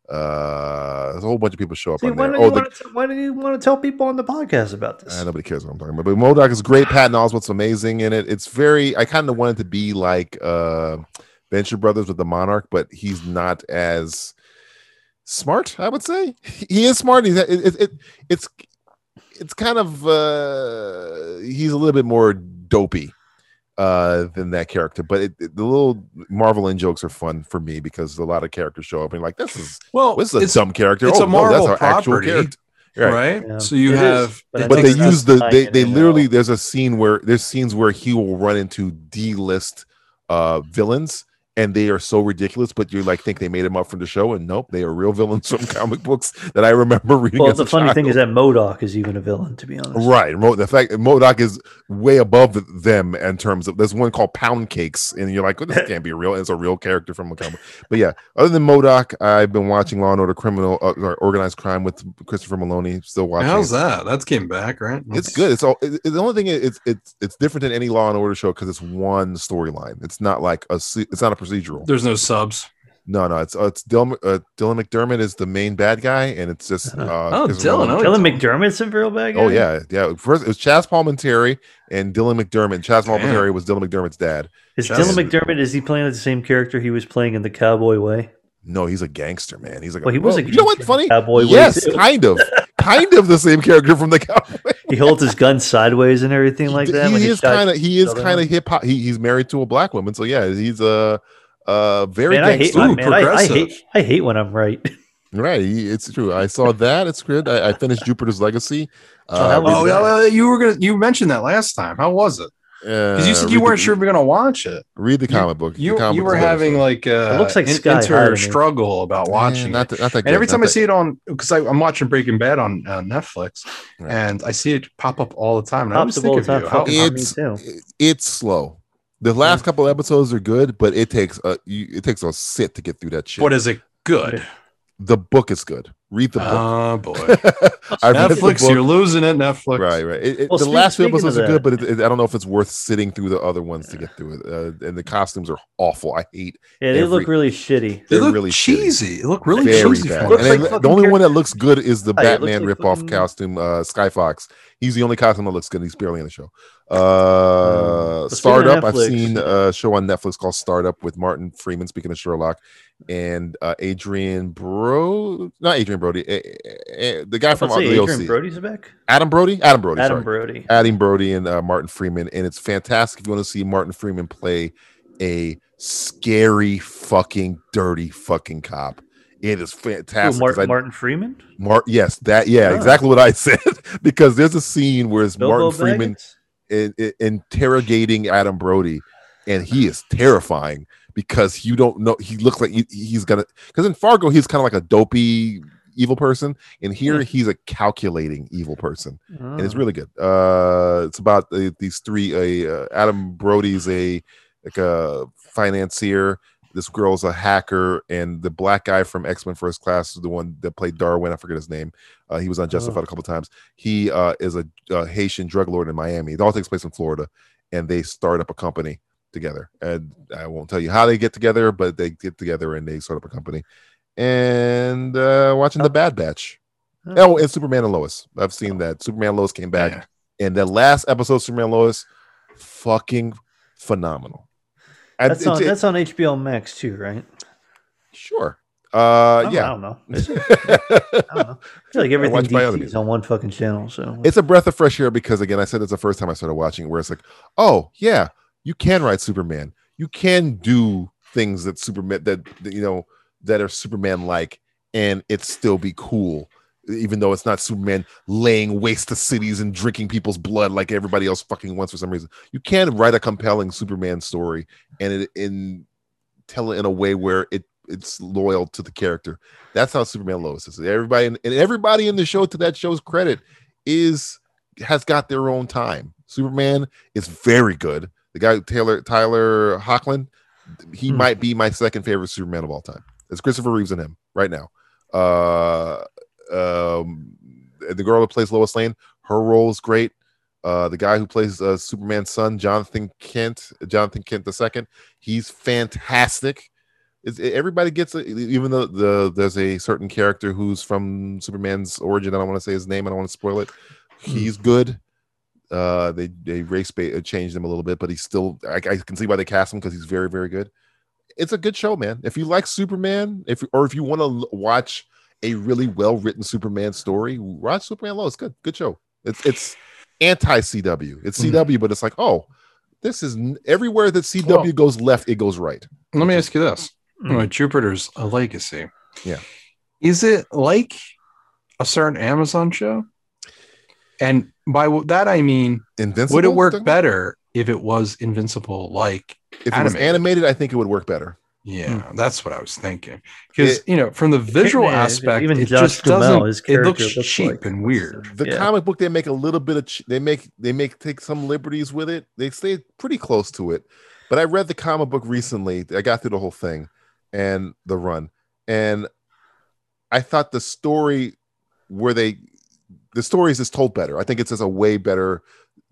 Speaker 6: Uh, there's a whole bunch of people show up
Speaker 3: See,
Speaker 6: on
Speaker 3: why,
Speaker 6: there.
Speaker 3: do
Speaker 6: Oh,
Speaker 3: you
Speaker 6: the,
Speaker 3: want to, why do you want to tell people on the podcast about this?
Speaker 6: uh, nobody cares what I'm talking about. But Modoc is great. Patton Oswalt's amazing in it. It's very. I kind of wanted to be like uh, Venture Brothers with the Monarch, but he's not as smart. I would say he is smart. He's it, it, it, it's it's kind of uh, he's a little bit more dopey uh than that character but it, it- the little marvel in jokes are fun for me because a lot of characters show up and you're like this is
Speaker 4: Well,
Speaker 6: this is a
Speaker 4: Oh, it's-
Speaker 6: dumb character
Speaker 4: it's
Speaker 6: oh,
Speaker 4: a
Speaker 6: no, that's
Speaker 4: Marvel
Speaker 6: our actual
Speaker 4: property,
Speaker 6: character Right.
Speaker 4: right?
Speaker 3: Yeah.
Speaker 4: So you
Speaker 3: It is,
Speaker 4: have,
Speaker 3: but I
Speaker 4: it
Speaker 6: but
Speaker 3: think
Speaker 6: they
Speaker 4: takes-
Speaker 3: that's
Speaker 6: use the
Speaker 3: tying
Speaker 6: they,
Speaker 3: it
Speaker 6: they
Speaker 3: in at
Speaker 6: literally
Speaker 3: all.
Speaker 6: there's a scene where there's scenes where he will run into d-list uh villains and they are so ridiculous but you like think they made him up from the show and nope they are real villains from comic books that i remember reading
Speaker 3: Well,
Speaker 6: as
Speaker 3: the
Speaker 6: a
Speaker 3: funny thing
Speaker 6: child.
Speaker 3: is that Modoc is even a villain, to be honest.
Speaker 6: Right. Mo- the fact Modoc is way above them in terms of there's one called Pound Cakes, and you're like, well, this can't be real. It's a real character from a comic. But yeah, other than Modoc, I've been watching Law and Order Criminal uh, or Organized Crime with Christopher Maloney. Still watching.
Speaker 4: how's
Speaker 6: it.
Speaker 4: that? That's came back, right?
Speaker 6: It's good. It's all. It, it- the only thing is, it's it's it's different than any Law and Order show because it's one storyline. It's not like a. se- It's not a procedural.
Speaker 4: There's no subs.
Speaker 6: No, no. It's uh, it's Dylan, uh, Dylan McDermott is the main bad guy, and it's just uh,
Speaker 4: Oh,
Speaker 6: Christopher
Speaker 4: Dylan,
Speaker 6: Maloney.
Speaker 4: I like
Speaker 3: Uh-huh. Dylan McDermott's a real bad guy.
Speaker 6: Oh yeah, yeah. First it was Chaz Palminteri and Dylan McDermott. Chaz Palminteri was Dylan McDermott's dad.
Speaker 3: Is
Speaker 4: That's-
Speaker 3: Dylan McDermott is he playing the same character he was playing in the Cowboy Way?
Speaker 6: No, he's a gangster man. He's like,
Speaker 3: Well, he was a
Speaker 6: you know what's
Speaker 3: gangster
Speaker 6: funny?
Speaker 3: in Cowboy Way,
Speaker 6: yes,
Speaker 3: too.
Speaker 6: kind of, kind of the same character from the Cowboy.
Speaker 3: He holds his gun sideways and everything like that.
Speaker 6: he,
Speaker 3: when
Speaker 6: is kind of he is
Speaker 3: shot him.
Speaker 6: kind of hip hop. He, he's married to a black woman, so yeah, he's a uh, uh, very
Speaker 3: Man, I hate,
Speaker 6: gangster.
Speaker 4: Ooh,
Speaker 3: man, I, I
Speaker 4: progressive.
Speaker 3: hate I hate when I'm right.
Speaker 6: right, he- it's true. I saw that. It's good. I, I finished Jupiter's Legacy. Uh,
Speaker 3: that was-
Speaker 4: Oh, yeah, well, you were gonna. You mentioned that last time. How was it? Because you said you weren't sure we were gonna watch it.
Speaker 6: uh, Read the comic book. The
Speaker 4: You
Speaker 6: comic
Speaker 4: you
Speaker 6: book
Speaker 4: were
Speaker 6: is better,
Speaker 4: having
Speaker 6: so-
Speaker 4: like uh,
Speaker 3: It looks like
Speaker 4: an
Speaker 3: Sky High to
Speaker 4: inter
Speaker 3: me.
Speaker 4: struggle about
Speaker 6: Yeah,
Speaker 4: watching.
Speaker 6: Not,
Speaker 4: it.
Speaker 6: that- not that good.
Speaker 4: And every
Speaker 6: not
Speaker 4: time I
Speaker 6: that-
Speaker 4: see it on, because I'm watching Breaking Bad on uh, Netflix,
Speaker 6: Right.
Speaker 4: and I see it pop up all the time. And I
Speaker 3: Pops
Speaker 4: always
Speaker 3: up all
Speaker 4: think
Speaker 3: the
Speaker 4: of
Speaker 3: time.
Speaker 4: you. How,
Speaker 3: Fucking on me
Speaker 6: it's-
Speaker 3: too.
Speaker 6: it- it's slow. The last couple episodes are good, but it takes a you, it takes a sit to get through that shit.
Speaker 4: what is it good?
Speaker 6: the book is good. Read the book.
Speaker 4: Oh boy,
Speaker 6: I've read the
Speaker 4: Netflix,
Speaker 6: book.
Speaker 4: you're losing it. Netflix,
Speaker 6: right, right. It- it-
Speaker 3: Well,
Speaker 6: the
Speaker 3: speak-
Speaker 6: last few
Speaker 3: speaking of
Speaker 6: episodes are good,
Speaker 3: that-
Speaker 6: but it, it- I don't know if it's worth sitting through the other ones to get through it. Uh, and the costumes are awful. I hate.
Speaker 3: Yeah, they look
Speaker 6: every-
Speaker 3: really shitty.
Speaker 4: They
Speaker 6: They're
Speaker 4: look
Speaker 6: really shitty.
Speaker 4: cheesy. It looked really
Speaker 6: very
Speaker 4: cheesy.
Speaker 6: bad.
Speaker 4: for
Speaker 6: And
Speaker 3: Looks
Speaker 4: me.
Speaker 6: then
Speaker 3: like
Speaker 6: the
Speaker 3: fucking
Speaker 6: only one that looks good is the
Speaker 3: Oh, Yeah, it looks
Speaker 6: Batman
Speaker 3: like
Speaker 6: ripoff
Speaker 3: fucking-
Speaker 6: costume, uh, Sky Fox. He's the only costume that looks good. He's barely in the show. Uh,
Speaker 3: Um, but speaking
Speaker 6: Startup.
Speaker 3: of
Speaker 6: I've
Speaker 3: Netflix-
Speaker 6: seen a show on Netflix called Startup with Martin Freeman speaking of Sherlock and uh, Adrian Bro, not Adrian Brody, eh, eh, eh, the guy from
Speaker 3: Let's see,
Speaker 6: the
Speaker 3: Adrian
Speaker 6: OC.
Speaker 3: Brody's back.
Speaker 6: Adam Brody. Adam Brody.
Speaker 3: Adam
Speaker 6: sorry.
Speaker 3: Brody.
Speaker 6: Adam Brody and uh, Martin Freeman, and it's fantastic if you want to see Martin Freeman play a scary fucking dirty fucking cop. It is
Speaker 3: Who,
Speaker 6: fantastic. 'cause
Speaker 3: Martin,
Speaker 6: I-
Speaker 3: Martin Freeman.
Speaker 6: Mar- yes, that yeah,
Speaker 3: Oh.
Speaker 6: exactly what I said. because there's a scene where it's
Speaker 3: Bilbo
Speaker 6: Martin Freeman
Speaker 3: Baggins?
Speaker 6: in, in- interrogating Adam Brody, and he is terrifying because you don't know. He looks like he, he's gonna. Because in Fargo, he's kind of like a dopey evil person, and here he's a calculating evil person, and
Speaker 3: Oh.
Speaker 6: it's really good. Uh, it's about uh, these three. Uh, uh, Adam Brody's a like a financier. This girl's a hacker, and the black guy from X Men First Class is the one that played Darwin. I forget his name. Uh, he was on Justified a couple times. He uh, is a, uh Haitian drug lord in Miami. It all takes place in Florida, and they start up a company together. And I won't tell you how they get together, but they get together and they start up a company. And uh, watching The Bad Batch.
Speaker 3: Oh.
Speaker 6: Oh, and Superman and Lois. I've seen that. Superman and Lois came back, and the last episode, of Superman and Lois, fucking phenomenal. I-
Speaker 3: That's
Speaker 6: it-
Speaker 3: on
Speaker 6: it-
Speaker 3: that's on HBO Max too, right?
Speaker 6: Sure. Uh,
Speaker 3: I don't- Oh, I
Speaker 6: yeah.
Speaker 3: don't know. Is it? I don't know. I feel like everything
Speaker 6: watch my other
Speaker 3: DC is on one fucking channel. So
Speaker 6: It's a breath of fresh air because, again, I said it's the first time I started watching it where it's like, oh, yeah, you can ride Superman. You can do things that Superman, that, that, you know, that are Superman like, and it still be cool, even though it's not Superman laying waste to cities and drinking people's blood like everybody else fucking wants for some reason. You can write a compelling Superman story and it in tell it in a way where it it's loyal to the character. That's how Superman Lois is. Everybody and everybody in the show to that show's credit is has got their own time. Superman is very good. The guy Taylor Tyler Hoechlin, he
Speaker 3: Hmm.
Speaker 6: might be my second favorite Superman of all time. It's Christopher Reeves and him right now. Uh, um, the girl that plays Lois Lane, her role is great. Uh, the guy who plays uh, Superman's son, Jonathan Kent, Jonathan Kent II, he's fantastic. It's, it- everybody gets a, e, even though the there's a certain character who's from Superman's origin. I don't want to say his name. I don't want to spoil it.
Speaker 4: Hmm.
Speaker 6: He's good. Uh, they they race ba- uh, changed him a little bit, but he's still. I, I can see why they cast him because he's very very good. It's a good show, man. If you like Superman, if or if you want to watch a really well written Superman story, watch Superman Low. It's good. Good show. It's it's anti CW. It's
Speaker 4: Mm.
Speaker 6: CW, but it's like oh, this is n- everywhere that CW
Speaker 4: Well-
Speaker 6: goes left, it goes right.
Speaker 4: Let me ask you this:
Speaker 3: Mm.
Speaker 4: Uh, Jupiter's a legacy.
Speaker 6: Yeah.
Speaker 4: Is it like a certain Amazon show? And by w- that I mean,
Speaker 6: Invincible
Speaker 4: would it work
Speaker 6: thing?
Speaker 4: better if it was Invincible? Like,
Speaker 6: if it was
Speaker 4: animated?
Speaker 6: animated? I think it would work better.
Speaker 4: yeah, that's what I was thinking. Because
Speaker 6: Hmm. It-
Speaker 4: you know, from the visual
Speaker 3: Yeah,
Speaker 4: aspect,
Speaker 3: even
Speaker 4: it
Speaker 3: Josh
Speaker 4: just
Speaker 3: Duhamel,
Speaker 4: doesn't.
Speaker 3: his
Speaker 4: it
Speaker 3: character
Speaker 4: looks,
Speaker 3: looks
Speaker 4: cheap
Speaker 3: like-
Speaker 4: and weird.
Speaker 6: The
Speaker 3: Yeah.
Speaker 6: comic book they make a little bit of ch- they make they make take some liberties with it. They stay pretty close to it. But I read the comic book recently. I got through the whole thing and the run, and I thought the story where they the story is just told better. I think it's just a way better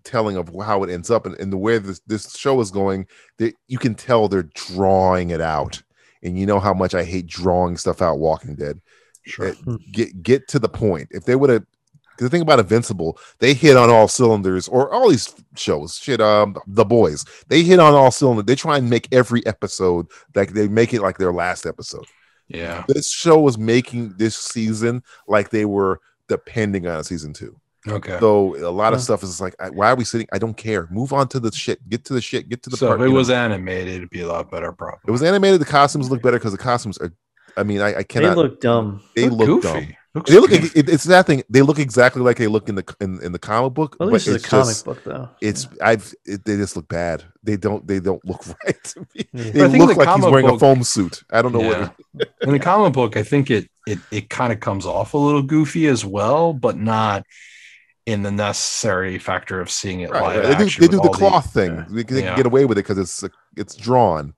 Speaker 6: telling of how it ends up and, and the way this, this show is going. That you can tell they're drawing it out, and you know how much I hate drawing stuff out. Walking Dead.
Speaker 4: Sure.
Speaker 6: get get to the point. If they would have, the thing about Invincible, they hit on all cylinders, or all these shows, shit, um, The Boys, they hit on all cylinders. They try and make every episode like they make it like their last episode.
Speaker 4: Yeah.
Speaker 6: This show was making this season like they were depending on season two.
Speaker 4: Okay.
Speaker 6: So a lot of
Speaker 3: Yeah.
Speaker 6: stuff is like, I, why are we sitting? I don't care. Move on to the shit. Get to the shit. Get to the
Speaker 4: So
Speaker 6: part.
Speaker 4: if it
Speaker 6: you know.
Speaker 4: was animated, it'd be a lot better. Probably.
Speaker 6: it was animated. The costumes look better because the costumes are. I mean, I, I
Speaker 3: they
Speaker 6: cannot.
Speaker 3: look dumb.
Speaker 6: They look, dumb.
Speaker 4: Looks
Speaker 6: They look.
Speaker 4: goofy.
Speaker 6: It, it's that thing. They look exactly like they look in the in, in the comic book.
Speaker 3: Well, at
Speaker 6: but
Speaker 3: least it's
Speaker 6: it's
Speaker 3: a comic
Speaker 6: just-
Speaker 3: book though.
Speaker 6: It's I've. It, they just look bad. They don't. They don't look right to me.
Speaker 3: Yeah.
Speaker 6: They
Speaker 4: I think
Speaker 6: look
Speaker 4: the
Speaker 6: like he's
Speaker 4: comic
Speaker 6: wearing a
Speaker 4: book-
Speaker 6: foam suit. I don't know
Speaker 4: Yeah.
Speaker 6: what.
Speaker 4: in the comic book, I think it it it kind of comes off a little goofy as well, but not in the necessary factor of seeing it
Speaker 6: Right,
Speaker 4: live.
Speaker 6: right. They do.
Speaker 4: action
Speaker 6: They
Speaker 4: with
Speaker 6: do the
Speaker 4: all
Speaker 6: cloth thing. They, they
Speaker 4: Yeah.
Speaker 6: can get away with it because it's it's drawn.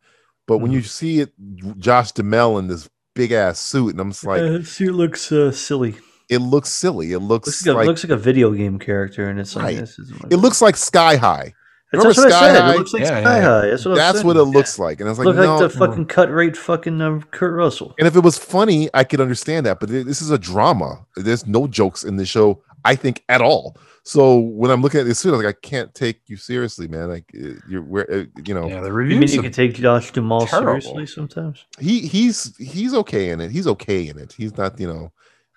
Speaker 6: But when you see it, Josh Demel in this big ass suit, and I'm just like,
Speaker 3: Uh, see, it looks uh, silly.
Speaker 6: it looks silly. It looks,
Speaker 3: Looks like, a,
Speaker 6: like
Speaker 3: looks like a video game character, and it's like
Speaker 6: Right.
Speaker 3: this is
Speaker 6: it looks like Sky High.
Speaker 3: That's,
Speaker 6: remember
Speaker 3: what I
Speaker 6: Sky
Speaker 3: said.
Speaker 6: High?
Speaker 3: It looks like
Speaker 4: Yeah,
Speaker 3: Sky
Speaker 4: yeah.
Speaker 3: High. That's what
Speaker 6: That's
Speaker 3: I'm
Speaker 6: what it
Speaker 3: saying.
Speaker 6: looks like, and I was like,
Speaker 3: Look
Speaker 6: no,
Speaker 3: like the fucking cut rate fucking um, Kurt Russell.
Speaker 6: And if it was funny, I could understand that. But th- this is a drama. There's no jokes in this show, I think, at all. So when I'm looking at this suit, I'm like, I can't take you seriously, man. Like uh, you're, where, uh, you know,
Speaker 4: Yeah, the
Speaker 3: You mean
Speaker 4: reviews.
Speaker 3: you could take Josh Duhamel
Speaker 4: terrible.
Speaker 3: seriously sometimes?
Speaker 6: he he's he's okay in it. He's okay in it. He's not, you know,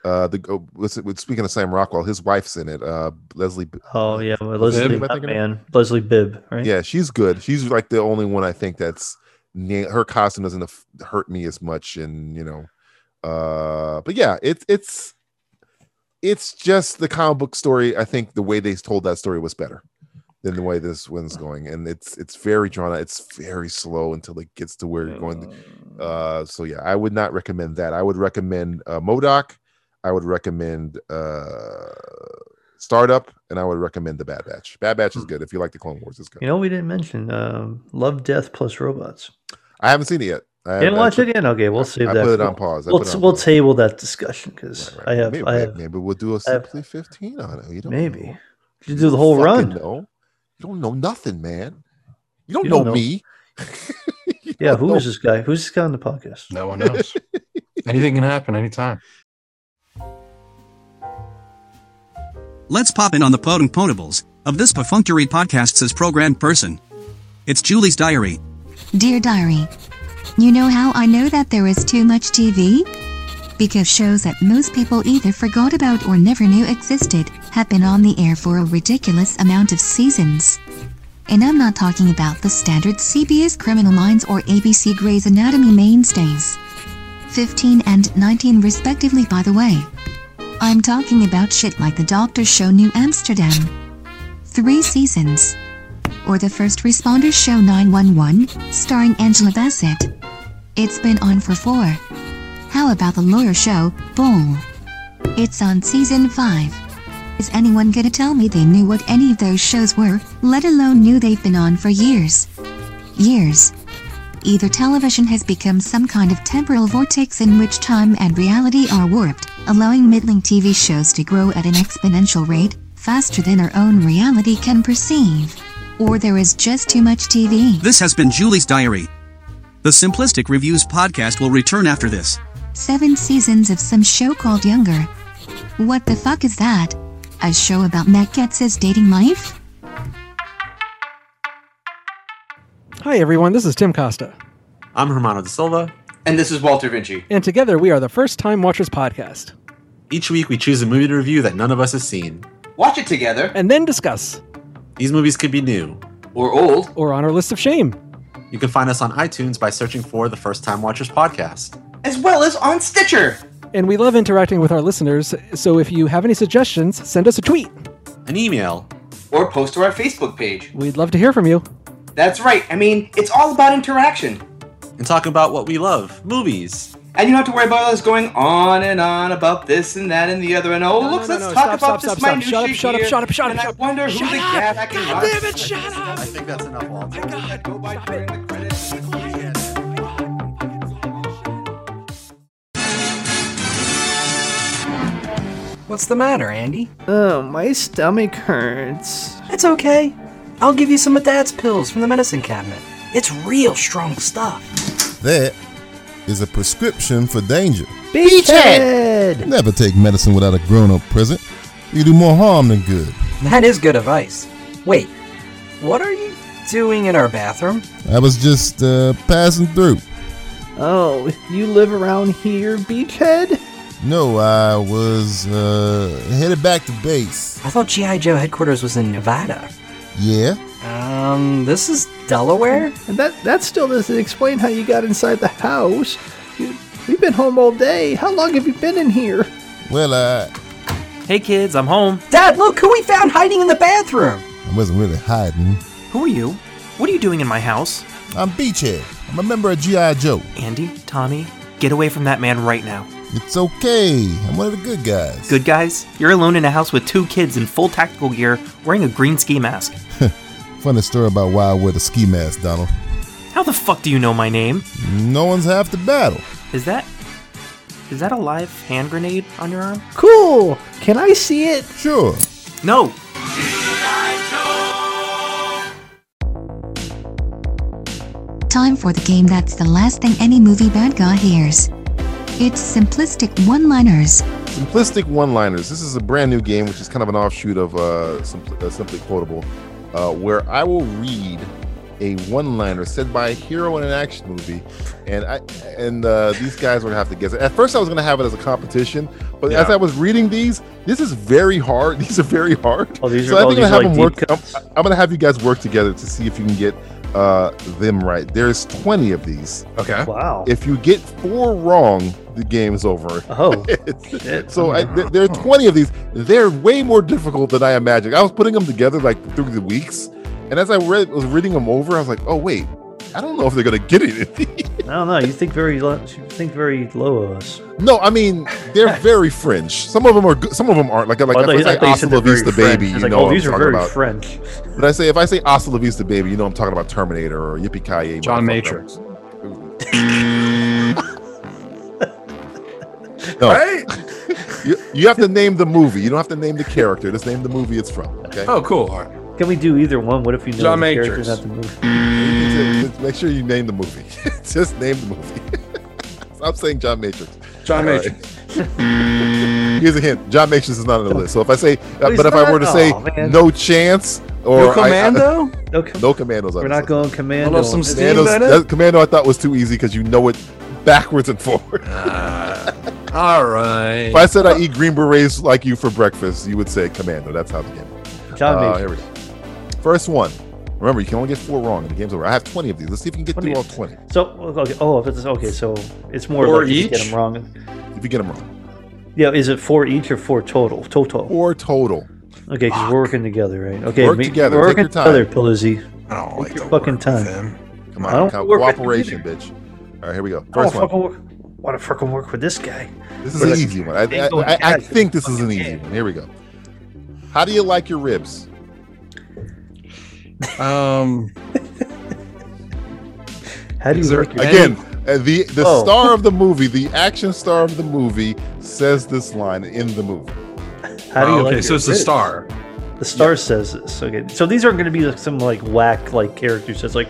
Speaker 6: uh, the oh, what's it- with speaking of Sam Rockwell, his wife's in it. Uh, Leslie, B-
Speaker 3: Oh yeah, well, Leslie,
Speaker 6: Bibb, I think it is.
Speaker 3: man, Leslie Bibb, right?
Speaker 6: yeah, she's good. She's like the only one I think that's na- her costume doesn't af- hurt me as much, and you know, uh, but yeah, it's it's it's just the comic book story. I think the way they told that story was better. than the way this one's going, and it's it's very drawn out. It's very slow until it gets to where you're going. To, uh, so yeah, I would not recommend that. I would recommend uh, Modoc. I would recommend uh, Startup, and I would recommend the Bad Batch. Bad Batch is good if you like the Clone Wars. It's good.
Speaker 3: You know, we didn't mention um, Love, Death plus Robots.
Speaker 6: I haven't seen it yet. I
Speaker 3: Didn't
Speaker 6: I
Speaker 3: watch
Speaker 6: put-
Speaker 3: it yet. Okay, we'll save
Speaker 6: I
Speaker 3: that.
Speaker 6: put it
Speaker 3: for-
Speaker 6: on pause. I
Speaker 3: We'll,
Speaker 6: put it on
Speaker 3: we'll
Speaker 6: pause.
Speaker 3: table that discussion because
Speaker 6: Right,
Speaker 3: I
Speaker 6: right.
Speaker 3: have,
Speaker 6: Maybe,
Speaker 3: I have,
Speaker 6: maybe we'll do a
Speaker 3: I have-
Speaker 6: simply fifteen on it. You don't know.
Speaker 3: maybe. You do the whole
Speaker 6: fucking
Speaker 3: run.
Speaker 6: know. You don't know nothing, man. You don't
Speaker 3: You
Speaker 6: know,
Speaker 3: don't know.
Speaker 6: me.
Speaker 3: Yeah, who is this guy? Who's this guy on the podcast?
Speaker 4: No one knows. Anything can happen anytime.
Speaker 9: Let's pop in on the potent potables of this perfunctory podcast's as programmed person. It's Julie's diary.
Speaker 5: Dear Diary, you know how I know that there is too much TV? Because shows that most people either forgot about or never knew existed have been on the air for a ridiculous amount of seasons. And I'm not talking about the standard CBS Criminal Minds or ABC Grey's Anatomy mainstays. 15 and 19, respectively, by the way. I'm talking about shit like The Doctor Show New Amsterdam. Three seasons or the First Responder Show 911, starring Angela Bassett. It's been on for four. How about the lawyer show, Bull? It's on season five. Is anyone gonna tell me they knew what any of those shows were, let alone knew they've been on for years? Years. Either television has become some kind of temporal vortex in which time and reality are warped, allowing middling TV shows to grow at an exponential rate, faster than our own reality can perceive. Or there is just too much TV.
Speaker 9: This has been Julie's diary. The Simplistic Reviews podcast will return after this.
Speaker 5: Seven seasons of some show called Younger. What the fuck is that? A show about Matt Getz's dating life?
Speaker 10: Hi, everyone. This is Tim Costa.
Speaker 11: I'm Hermano da Silva.
Speaker 12: And this is Walter Vinci.
Speaker 10: And together, we are the First Time Watchers podcast.
Speaker 11: Each week, we choose a movie to review that none of us has seen.
Speaker 12: Watch it together,
Speaker 10: And then discuss,
Speaker 11: These movies could be new.
Speaker 12: or old,
Speaker 10: or on our list of shame.
Speaker 11: You can find us on iTunes by searching for the First Time Watchers podcast.
Speaker 12: as well as on Stitcher.
Speaker 10: And we love interacting with our listeners, so if you have any suggestions, send us a tweet.
Speaker 11: An email.
Speaker 12: Or post to our Facebook page.
Speaker 10: We'd love to hear from you.
Speaker 12: That's right, I mean, it's all about interaction.
Speaker 11: And talk about what we love movies.
Speaker 12: And you don't have to worry about us going on and on about this and that and the other and oh
Speaker 10: No,
Speaker 12: look,
Speaker 10: no,
Speaker 12: let's
Speaker 10: no, stop,
Speaker 12: talk about
Speaker 10: stop,
Speaker 12: this
Speaker 10: stop, stop.
Speaker 12: minutia
Speaker 10: Shut up, shut up,
Speaker 12: here,
Speaker 10: shut up, shut up,
Speaker 12: And I
Speaker 10: shut up.
Speaker 12: wonder who
Speaker 10: Shut
Speaker 12: the
Speaker 10: up.
Speaker 12: cat I can
Speaker 10: God
Speaker 12: watch.
Speaker 10: damn it, shut up.
Speaker 11: I think that's enough, Walter.
Speaker 12: Go by during the credits.
Speaker 10: What's the matter, Andy?
Speaker 13: Oh, my stomach hurts.
Speaker 14: It's okay. I'll give you some of Dad's pills from the medicine cabinet. It's real strong stuff.
Speaker 6: That is a prescription for danger.
Speaker 13: Beachhead!
Speaker 6: Never take medicine without a grown-up present. You do more harm than good.
Speaker 14: That is good advice. Wait, what are you doing in our bathroom?
Speaker 6: I was just uh, passing through.
Speaker 13: Oh, you live around here, Beachhead?
Speaker 6: No, I was uh, headed back to base.
Speaker 14: I thought G.I. Joe headquarters was in Nevada.
Speaker 6: Yeah,
Speaker 14: Um, this is Delaware?
Speaker 13: And that, that still doesn't explain how you got inside the house. You, we've been home all day. How long have you been in here?
Speaker 6: well, I,
Speaker 12: Hey kids, I'm home.
Speaker 14: Dad, look who we found hiding in the bathroom!
Speaker 6: I wasn't really hiding.
Speaker 12: Who are you? What are you doing in my house?
Speaker 6: I'm Beachhead. I'm a member of G.I. Joe.
Speaker 12: Andy, Tommy, get away from that man right now.
Speaker 6: It's okay. I'm one of the good guys.
Speaker 12: Good guys, you're alone in a house with two kids in full tactical gear wearing a green ski mask.
Speaker 6: Funny story about why I wear the ski mask, Donald.
Speaker 12: How the fuck do you know my name?
Speaker 6: No one's half the battle.
Speaker 12: Is that. Is that a live hand grenade on your arm?
Speaker 13: Cool! Can I see it?
Speaker 6: Sure.
Speaker 12: No!
Speaker 5: Time for the game that's the last thing any movie bad guy hears. It's simplistic one liners.
Speaker 6: Simplistic one-liners. This is a brand new game, which is kind of an offshoot of uh, Simpl- uh, Simply Quotable, uh, where I will read a one-liner said by a hero in an action movie, and I and uh, these guys would have to guess it. At first, I was going to have it as a competition, but as
Speaker 2: Yeah.
Speaker 6: I was reading these, this is very hard. These are very hard.
Speaker 3: Oh, these
Speaker 6: so
Speaker 3: are
Speaker 6: I
Speaker 3: all
Speaker 6: think
Speaker 3: these
Speaker 6: I'm gonna have
Speaker 3: like
Speaker 6: them
Speaker 3: deep
Speaker 6: work. I'm,
Speaker 3: cuts.
Speaker 6: I'm gonna have you guys work together to see if you can get uh, them right. There's 20 of these.
Speaker 3: Oh.
Speaker 4: Okay.
Speaker 3: Wow.
Speaker 6: If you get four wrong, the game is over.
Speaker 3: Oh,
Speaker 6: so I, th- there are twenty of these. They're way more difficult than I imagined. I was putting them together like through the weeks, and as I read, was reading them over, I was like, oh wait, I don't know if they're gonna get anything.
Speaker 3: I don't know. You think very low. You think very low of us.
Speaker 6: No, I mean they're very French. Some of them are good. Some of them aren't. Like like
Speaker 3: Oh, I
Speaker 6: if I
Speaker 3: thought- I
Speaker 6: say
Speaker 3: thought you
Speaker 6: Osula
Speaker 3: said they're
Speaker 6: Vista
Speaker 3: very French.
Speaker 6: Baby,
Speaker 3: It's
Speaker 6: you
Speaker 3: like,
Speaker 6: know
Speaker 3: oh,
Speaker 6: what I'm
Speaker 3: these are
Speaker 6: talking
Speaker 3: very
Speaker 6: about.
Speaker 3: French.
Speaker 6: But I say if I say Osula Vista Baby, you know I'm talking about Terminator or Yippee Ki John Matrix. no.
Speaker 4: Right?
Speaker 6: you, you have to name the movie. You don't have to name the character. Just name the movie it's from. Okay.
Speaker 3: Oh.
Speaker 4: Oh, cool.
Speaker 3: Can we do either one? What if you know
Speaker 6: John
Speaker 3: the
Speaker 6: Matrix.
Speaker 3: characters at the movie?
Speaker 6: Make sure you name the movie. Just name the movie. Stop saying John Matrix.
Speaker 4: John
Speaker 6: All right. Here's a hint. John Matrix is not on the list. So if I say, uh,
Speaker 3: Oh, he's
Speaker 6: but if I were to
Speaker 3: not?
Speaker 6: say
Speaker 3: Aw, Oh, man.
Speaker 6: no chance or
Speaker 3: No
Speaker 6: I- I-
Speaker 3: Commando?
Speaker 6: no, commandos. on this
Speaker 3: We're not
Speaker 6: list.
Speaker 3: going commando. on this.
Speaker 6: Commandos- that- commando. I thought was too easy because you know it backwards and forward.
Speaker 4: all right.
Speaker 6: if I said I eat green berets like you for breakfast, you would say commando. That's how the game. works.
Speaker 3: John
Speaker 6: Uh,
Speaker 3: Matrix.
Speaker 6: here we go. First one. Remember, you can only get four wrong, and the game's over. I have twenty of these. Let's see if you can get
Speaker 3: 20.
Speaker 6: through all twenty.
Speaker 3: So okay, oh, if it's okay, so it's more
Speaker 6: Four
Speaker 3: like if you get
Speaker 6: each?
Speaker 3: them wrong.
Speaker 6: If you get them wrong,
Speaker 3: Yeah, is it four each or four total? Total.
Speaker 6: Four total.
Speaker 3: Okay, because we're working together, right? Okay,
Speaker 6: Work together.
Speaker 3: We're
Speaker 6: Take
Speaker 3: working
Speaker 6: your time.
Speaker 3: together, Pilizzi.
Speaker 4: I don't
Speaker 3: like your fucking time.
Speaker 6: Come
Speaker 3: I
Speaker 6: on,
Speaker 3: don't
Speaker 6: co-
Speaker 3: work with
Speaker 6: cooperation, bitch. All right, here we go.
Speaker 3: I don't
Speaker 6: First one.
Speaker 3: Oh, fucking work. Want to fucking work with this guy?
Speaker 6: This is an easy one. I, I, I, I think this is an easy one. Here we go. How do you like your ribs?
Speaker 4: Um.
Speaker 3: How do you work your
Speaker 6: again? uh, The the
Speaker 3: Oh.
Speaker 6: star of the movie, the action star of the movie, says this line in the movie.
Speaker 3: How
Speaker 6: Oh,
Speaker 3: do you like your
Speaker 4: the
Speaker 3: ribs? The star says this. Okay, so these aren't going to be like some like whack like character says like,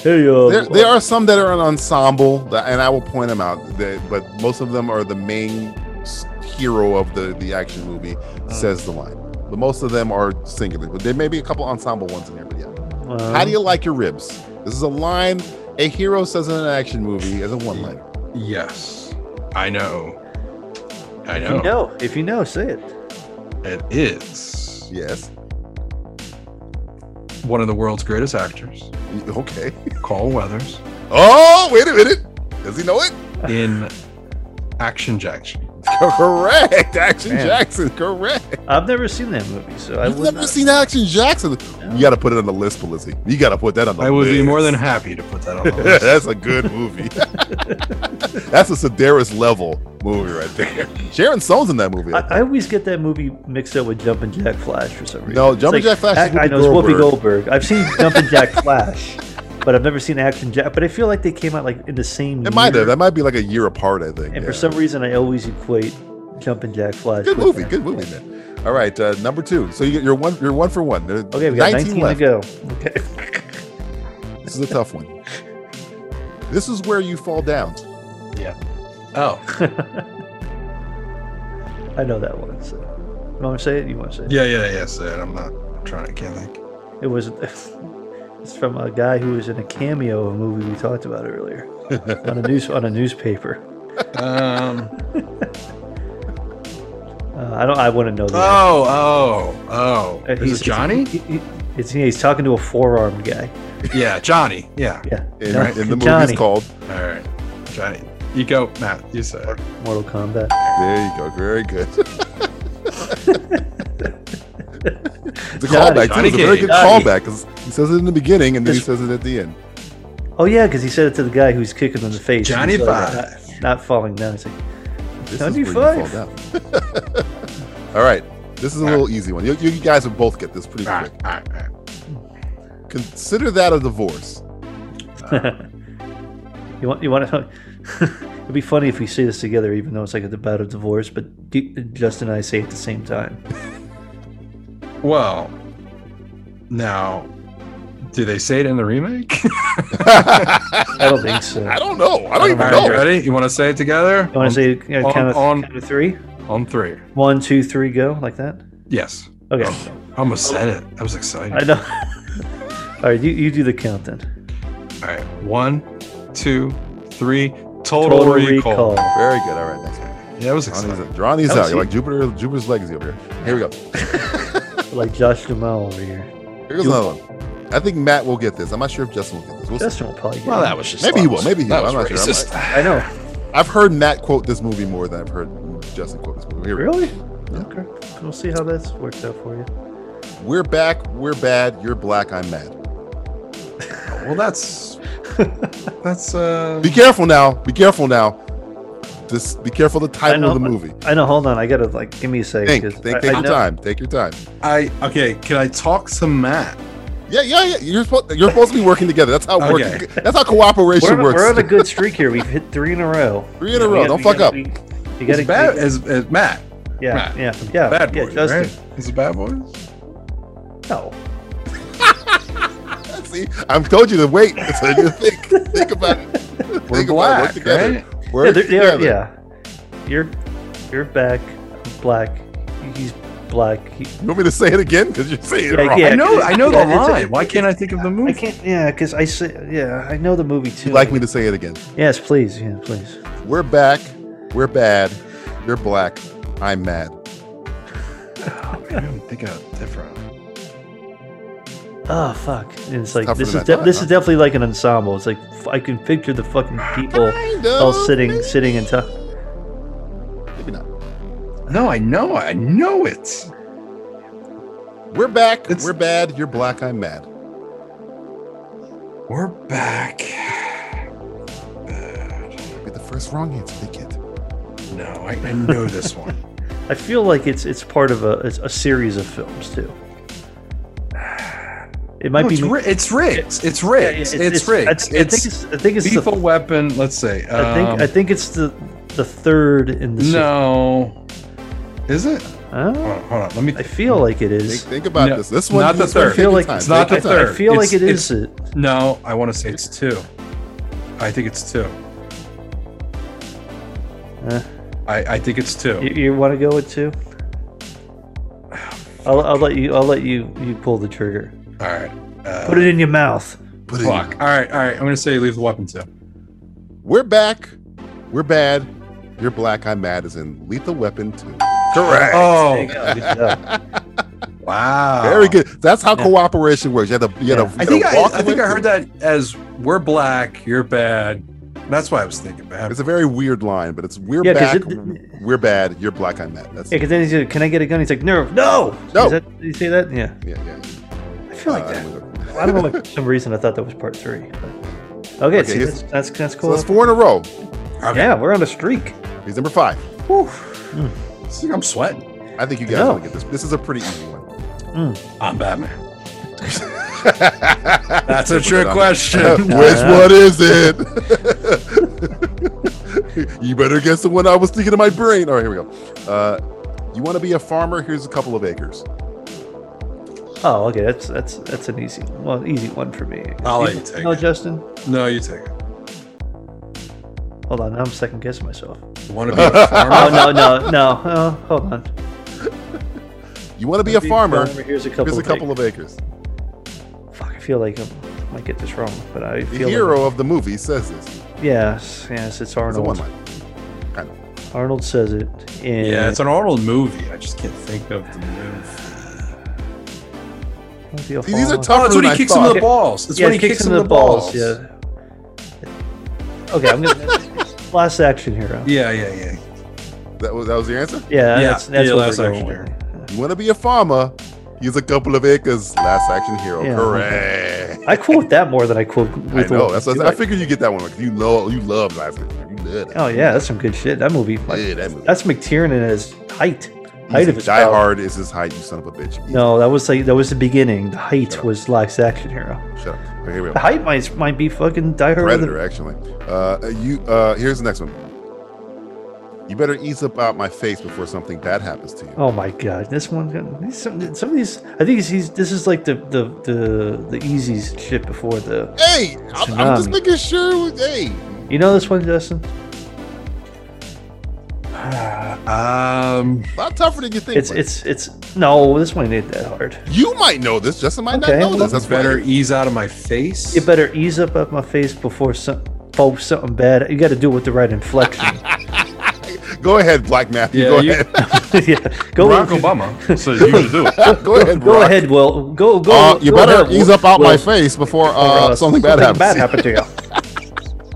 Speaker 3: hey, uh,
Speaker 6: There, there are some that are an ensemble, that, and I will point them out. that- but most of them are the main s- hero of the the action movie
Speaker 3: Mm.
Speaker 6: says the line. But most of them are singular. But there may be a couple ensemble ones in here. But yeah.
Speaker 3: uh,
Speaker 6: How do you like your ribs? This is a line a hero says in an action movie as a one liner.
Speaker 4: Yes, I know. I
Speaker 3: If you
Speaker 4: know.
Speaker 3: know, if you know, say it.
Speaker 4: It is.
Speaker 6: Yes.
Speaker 4: One of the world's greatest actors.
Speaker 6: Okay.
Speaker 4: Carl Weathers
Speaker 6: Oh, wait a minute. Does he know it?
Speaker 4: in Action Jackson.
Speaker 6: Correct. Action
Speaker 3: Man.
Speaker 6: Jackson. Correct.
Speaker 3: I've never seen that movie, so I
Speaker 6: You've
Speaker 3: would
Speaker 6: never
Speaker 3: not-
Speaker 6: seen Action Jackson. You got to put it on the list, Felicity. You got to put that on the
Speaker 4: I
Speaker 6: list.
Speaker 4: would be more than happy to put that on the list.
Speaker 6: That's a good movie. That's a Sedaris level movie right there. Sharon Stone's in that movie. I,
Speaker 3: I always get that movie mixed up with Jumpin' Jack Flash for some reason.
Speaker 6: No,
Speaker 3: It's
Speaker 6: Jumpin' Jack Flash is
Speaker 3: I
Speaker 6: Whoopi
Speaker 3: know it's
Speaker 6: Goldberg.
Speaker 3: Whoopi Goldberg. I've seen Jumpin' Jack Flash, but I've never seen Action Jack. But I feel like they came out like in the same.
Speaker 6: it might
Speaker 3: year,
Speaker 6: have. That might be like a year apart. I think.
Speaker 3: And
Speaker 6: yeah.
Speaker 3: for some reason, I always equate Jumpin' Jack Flash.
Speaker 6: good
Speaker 3: with
Speaker 6: movie.
Speaker 3: that.
Speaker 6: Good movie, man. All right, uh, number two. So you, you're one. You're one for one. There-
Speaker 3: Okay, we got 19, to
Speaker 6: left.
Speaker 3: go. Okay.
Speaker 6: This is a tough one. This is where you fall down.
Speaker 4: Yeah. Oh.
Speaker 3: I know that one. So. You want to say it? You want to say it?
Speaker 4: Yeah, yeah, yeah. So I'm not I'm trying. I can't think.
Speaker 3: It was. It's from a guy who was in a cameo of a movie we talked about earlier on a news on a newspaper.
Speaker 4: Um.
Speaker 3: Uh, I don't. I wouldn't know. The
Speaker 4: Oh, oh, oh.
Speaker 3: Uh,
Speaker 4: Is this Johnny?
Speaker 3: He, he, it's, yeah, he's talking to a four-armed guy.
Speaker 4: Yeah, Johnny. Yeah.
Speaker 3: Yeah.
Speaker 6: In,
Speaker 3: No,
Speaker 6: in the
Speaker 3: Johnny.
Speaker 6: movie's called.
Speaker 4: All right, Johnny. You go, Matt. You say. it.
Speaker 3: Mortal Kombat.
Speaker 6: There you go. Very good. It's a
Speaker 3: Johnny.
Speaker 6: callback. Too. It's a very good
Speaker 3: Johnny.
Speaker 6: callback because he says it in the beginning and then he says it at the end.
Speaker 3: Oh yeah, because he said it to the guy who's kicking him in the face.
Speaker 6: Johnny
Speaker 3: He's like, Not, not falling down. He's
Speaker 6: This
Speaker 3: like,
Speaker 6: is
Speaker 3: Johnny
Speaker 6: where you fall
Speaker 3: Five.
Speaker 6: All right, this is a little easy one. You, you guys would both get this pretty quick. Consider that a divorce.
Speaker 3: Um, you want? You want to? It'd be funny if we say this together, even though it's like about a divorce. But D- Justin and I say it at the same time.
Speaker 4: Well, now, do they say it in the remake?
Speaker 3: I don't think so.
Speaker 6: I don't know. I don't even
Speaker 4: All right,
Speaker 6: know.
Speaker 4: you ready? You want to say it together?
Speaker 3: You want to say you know,
Speaker 4: on-
Speaker 3: count, of,
Speaker 4: on-
Speaker 3: count of three?
Speaker 4: on three?
Speaker 3: One, two, three, go like that.
Speaker 4: Yes.
Speaker 3: Okay.
Speaker 4: I almost said it. I was excited.
Speaker 3: I know. All right, you, you do the count then.
Speaker 4: All right. One, two, three. Total, recall.
Speaker 6: Very good. All right, next one.
Speaker 4: Yeah, that was
Speaker 6: Johnny's,
Speaker 4: exciting.
Speaker 6: Johnny's out.
Speaker 3: That was
Speaker 6: You're
Speaker 3: easy.
Speaker 6: like Jupiter, Jupiter's legacy over here. Here we go.
Speaker 3: Like Josh Duhamel over here.
Speaker 6: Here goes another one. I think Matt will get this. I'm not sure if Justin will get this. We'll see.
Speaker 3: Justin will probably get
Speaker 6: Maybe he will. Maybe he will. I'm not sure. I'm-
Speaker 3: I know.
Speaker 6: I've heard Matt quote this movie more than I've heard Justin quote this movie. Here we go.
Speaker 3: Really? Okay. We'll see how that's worked out for you.
Speaker 6: We're back. We're bad. You're black. I'm mad.
Speaker 4: well, that's that's uh.
Speaker 6: Be careful now. Be careful now. Just be careful the title
Speaker 3: I know,
Speaker 6: of the movie.
Speaker 3: I know. Hold on. I gotta like give me a second.
Speaker 6: Think.
Speaker 3: 'cause
Speaker 6: Think.
Speaker 3: I-
Speaker 6: Take
Speaker 3: I
Speaker 6: your
Speaker 3: know-
Speaker 6: time. Take your time.
Speaker 4: I okay. Can I talk to Matt?
Speaker 6: Yeah, yeah, yeah. You're supposed you're supposed to be working together. That's how
Speaker 4: Okay.
Speaker 6: working, that's how cooperation
Speaker 3: We're on, a-
Speaker 6: works.
Speaker 3: we're on a good streak here. We've hit three in a row.
Speaker 6: Three in a
Speaker 3: We
Speaker 6: row.
Speaker 3: gotta-
Speaker 6: Don't
Speaker 3: we
Speaker 6: fuck
Speaker 3: gotta
Speaker 6: up.
Speaker 3: be- You
Speaker 4: It's
Speaker 3: gotta
Speaker 4: bad as, as Matt.
Speaker 3: Yeah,
Speaker 4: Matt.
Speaker 3: yeah, yeah,
Speaker 4: Bad
Speaker 3: yeah,
Speaker 4: boys,
Speaker 3: Justin.
Speaker 4: right? Is it bad boys?
Speaker 3: No.
Speaker 6: See, I've told you to wait. So you think think about it.
Speaker 4: We're
Speaker 6: think about it. Work
Speaker 4: black,
Speaker 6: together.
Speaker 4: right?
Speaker 3: yeah,
Speaker 6: Work
Speaker 3: they're- they are-
Speaker 6: together.
Speaker 3: yeah. You're you're back. I'm black. He's black. He,
Speaker 6: You want me to say it again? Because you're saying it
Speaker 3: Yeah,
Speaker 6: wrong.
Speaker 3: yeah,
Speaker 4: I know. I know
Speaker 3: yeah,
Speaker 4: the
Speaker 3: it's-
Speaker 4: line.
Speaker 3: it-
Speaker 4: Why can't I think of the movie?
Speaker 3: I can't. Yeah, because I say. Yeah, I know the movie too.
Speaker 6: You'd like me to say it again.
Speaker 3: Yes, please. Yeah, please.
Speaker 6: We're back. We're bad. You're black. I'm mad.
Speaker 4: I'm thinking of different.
Speaker 3: Oh fuck! And it's like
Speaker 6: tougher
Speaker 3: this
Speaker 6: than
Speaker 3: is
Speaker 6: I
Speaker 3: de-
Speaker 6: thought,
Speaker 3: this
Speaker 6: huh?
Speaker 3: is definitely like an ensemble. It's like f- I can picture the fucking people
Speaker 6: Kind
Speaker 3: all
Speaker 6: of,
Speaker 3: sitting
Speaker 6: maybe.
Speaker 3: sitting and talking.
Speaker 6: Maybe not.
Speaker 4: No, I know. I know it.
Speaker 6: We're back.
Speaker 4: It's-
Speaker 6: We're bad. You're black. I'm mad.
Speaker 4: We're back.
Speaker 6: Be the first wrong answer they get.
Speaker 4: No, I, I know this one.
Speaker 3: I feel like it's it's part of a it's a series of films too. It might
Speaker 4: No,
Speaker 3: be
Speaker 4: it's, ri- it's rigged. It's rigged. It's, rigged.
Speaker 3: I, think- I think it's I think it's
Speaker 4: lethal
Speaker 3: the,
Speaker 4: weapon. Let's Um, say.
Speaker 3: I think I think it's the the third in the series.
Speaker 4: no. Is it?
Speaker 3: Huh?
Speaker 4: Hold on, hold on, Let me.
Speaker 3: I feel like it
Speaker 6: Think,
Speaker 3: is.
Speaker 6: think about
Speaker 4: No,
Speaker 6: this. This one.
Speaker 4: not the
Speaker 6: needs to be
Speaker 4: third. I
Speaker 3: feel
Speaker 6: taken
Speaker 3: like
Speaker 6: time.
Speaker 4: it's not the
Speaker 6: Take your time.
Speaker 3: I
Speaker 4: third.
Speaker 3: feel like it
Speaker 4: It's-
Speaker 3: is.
Speaker 4: it's-
Speaker 3: It.
Speaker 4: No, I want to say it's two. I think it's two.
Speaker 6: Eh.
Speaker 3: Uh,
Speaker 4: I, I think it's two.
Speaker 3: you you want to go with two? I'll, I'll let you. I'll let you. You pull the trigger.
Speaker 4: All right. Uh,
Speaker 3: Put it in your mouth.
Speaker 6: Put it in.
Speaker 4: fuck. All right. All right. I'm gonna say leave the weapon two.
Speaker 6: We're back. We're bad. You're black. I'm mad. Is in Lethal Weapon 2. Correct.
Speaker 4: Oh,
Speaker 3: Good job.
Speaker 4: wow.
Speaker 6: Very good. That's how cooperation works. You had to. You had
Speaker 3: Yeah.
Speaker 6: to.
Speaker 4: I
Speaker 6: you
Speaker 4: think
Speaker 6: had
Speaker 4: I,
Speaker 6: to walk
Speaker 4: I think
Speaker 6: away
Speaker 4: I heard
Speaker 6: from
Speaker 4: that as we're black, you're bad. That's why I was thinking
Speaker 6: it.
Speaker 4: bad.
Speaker 6: It's a very weird line, but it's we're
Speaker 3: Yeah, 'cause
Speaker 6: back.
Speaker 3: it-
Speaker 6: we're bad. You're black. I'm mad. That's yeah,
Speaker 3: Yeah, because then he's like, "Can I get a gun?" He's like, "No, no,
Speaker 6: No.
Speaker 3: Is that, did you say that? Yeah.
Speaker 6: yeah. yeah.
Speaker 3: I feel like
Speaker 6: Uh,
Speaker 3: that.
Speaker 6: anyway.
Speaker 3: I don't know. Like, for some reason, I thought that was part three. but- Okay,
Speaker 6: Okay,
Speaker 3: see,
Speaker 6: here's-
Speaker 3: that's, that's that's
Speaker 6: So
Speaker 3: cool.
Speaker 6: that's four in a row.
Speaker 3: Yeah, we're on a streak.
Speaker 6: He's number five.
Speaker 4: I think I'm sweating.
Speaker 6: I think you guys
Speaker 3: know.
Speaker 6: want to get this. This is a pretty easy one.
Speaker 4: I'm Batman.
Speaker 6: That's
Speaker 4: That's a trick question.
Speaker 6: Which one is it? you better guess the one I was thinking in my brain. All right, here we go. Uh, you want to be a farmer? Here's a couple of acres.
Speaker 3: Oh, okay. That's that's that's an easy well, an easy one for me.
Speaker 4: I'll let
Speaker 3: You-
Speaker 4: you take
Speaker 3: No,
Speaker 4: it.
Speaker 3: Justin.
Speaker 4: No, you take it.
Speaker 3: Hold on. Now I'm second guessing myself.
Speaker 4: Want to be a
Speaker 3: Oh
Speaker 4: farmer?
Speaker 3: no no no. Oh, hold on.
Speaker 6: You want to be a farmer?
Speaker 3: Here's a couple.
Speaker 6: Here's a
Speaker 3: of
Speaker 6: couple of acres.
Speaker 3: Fuck, I feel like I might get this wrong, but I
Speaker 6: The
Speaker 3: feel
Speaker 6: hero of the movie says this.
Speaker 3: Like, yes, yes, it's
Speaker 6: It's a one
Speaker 3: Arnold.
Speaker 6: line.
Speaker 3: Arnold says it. And
Speaker 4: Yeah, it's an Arnold movie. I just can't think of the movie.
Speaker 3: Might be a
Speaker 6: See, these are
Speaker 3: farmer.
Speaker 6: tougher
Speaker 4: Oh, it's
Speaker 6: than
Speaker 4: when he
Speaker 6: I
Speaker 4: kicks him
Speaker 6: thought.
Speaker 4: in the balls. It's
Speaker 3: yeah,
Speaker 4: when he kicks him in the balls.
Speaker 3: Yeah. Okay, I'm gonna last action hero. Yeah,
Speaker 4: Yeah, yeah, yeah.
Speaker 6: That was that was the answer.
Speaker 4: Yeah,
Speaker 3: that's, that's
Speaker 4: yeah,
Speaker 3: what
Speaker 4: last
Speaker 3: we're
Speaker 4: action
Speaker 3: going with.
Speaker 6: You want to be a farmer? Here's a couple of acres. Last action hero.
Speaker 3: Yeah.
Speaker 6: Correct.
Speaker 3: I quote that more than I quote.
Speaker 6: I
Speaker 3: Lethal
Speaker 6: know.
Speaker 3: Weapon
Speaker 6: That's, that's,
Speaker 3: 2.
Speaker 6: I figured you get that one because you know you love last action. You love that.
Speaker 3: Oh yeah, that's some good shit. That movie. Like,
Speaker 6: Yeah, that movie.
Speaker 3: That's McTiernan at his height. Height
Speaker 6: Easy.
Speaker 3: of his
Speaker 6: Die
Speaker 3: power.
Speaker 6: Hard is his height, you son of a bitch. Easy.
Speaker 3: No, that was like that was the beginning. The height
Speaker 6: Shut up.
Speaker 3: was last action hero.
Speaker 6: Shut up. Okay, here we
Speaker 3: The
Speaker 6: go.
Speaker 3: height might might be fucking Die Hard. with
Speaker 6: Predator, actually. Uh, you. Uh, here's the next one. You better ease up out my face before something bad happens to you.
Speaker 3: Oh my god, this one. these- Some, some of these, I think he's, he's. This is like the the the the easy shit before the.
Speaker 6: Hey, I'm, I'm just
Speaker 3: Tsunami.
Speaker 6: making sure. Hey,
Speaker 3: You know this one, Justin.
Speaker 4: Um,
Speaker 6: a lot tougher than you think.
Speaker 3: It's
Speaker 6: but
Speaker 3: it's it's no. This one ain't that hard.
Speaker 6: you might know this. Justin might
Speaker 3: Okay,
Speaker 6: not know this.
Speaker 3: well-
Speaker 6: That's
Speaker 4: better
Speaker 6: better. e-
Speaker 4: ease out of my face.
Speaker 3: You better ease up up my face before some. Oh, something bad. You got to do it with the right inflection.
Speaker 6: Go ahead, Black Matthew.
Speaker 4: Yeah,
Speaker 6: go
Speaker 4: you-
Speaker 6: ahead.
Speaker 3: yeah, go
Speaker 4: Barack Obama says you can do it.
Speaker 6: go ahead.
Speaker 3: Go
Speaker 6: Brock.
Speaker 3: ahead, Will. Go go.
Speaker 6: Uh, you
Speaker 3: go
Speaker 6: better
Speaker 3: ahead,
Speaker 6: ease
Speaker 3: Will.
Speaker 6: up out my
Speaker 3: Will.
Speaker 6: face before
Speaker 3: Or, uh,
Speaker 6: uh, something bad happens.
Speaker 3: bad happened to you.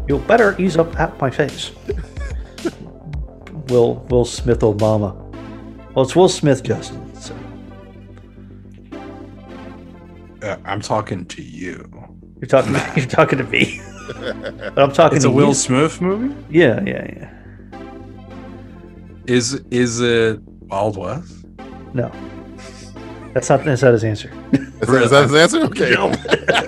Speaker 3: you better ease up out my face. Will Will Smith Obama. Well, it's Will Smith Justin. So.
Speaker 4: Uh, I'm talking to you.
Speaker 3: You're talking. You're talking to me. but I'm talking.
Speaker 4: It's
Speaker 3: to
Speaker 4: a Will
Speaker 3: you.
Speaker 4: Smith movie.
Speaker 3: Yeah, yeah, yeah.
Speaker 4: Is is it Wild West?
Speaker 3: No, that's not. That's not his answer.
Speaker 6: Is that, is that his answer? Okay.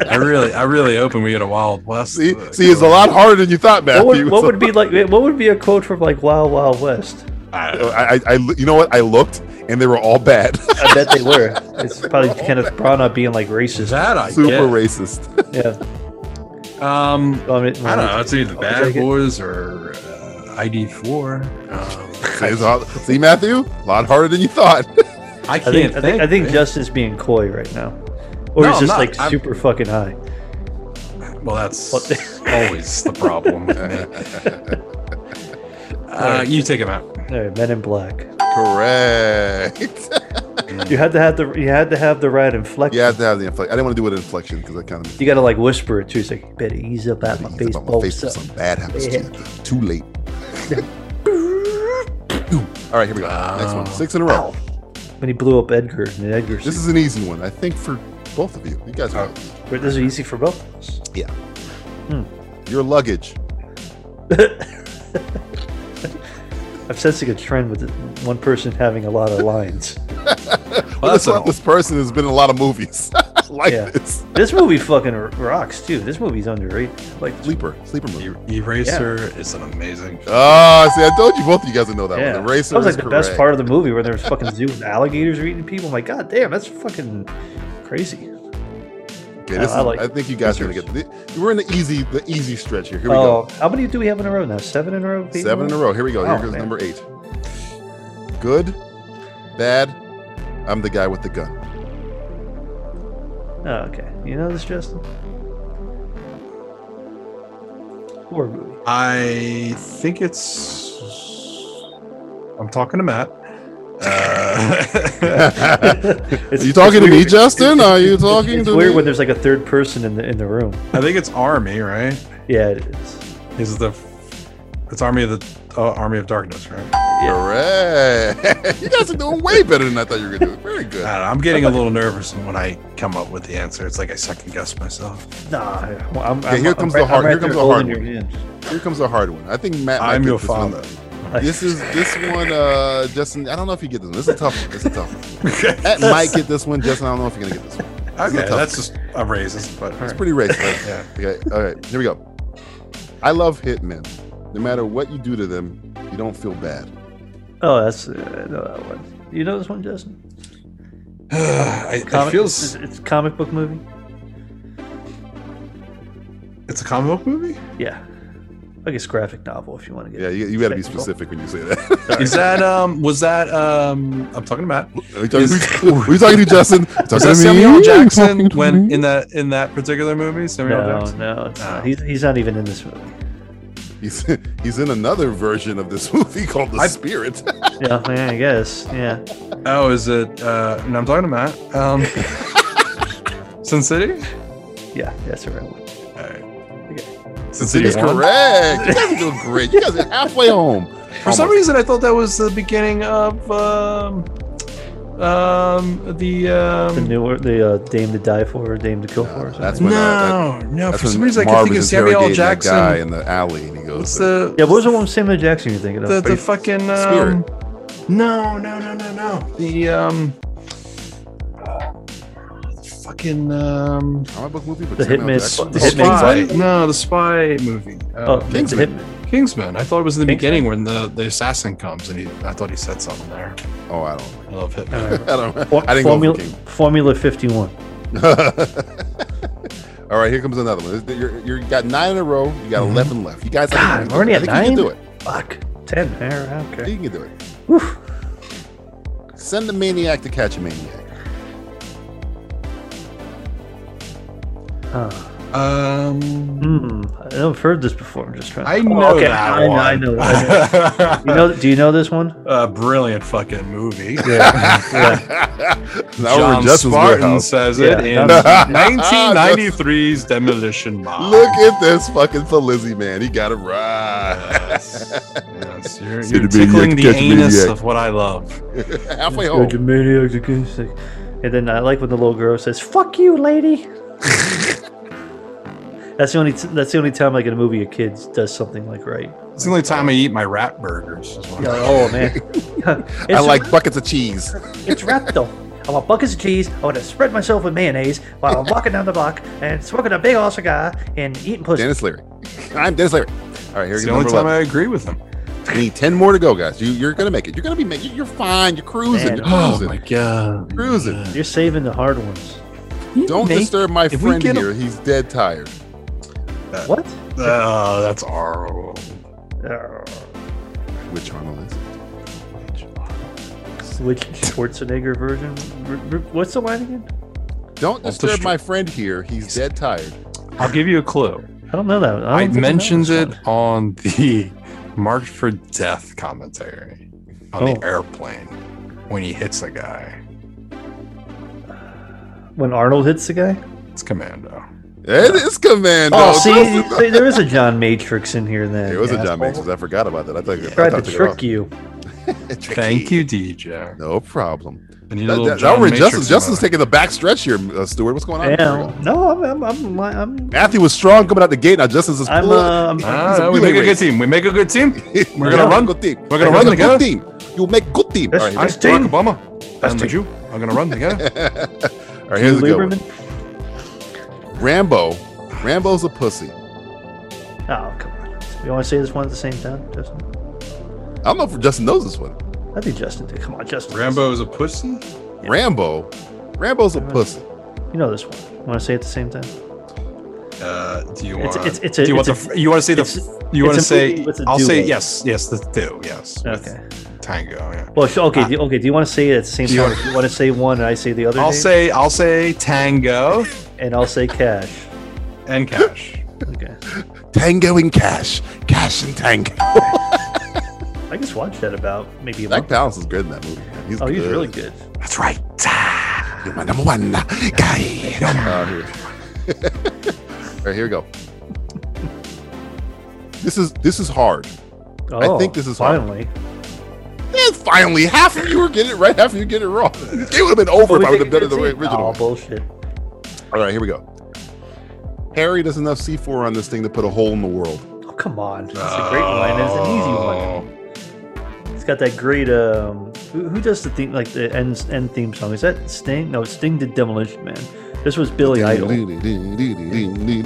Speaker 4: I really, I really hoping we get a Wild West.
Speaker 6: See, see, it's a lot harder than you thought, Matthew.
Speaker 3: What would, what would be like? What would be a quote from like Wild Wild West?
Speaker 6: I, I, I, you know what? I looked, and they were all bad.
Speaker 3: I bet they were. It's probably Kenneth Branagh being like racist.
Speaker 4: That I
Speaker 6: Super
Speaker 4: get.
Speaker 6: racist.
Speaker 3: Yeah.
Speaker 4: Um,
Speaker 3: I, mean,
Speaker 4: I don't know. It's either the
Speaker 3: I'll
Speaker 4: Bad
Speaker 3: take it.
Speaker 4: Boys or uh, ID4.
Speaker 6: See, it's all- see, Matthew, a lot harder than you thought.
Speaker 4: I
Speaker 3: I
Speaker 4: can't
Speaker 3: think, I think, I think
Speaker 4: man.
Speaker 3: Justin's being coy right now, or
Speaker 4: No,
Speaker 3: he's
Speaker 4: I'm
Speaker 3: just
Speaker 4: not.
Speaker 3: like
Speaker 4: I'm-
Speaker 3: super fucking high.
Speaker 4: Well, that's always the problem. with me. uh, you take him out.
Speaker 3: All right, Men in Black.
Speaker 6: Correct.
Speaker 3: You had to have the you had to have the right inflection.
Speaker 6: You have to have the inflection. I didn't want to do it in inflection because I kind of
Speaker 3: You got to like whisper it too. It's like better ease up out my face.
Speaker 6: my face if something bad happens to you. Too late. All right, here we go. Next one. Six in a row.
Speaker 3: When he blew up Edgar and Edgar's.
Speaker 6: This is an easy one, I think, for both of you. You guys are.
Speaker 3: This is easy for both of us.
Speaker 6: Yeah. Your luggage.
Speaker 3: I'm sensing a trend with one person having a lot of lines.
Speaker 6: Well, this, this person has been in a lot of movies like
Speaker 3: Yeah.
Speaker 6: this.
Speaker 3: This movie fucking r- rocks too. This movie's underrated. Like
Speaker 6: Sleeper. Sleeper movie.
Speaker 4: Eraser is an amazing.
Speaker 6: Ah, see, I told you both of you guys would know that
Speaker 3: yeah,
Speaker 6: one. The racer
Speaker 3: that was like
Speaker 6: is
Speaker 3: the
Speaker 6: correct.
Speaker 3: best part of the movie where there's fucking zoo with alligators are eating people. I'm like, god damn, that's fucking crazy.
Speaker 6: Okay, this
Speaker 3: I
Speaker 6: I, is,
Speaker 3: like-
Speaker 6: I think you guys are gonna get. The, we're in the easy, the easy stretch here. Here we
Speaker 3: oh,
Speaker 6: go.
Speaker 3: how many do we have in a row now? Seven in a row. eight
Speaker 6: Seven in a row. Here we go. Here
Speaker 3: Oh,
Speaker 6: goes
Speaker 3: man.
Speaker 6: number eight. Good, bad. I'm the guy with the gun.
Speaker 3: Oh, okay. You know this, Justin? Horror movie.
Speaker 4: I think it's. I'm talking to Matt. Uh,
Speaker 6: Are you talking to me,
Speaker 4: weird.
Speaker 6: Justin? Are you talking
Speaker 3: It's
Speaker 6: to
Speaker 3: weird
Speaker 6: me?
Speaker 3: when there's like a third person in the in the room.
Speaker 4: I think it's Army, right?
Speaker 3: Yeah, it is.
Speaker 4: Is the it's Army of the uh, Army of Darkness, right?
Speaker 6: Correct. you guys are doing way better than I thought you were gonna do. Very good.
Speaker 3: Ah.
Speaker 4: I don't know, I'm getting a little nervous when I come up with the answer. It's like I second guess myself.
Speaker 3: Nah, I'm, I'm,
Speaker 6: Okay, here
Speaker 3: I'm-
Speaker 6: comes
Speaker 3: I'm
Speaker 6: the hard.
Speaker 3: right
Speaker 6: Here
Speaker 3: there
Speaker 6: comes the hard
Speaker 3: holding your
Speaker 6: one.
Speaker 3: hand.
Speaker 6: Here comes the hard one. I think Matt. might
Speaker 4: I'm
Speaker 6: get
Speaker 4: your
Speaker 6: this one,
Speaker 4: father.
Speaker 6: though. This is this one, uh, Justin. I don't know if you get this one. This is a tough one. This is a tough one. Matt might get this one, Justin. I don't know if you're gonna get this one. This is a
Speaker 4: Okay,
Speaker 6: tough one.
Speaker 4: that's just a racist, but
Speaker 6: It's pretty racist. yeah. Okay. All right. Here we go. I love hitmen. No matter what you do to them, you don't feel bad.
Speaker 3: Oh, that's uh, I know that one. You know this one, Justin?
Speaker 4: I, it
Speaker 3: Comic-
Speaker 4: feels
Speaker 3: it's, it's a comic book movie.
Speaker 4: it's a comic book movie.
Speaker 3: Yeah, I guess graphic novel if you want to get.
Speaker 6: Yeah. You, you got to be
Speaker 3: technical.
Speaker 6: specific when you say that.
Speaker 4: Is that um? Was that um? I'm talking to Matt.
Speaker 6: Are you talking,
Speaker 4: Is-
Speaker 6: who, who you talking to, Justin? Talking
Speaker 4: Was
Speaker 6: to
Speaker 4: that
Speaker 6: me?
Speaker 4: Samuel L.
Speaker 6: Talking
Speaker 4: Jackson
Speaker 6: to
Speaker 4: when
Speaker 6: me?
Speaker 4: in that in that particular movie? Samuel L.
Speaker 3: No,
Speaker 4: Jackson.
Speaker 3: no, it's not. He's, he's not even in this movie.
Speaker 6: he's, he's in another version of this movie called The
Speaker 4: I-
Speaker 6: Spirit.
Speaker 3: yeah, yeah, I guess. Yeah.
Speaker 4: Oh, is it? Uh, no, I'm talking to Matt. Um, Sin City.
Speaker 3: Yeah, that's the right one.
Speaker 4: All right.
Speaker 3: Okay.
Speaker 4: Sin
Speaker 6: It
Speaker 4: City
Speaker 6: is
Speaker 4: is
Speaker 6: correct.
Speaker 4: correct.
Speaker 6: You guys are doing great. You guys are halfway home.
Speaker 4: For some reason, I thought that was the beginning of um, um, the um.
Speaker 3: The newer, the uh, Dame to Die For, or Dame to Kill For. or
Speaker 6: That's
Speaker 3: something.
Speaker 6: when,
Speaker 4: no,
Speaker 6: uh, that-
Speaker 4: no.
Speaker 6: that's
Speaker 4: For some
Speaker 6: when
Speaker 4: reason, I could
Speaker 6: Marv
Speaker 4: think of
Speaker 6: was
Speaker 4: Samuel L.
Speaker 6: interrogating that
Speaker 4: Jackson.
Speaker 6: guy in the alley, and he goes,
Speaker 4: What's the
Speaker 3: Yeah, what was the one with Samuel Jackson you're thinking of?
Speaker 4: the, the
Speaker 3: Pretty-
Speaker 4: fucking um, no no no no no the um fucking um
Speaker 6: comic book movie, but
Speaker 3: The
Speaker 6: Samuel
Speaker 3: Hitman-
Speaker 6: Jackson.
Speaker 3: the
Speaker 4: the
Speaker 3: Hitman's
Speaker 4: spy
Speaker 3: Son?
Speaker 4: no the spy movie
Speaker 3: oh,
Speaker 4: uh,
Speaker 3: the
Speaker 6: Kingsman.
Speaker 3: Hitman.
Speaker 4: Kingsman I thought it was in the
Speaker 3: Kingsman?
Speaker 4: beginning when the, the assassin comes and he I thought he said something there
Speaker 6: Oh, I don't.
Speaker 4: I love it
Speaker 3: All right.
Speaker 6: I don't.
Speaker 3: For-
Speaker 6: I didn't
Speaker 3: Formula,
Speaker 6: go for King.
Speaker 3: Formula 51.
Speaker 6: All right, here comes another one. This- You're, you're, you got nine in a row. You got eleven left. You guys, I
Speaker 3: Mm-hmm. God,
Speaker 6: think
Speaker 3: we're already
Speaker 6: you
Speaker 3: at
Speaker 6: can do it. I think
Speaker 3: nine.
Speaker 6: You can do
Speaker 3: Fuck. Ten. man,
Speaker 6: it. I
Speaker 3: Okay.
Speaker 6: think you can do it. Send a maniac to catch a maniac.
Speaker 3: Huh.
Speaker 4: Um,
Speaker 3: Hmm, I don't know if I've heard this before. I'm just trying.
Speaker 4: I know that
Speaker 3: Oh, I, know- I
Speaker 4: one.
Speaker 3: know. I know. you know. Do you know this one?
Speaker 4: A brilliant fucking movie.
Speaker 3: Yeah.
Speaker 6: Now we're in
Speaker 4: John
Speaker 6: Justin's
Speaker 4: Spartan
Speaker 6: warehouse.
Speaker 4: says it
Speaker 6: Yeah.
Speaker 4: in 1993's Demolition Man.
Speaker 6: Look at this fucking Felizzi man. He got it right.
Speaker 4: Yes, You're, you're tickling the anus of what I love.
Speaker 6: Halfway
Speaker 3: You're
Speaker 6: home.
Speaker 3: a maniac, you're a sick. And then I like when the little girl says "fuck you, lady." that's the only. T- that's the only time like in a movie a kid does something like right.
Speaker 4: It's the only time I eat my rat burgers. is when
Speaker 3: You're
Speaker 4: I-
Speaker 3: like, oh man,
Speaker 6: I
Speaker 3: It's
Speaker 6: like buckets of cheese.
Speaker 3: It's wrapped though. I want buckets of cheese. I want to spread myself with mayonnaise while I'm walking down the block and smoking a big old cigar and eating pussy.
Speaker 6: Dennis Leary. I'm Dennis Leary. All right, here
Speaker 4: It's
Speaker 6: we
Speaker 4: the
Speaker 6: go. number
Speaker 4: only time
Speaker 6: 11.
Speaker 4: I agree with him.
Speaker 6: We need 10 more to go, guys. You, you're going to make it. You're going to be making You're fine. You're cruising.
Speaker 3: Man.
Speaker 6: You're
Speaker 4: Oh
Speaker 6: cruising.
Speaker 4: my god.
Speaker 6: cruising.
Speaker 3: You're saving the hard ones.
Speaker 6: Don't
Speaker 4: Nate,
Speaker 6: disturb my
Speaker 4: if we
Speaker 6: friend
Speaker 4: get a-
Speaker 6: here. He's dead tired.
Speaker 3: What? Oh,
Speaker 4: Oh, that's horrible.
Speaker 6: Which Arnold is?
Speaker 3: Which Schwarzenegger version? R- r- What's the line again?
Speaker 6: Don't
Speaker 4: Off the
Speaker 6: disturb
Speaker 4: street.
Speaker 6: my friend here. He's dead tired.
Speaker 4: I'll give you a clue.
Speaker 3: I don't know that. don't
Speaker 4: I,
Speaker 3: think know
Speaker 4: mentioned
Speaker 3: this
Speaker 4: it
Speaker 3: one.
Speaker 4: on the March for Death commentary on
Speaker 3: Oh.
Speaker 4: the airplane when he hits a guy.
Speaker 3: When Arnold hits the guy.
Speaker 4: It's Commando.
Speaker 6: It is Commando.
Speaker 3: Oh, see,
Speaker 6: This is-
Speaker 3: see, there is a John Matrix in here. Then
Speaker 6: It was a
Speaker 3: Yeah.
Speaker 6: John Mason's. I forgot about that. I thought I
Speaker 3: Tried to
Speaker 6: thought they were
Speaker 3: trick
Speaker 6: off.
Speaker 3: you.
Speaker 6: Tricky.
Speaker 4: Thank you, DJ.
Speaker 6: No problem.
Speaker 4: I need a
Speaker 6: That,
Speaker 4: little
Speaker 6: that,
Speaker 4: John
Speaker 6: that were
Speaker 4: Matrix
Speaker 6: Justin's, Justin's
Speaker 4: moment.
Speaker 6: taking the back stretch here, uh, Stuart. What's going on?
Speaker 3: Yeah. No, I'm, I'm, I'm, I'm,
Speaker 6: Matthew was strong coming out the gate. Now Justin's is
Speaker 3: I'm,
Speaker 6: pulling-
Speaker 3: uh, I'm-
Speaker 4: Ah, no, we
Speaker 6: Wait,
Speaker 4: make a
Speaker 6: wait.
Speaker 4: good team. We make a good team. We're gonna
Speaker 6: Yeah.
Speaker 4: run.
Speaker 6: Good team.
Speaker 4: We're gonna run
Speaker 6: Good
Speaker 4: together.
Speaker 6: team. You make good team.
Speaker 3: That's-
Speaker 6: All right,
Speaker 4: I'm
Speaker 3: that's-
Speaker 4: Barack
Speaker 3: team.
Speaker 4: Obama.
Speaker 3: That's
Speaker 4: I'm the
Speaker 3: team.
Speaker 4: Jew. I'm gonna run together.
Speaker 6: All right, here's the good one.
Speaker 3: Lieberman.
Speaker 6: Rambo. Rambo's a pussy.
Speaker 3: Oh, come on. You want to say this one at the same time, Justin?
Speaker 6: I don't know if Justin knows this one.
Speaker 3: I think Justin did. Come on, Justin.
Speaker 4: Rambo is a pussy.
Speaker 6: Rambo. Rambo's a pussy.
Speaker 3: You know this one. You want to say it at the same time?
Speaker 4: Uh, do you
Speaker 3: It's-
Speaker 4: want?
Speaker 3: it's- it's a-
Speaker 4: do you want
Speaker 3: it's
Speaker 4: the?
Speaker 3: a-
Speaker 4: f- you want to say the?
Speaker 3: it's-
Speaker 4: f- You
Speaker 3: it's
Speaker 4: want
Speaker 3: a
Speaker 4: to say?
Speaker 3: movie with a
Speaker 4: I'll say
Speaker 3: duo.
Speaker 4: yes. Yes, the do. Yes. with
Speaker 3: Okay.
Speaker 4: Tango. Yeah.
Speaker 3: Well, sh- okay, do- okay. Do you want to say it at the same
Speaker 4: Do you
Speaker 3: time?
Speaker 4: wanna-
Speaker 3: Do you want to say one and I say the other?
Speaker 4: I'll
Speaker 3: name?
Speaker 4: say. I'll say tango
Speaker 3: And I'll say cash.
Speaker 4: and cash.
Speaker 3: Okay.
Speaker 6: Tango and Cash. Cash and Tango.
Speaker 3: I just watched that about maybe a
Speaker 6: Zach
Speaker 3: month.
Speaker 6: Palance is good in that movie. man. He's
Speaker 3: Oh,
Speaker 6: good.
Speaker 3: he's really good.
Speaker 4: That's right.
Speaker 6: You're my number one guy. Uh, here. All right, here we go. This is this is hard.
Speaker 3: Oh,
Speaker 6: think this is hard.
Speaker 3: finally.
Speaker 6: And finally, half of you were getting it right, half of you getting it wrong. This game would have been over if I would have done it the way original.
Speaker 3: Oh, bullshit.
Speaker 6: All right, here we go. Harry does enough C4 on this thing to put a hole in the world.
Speaker 3: Oh, come on. That's a great
Speaker 6: Oh.
Speaker 3: line. It's an easy one.
Speaker 4: Oh,
Speaker 3: It's got that great. um Who, who does the theme like the end end theme song? Is that Sting? No, it's Sting did Demolition Man. This was Billy Idol.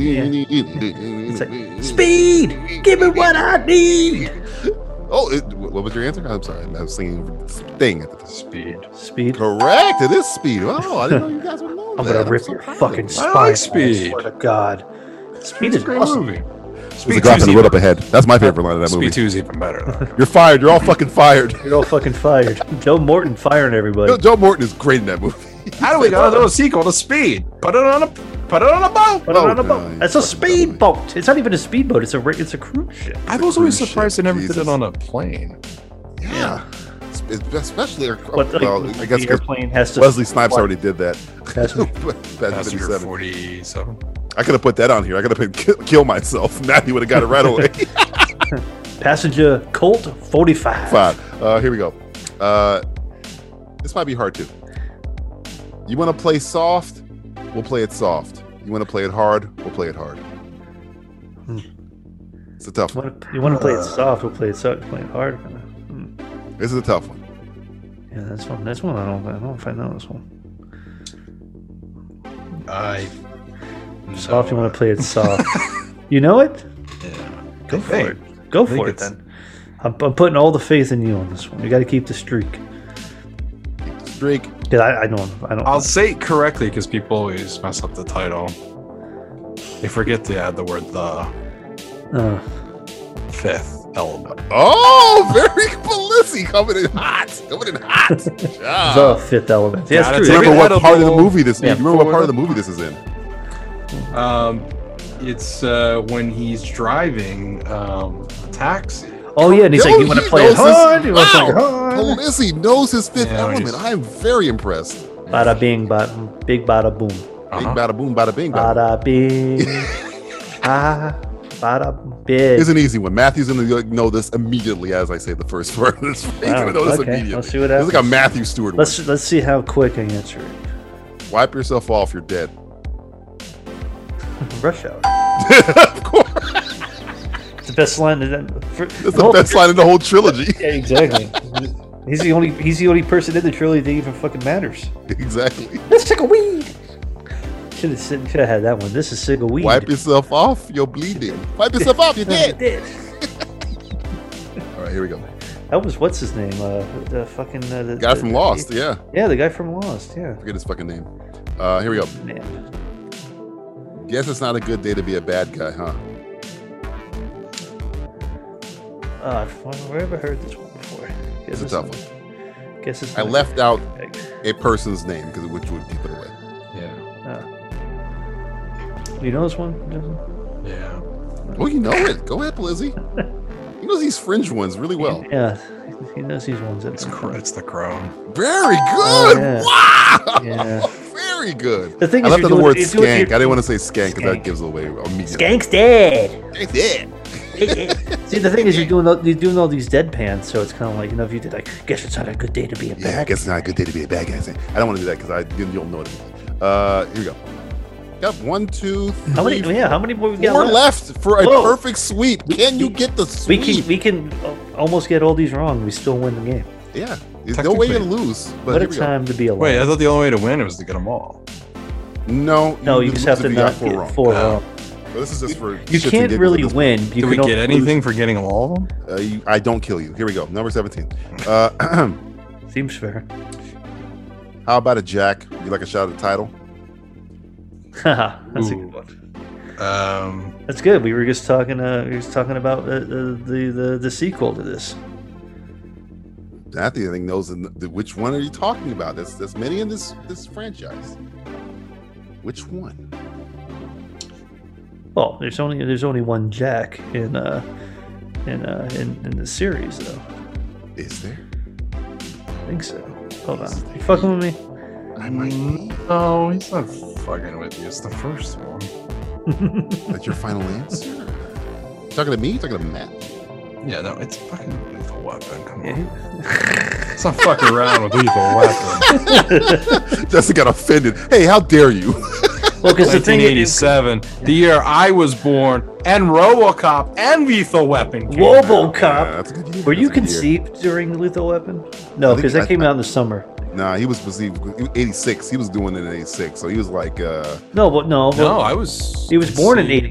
Speaker 3: It's like, Speed. Give me what I need.
Speaker 6: Oh, it, what was your answer? I'm sorry, I was singing Sting at the time.
Speaker 4: speed.
Speaker 3: Speed.
Speaker 6: Correct, it is Speed. Oh, I didn't know you guys would know
Speaker 3: I'm
Speaker 6: that.
Speaker 3: gonna rip
Speaker 6: so
Speaker 3: your
Speaker 6: proud of
Speaker 3: fucking
Speaker 6: you.
Speaker 3: spine.
Speaker 4: like
Speaker 3: out,
Speaker 4: Speed.
Speaker 3: I swear to God. Speed is
Speaker 4: Great
Speaker 3: awesome.
Speaker 4: movie.
Speaker 6: There's a
Speaker 4: Speed
Speaker 6: drop in
Speaker 4: two's
Speaker 6: the road
Speaker 4: even-
Speaker 6: up ahead. That's my favorite line of that
Speaker 4: Speed
Speaker 6: movie.
Speaker 4: two's even better. though.
Speaker 6: You're fired. You're all fucking fired.
Speaker 3: You're all fucking fired. Joe Morton firing everybody.
Speaker 6: Joe, Joe Morton is great in that movie.
Speaker 4: How do we got another sequel to Speed? Put it on a. Put it on a boat.
Speaker 3: Put it on a
Speaker 6: boat,
Speaker 3: boat.
Speaker 6: uh,
Speaker 3: That's a
Speaker 6: fucking dumb movie.
Speaker 3: speedboat. It's not even a speedboat. It's a ri- it's a cruise ship.
Speaker 4: I was always
Speaker 6: Cruise
Speaker 4: surprised they never did
Speaker 6: Jesus.
Speaker 4: it on a plane.
Speaker 6: Yeah. It's- it's- Especially,
Speaker 3: But like,
Speaker 6: well, I guess
Speaker 3: the
Speaker 6: 'cause
Speaker 3: airplane has to.
Speaker 6: Wesley Snipes already did that.
Speaker 3: Passenger-
Speaker 6: Passenger
Speaker 4: Passenger
Speaker 6: 57.
Speaker 4: 47.
Speaker 6: I could have put that on here. I could have put kill, kill myself. Matthew would have got it right away.
Speaker 3: Passenger Colt 45.
Speaker 6: Fine. Uh, here we go. Uh, this might be hard too. You want to play soft? We'll play it soft. You want to play it hard? We'll play it hard.
Speaker 3: Hmm.
Speaker 6: It's a tough one.
Speaker 3: Wanna- You want to play
Speaker 6: Uh.
Speaker 3: it soft? We'll play it soft. Play it hard. Hmm.
Speaker 6: This is a tough one.
Speaker 3: Yeah, that's one. That's one. I don't. I don't know if I know this one.
Speaker 4: I.
Speaker 3: Soft. You want to play it soft? you know it? Go for
Speaker 4: think-
Speaker 3: it. Go
Speaker 4: think
Speaker 3: for it
Speaker 4: it's-
Speaker 3: then. I'm, I'm putting all the faith in you on this one. You got to keep the streak.
Speaker 6: Streak.
Speaker 3: Cause I, I don't. I don't.
Speaker 4: I'll say it correctly because people always mess up the title. They forget to add the word the
Speaker 3: uh,
Speaker 4: fifth element.
Speaker 6: Oh, very Pelissi coming in hot. Coming in hot. Good job.
Speaker 3: the fifth element. Yeah,
Speaker 4: Gotta
Speaker 3: that's true.
Speaker 4: take
Speaker 6: remember
Speaker 4: Every
Speaker 6: what part of the
Speaker 4: edible-
Speaker 6: movie this?
Speaker 3: Yeah,
Speaker 6: you remember what part
Speaker 4: forward.
Speaker 6: of the movie this is in?
Speaker 4: Um, it's uh, when he's driving um, a taxi.
Speaker 3: Oh yeah, and he's like,
Speaker 6: Yo,
Speaker 3: "You want to
Speaker 6: he
Speaker 3: play it
Speaker 6: knows his-
Speaker 3: hard? You want to play it
Speaker 6: Wow,
Speaker 3: hard?"
Speaker 6: Polisi knows his fifth
Speaker 3: Yeah,
Speaker 6: element.
Speaker 3: he's-
Speaker 6: I'm very impressed.
Speaker 3: Bada bing, bada big, bada boom.
Speaker 6: Big bada boom, bada bing, bada,
Speaker 3: Bada bing. ah, bada bing.
Speaker 6: It's an easy one. Matthew's gonna like, know this immediately as I say the first word. He's
Speaker 3: Wow,
Speaker 6: gonna know this
Speaker 3: okay,
Speaker 6: immediately.
Speaker 3: let's see what
Speaker 6: It's like a
Speaker 3: happens.
Speaker 6: Matthew Stewart. one.
Speaker 3: Let's let's see how quick I answer it.
Speaker 6: Wipe yourself off. You're dead.
Speaker 3: Rush hour. It's the best line. Of that, for,
Speaker 6: That's the best line in the whole trilogy.
Speaker 3: Yeah, exactly. he's the only he's the only person in the trilogy that even fucking matters.
Speaker 6: Exactly.
Speaker 3: Let's take a weed. Should have should have had that one. This is sick of weed.
Speaker 6: Wipe yourself off. You're bleeding. Wipe yourself off. You're dead. All right, here we go.
Speaker 3: That was what's his name? Uh, the fucking uh, the
Speaker 6: Guy
Speaker 3: the-
Speaker 6: from Lost. Yeah.
Speaker 3: Yeah, the guy from Lost. Yeah.
Speaker 6: Forget his fucking name. Uh, here we go. Guess it's not a good day to be a bad guy, huh?
Speaker 3: Uh, I've I've never heard this one before.
Speaker 6: It's
Speaker 3: Guess
Speaker 6: a tough one.
Speaker 3: one. Guess it's
Speaker 6: I
Speaker 3: not-
Speaker 6: left out a person's name because which would give it away.
Speaker 4: Yeah.
Speaker 3: You know this one? Justin?
Speaker 4: Yeah.
Speaker 6: Well, you know it. Go ahead, Blizzy. He knows these fringe ones really well.
Speaker 3: Yeah, he knows these ones. It's, cr-
Speaker 4: it's the crown.
Speaker 6: Very
Speaker 3: Oh,
Speaker 6: good.
Speaker 3: yeah.
Speaker 6: Wow.
Speaker 3: Yeah.
Speaker 6: Very good.
Speaker 3: The thing
Speaker 6: I
Speaker 3: is,
Speaker 6: left
Speaker 3: you're
Speaker 6: out the
Speaker 3: doing-
Speaker 6: word
Speaker 3: you're doing-
Speaker 6: skank.
Speaker 3: you're-
Speaker 6: I didn't want to say skank because that gives away immediately.
Speaker 3: Skank's dead.
Speaker 6: Skank's dead.
Speaker 3: See, the thing is, you're doing all, you're doing all these deadpans, so it's kind of like you know if you did like, guess it's not a good day to be a
Speaker 6: Yeah, I
Speaker 3: bad.
Speaker 6: guess it's not a good day to be a bad guy. I don't want to do that because I you- you'll know it. Uh, here we go. Yep, one, two, three.
Speaker 3: How many? Yeah, how many more we got
Speaker 6: Four
Speaker 3: left?
Speaker 6: left? for a
Speaker 3: Whoa.
Speaker 6: perfect sweep. Can you get the
Speaker 3: We
Speaker 6: sweep?
Speaker 3: can we can al- almost get all these wrong. We still win the game.
Speaker 6: Yeah, there's no way you
Speaker 4: Technically.
Speaker 6: lose. But
Speaker 3: What a
Speaker 6: here we go.
Speaker 3: time to be alive.
Speaker 4: Wait, I thought the only way to win was to get them all.
Speaker 6: No,
Speaker 3: No, you
Speaker 6: lose
Speaker 3: just have
Speaker 6: if
Speaker 3: to
Speaker 6: you got
Speaker 3: not
Speaker 6: four
Speaker 3: get
Speaker 6: wrong.
Speaker 3: four
Speaker 6: Uh,
Speaker 3: wrong.
Speaker 6: Well, this is just for
Speaker 3: You can't really win. You
Speaker 4: Do we
Speaker 3: can only
Speaker 4: get anything for getting them all of them?
Speaker 6: Uh, you, I don't kill you. Here we go. Number seventeen. Uh,
Speaker 3: lose. Seems fair.
Speaker 6: how about a jack? You like a shot at the title?
Speaker 3: That's a
Speaker 4: Ooh.
Speaker 3: good one.
Speaker 4: Um,
Speaker 3: That's good. We were just talking. Uh, we were just talking about uh, uh, the the the sequel to this.
Speaker 6: Matthew, I think knows in the, which one are you talking about? There's there's many in this this franchise. Which one?
Speaker 3: Well, there's only there's only one Jack in uh in uh in, in the series though.
Speaker 6: Is there?
Speaker 3: I think so. Hold on. You fucking with me?
Speaker 6: I might.
Speaker 4: No, he's not fucking with you. It's the first one.
Speaker 6: That's your final answer. You talking to me? You talking to Matt?
Speaker 4: Yeah, no, it's fucking lethal weapon. Come on.
Speaker 3: Yeah.
Speaker 4: Let's not fuck around with lethal weapon.
Speaker 6: Justin got offended. Hey, how dare you?
Speaker 3: Well, because the thing is,
Speaker 4: 1987, the year I was born, and RoboCop and Lethal Weapon. Came out.
Speaker 6: Yeah, that's a good year.
Speaker 3: RoboCop.
Speaker 6: That's a
Speaker 3: Were you
Speaker 6: good year.
Speaker 3: conceived during Lethal Weapon? No,
Speaker 6: think-
Speaker 3: because
Speaker 6: I-
Speaker 3: that came out in the summer.
Speaker 6: Nah, he was conceived he was 86. He was doing it in 86. So he was like uh
Speaker 3: No, but
Speaker 4: No,
Speaker 3: no. but
Speaker 4: I was.
Speaker 3: He was born in
Speaker 4: conceived-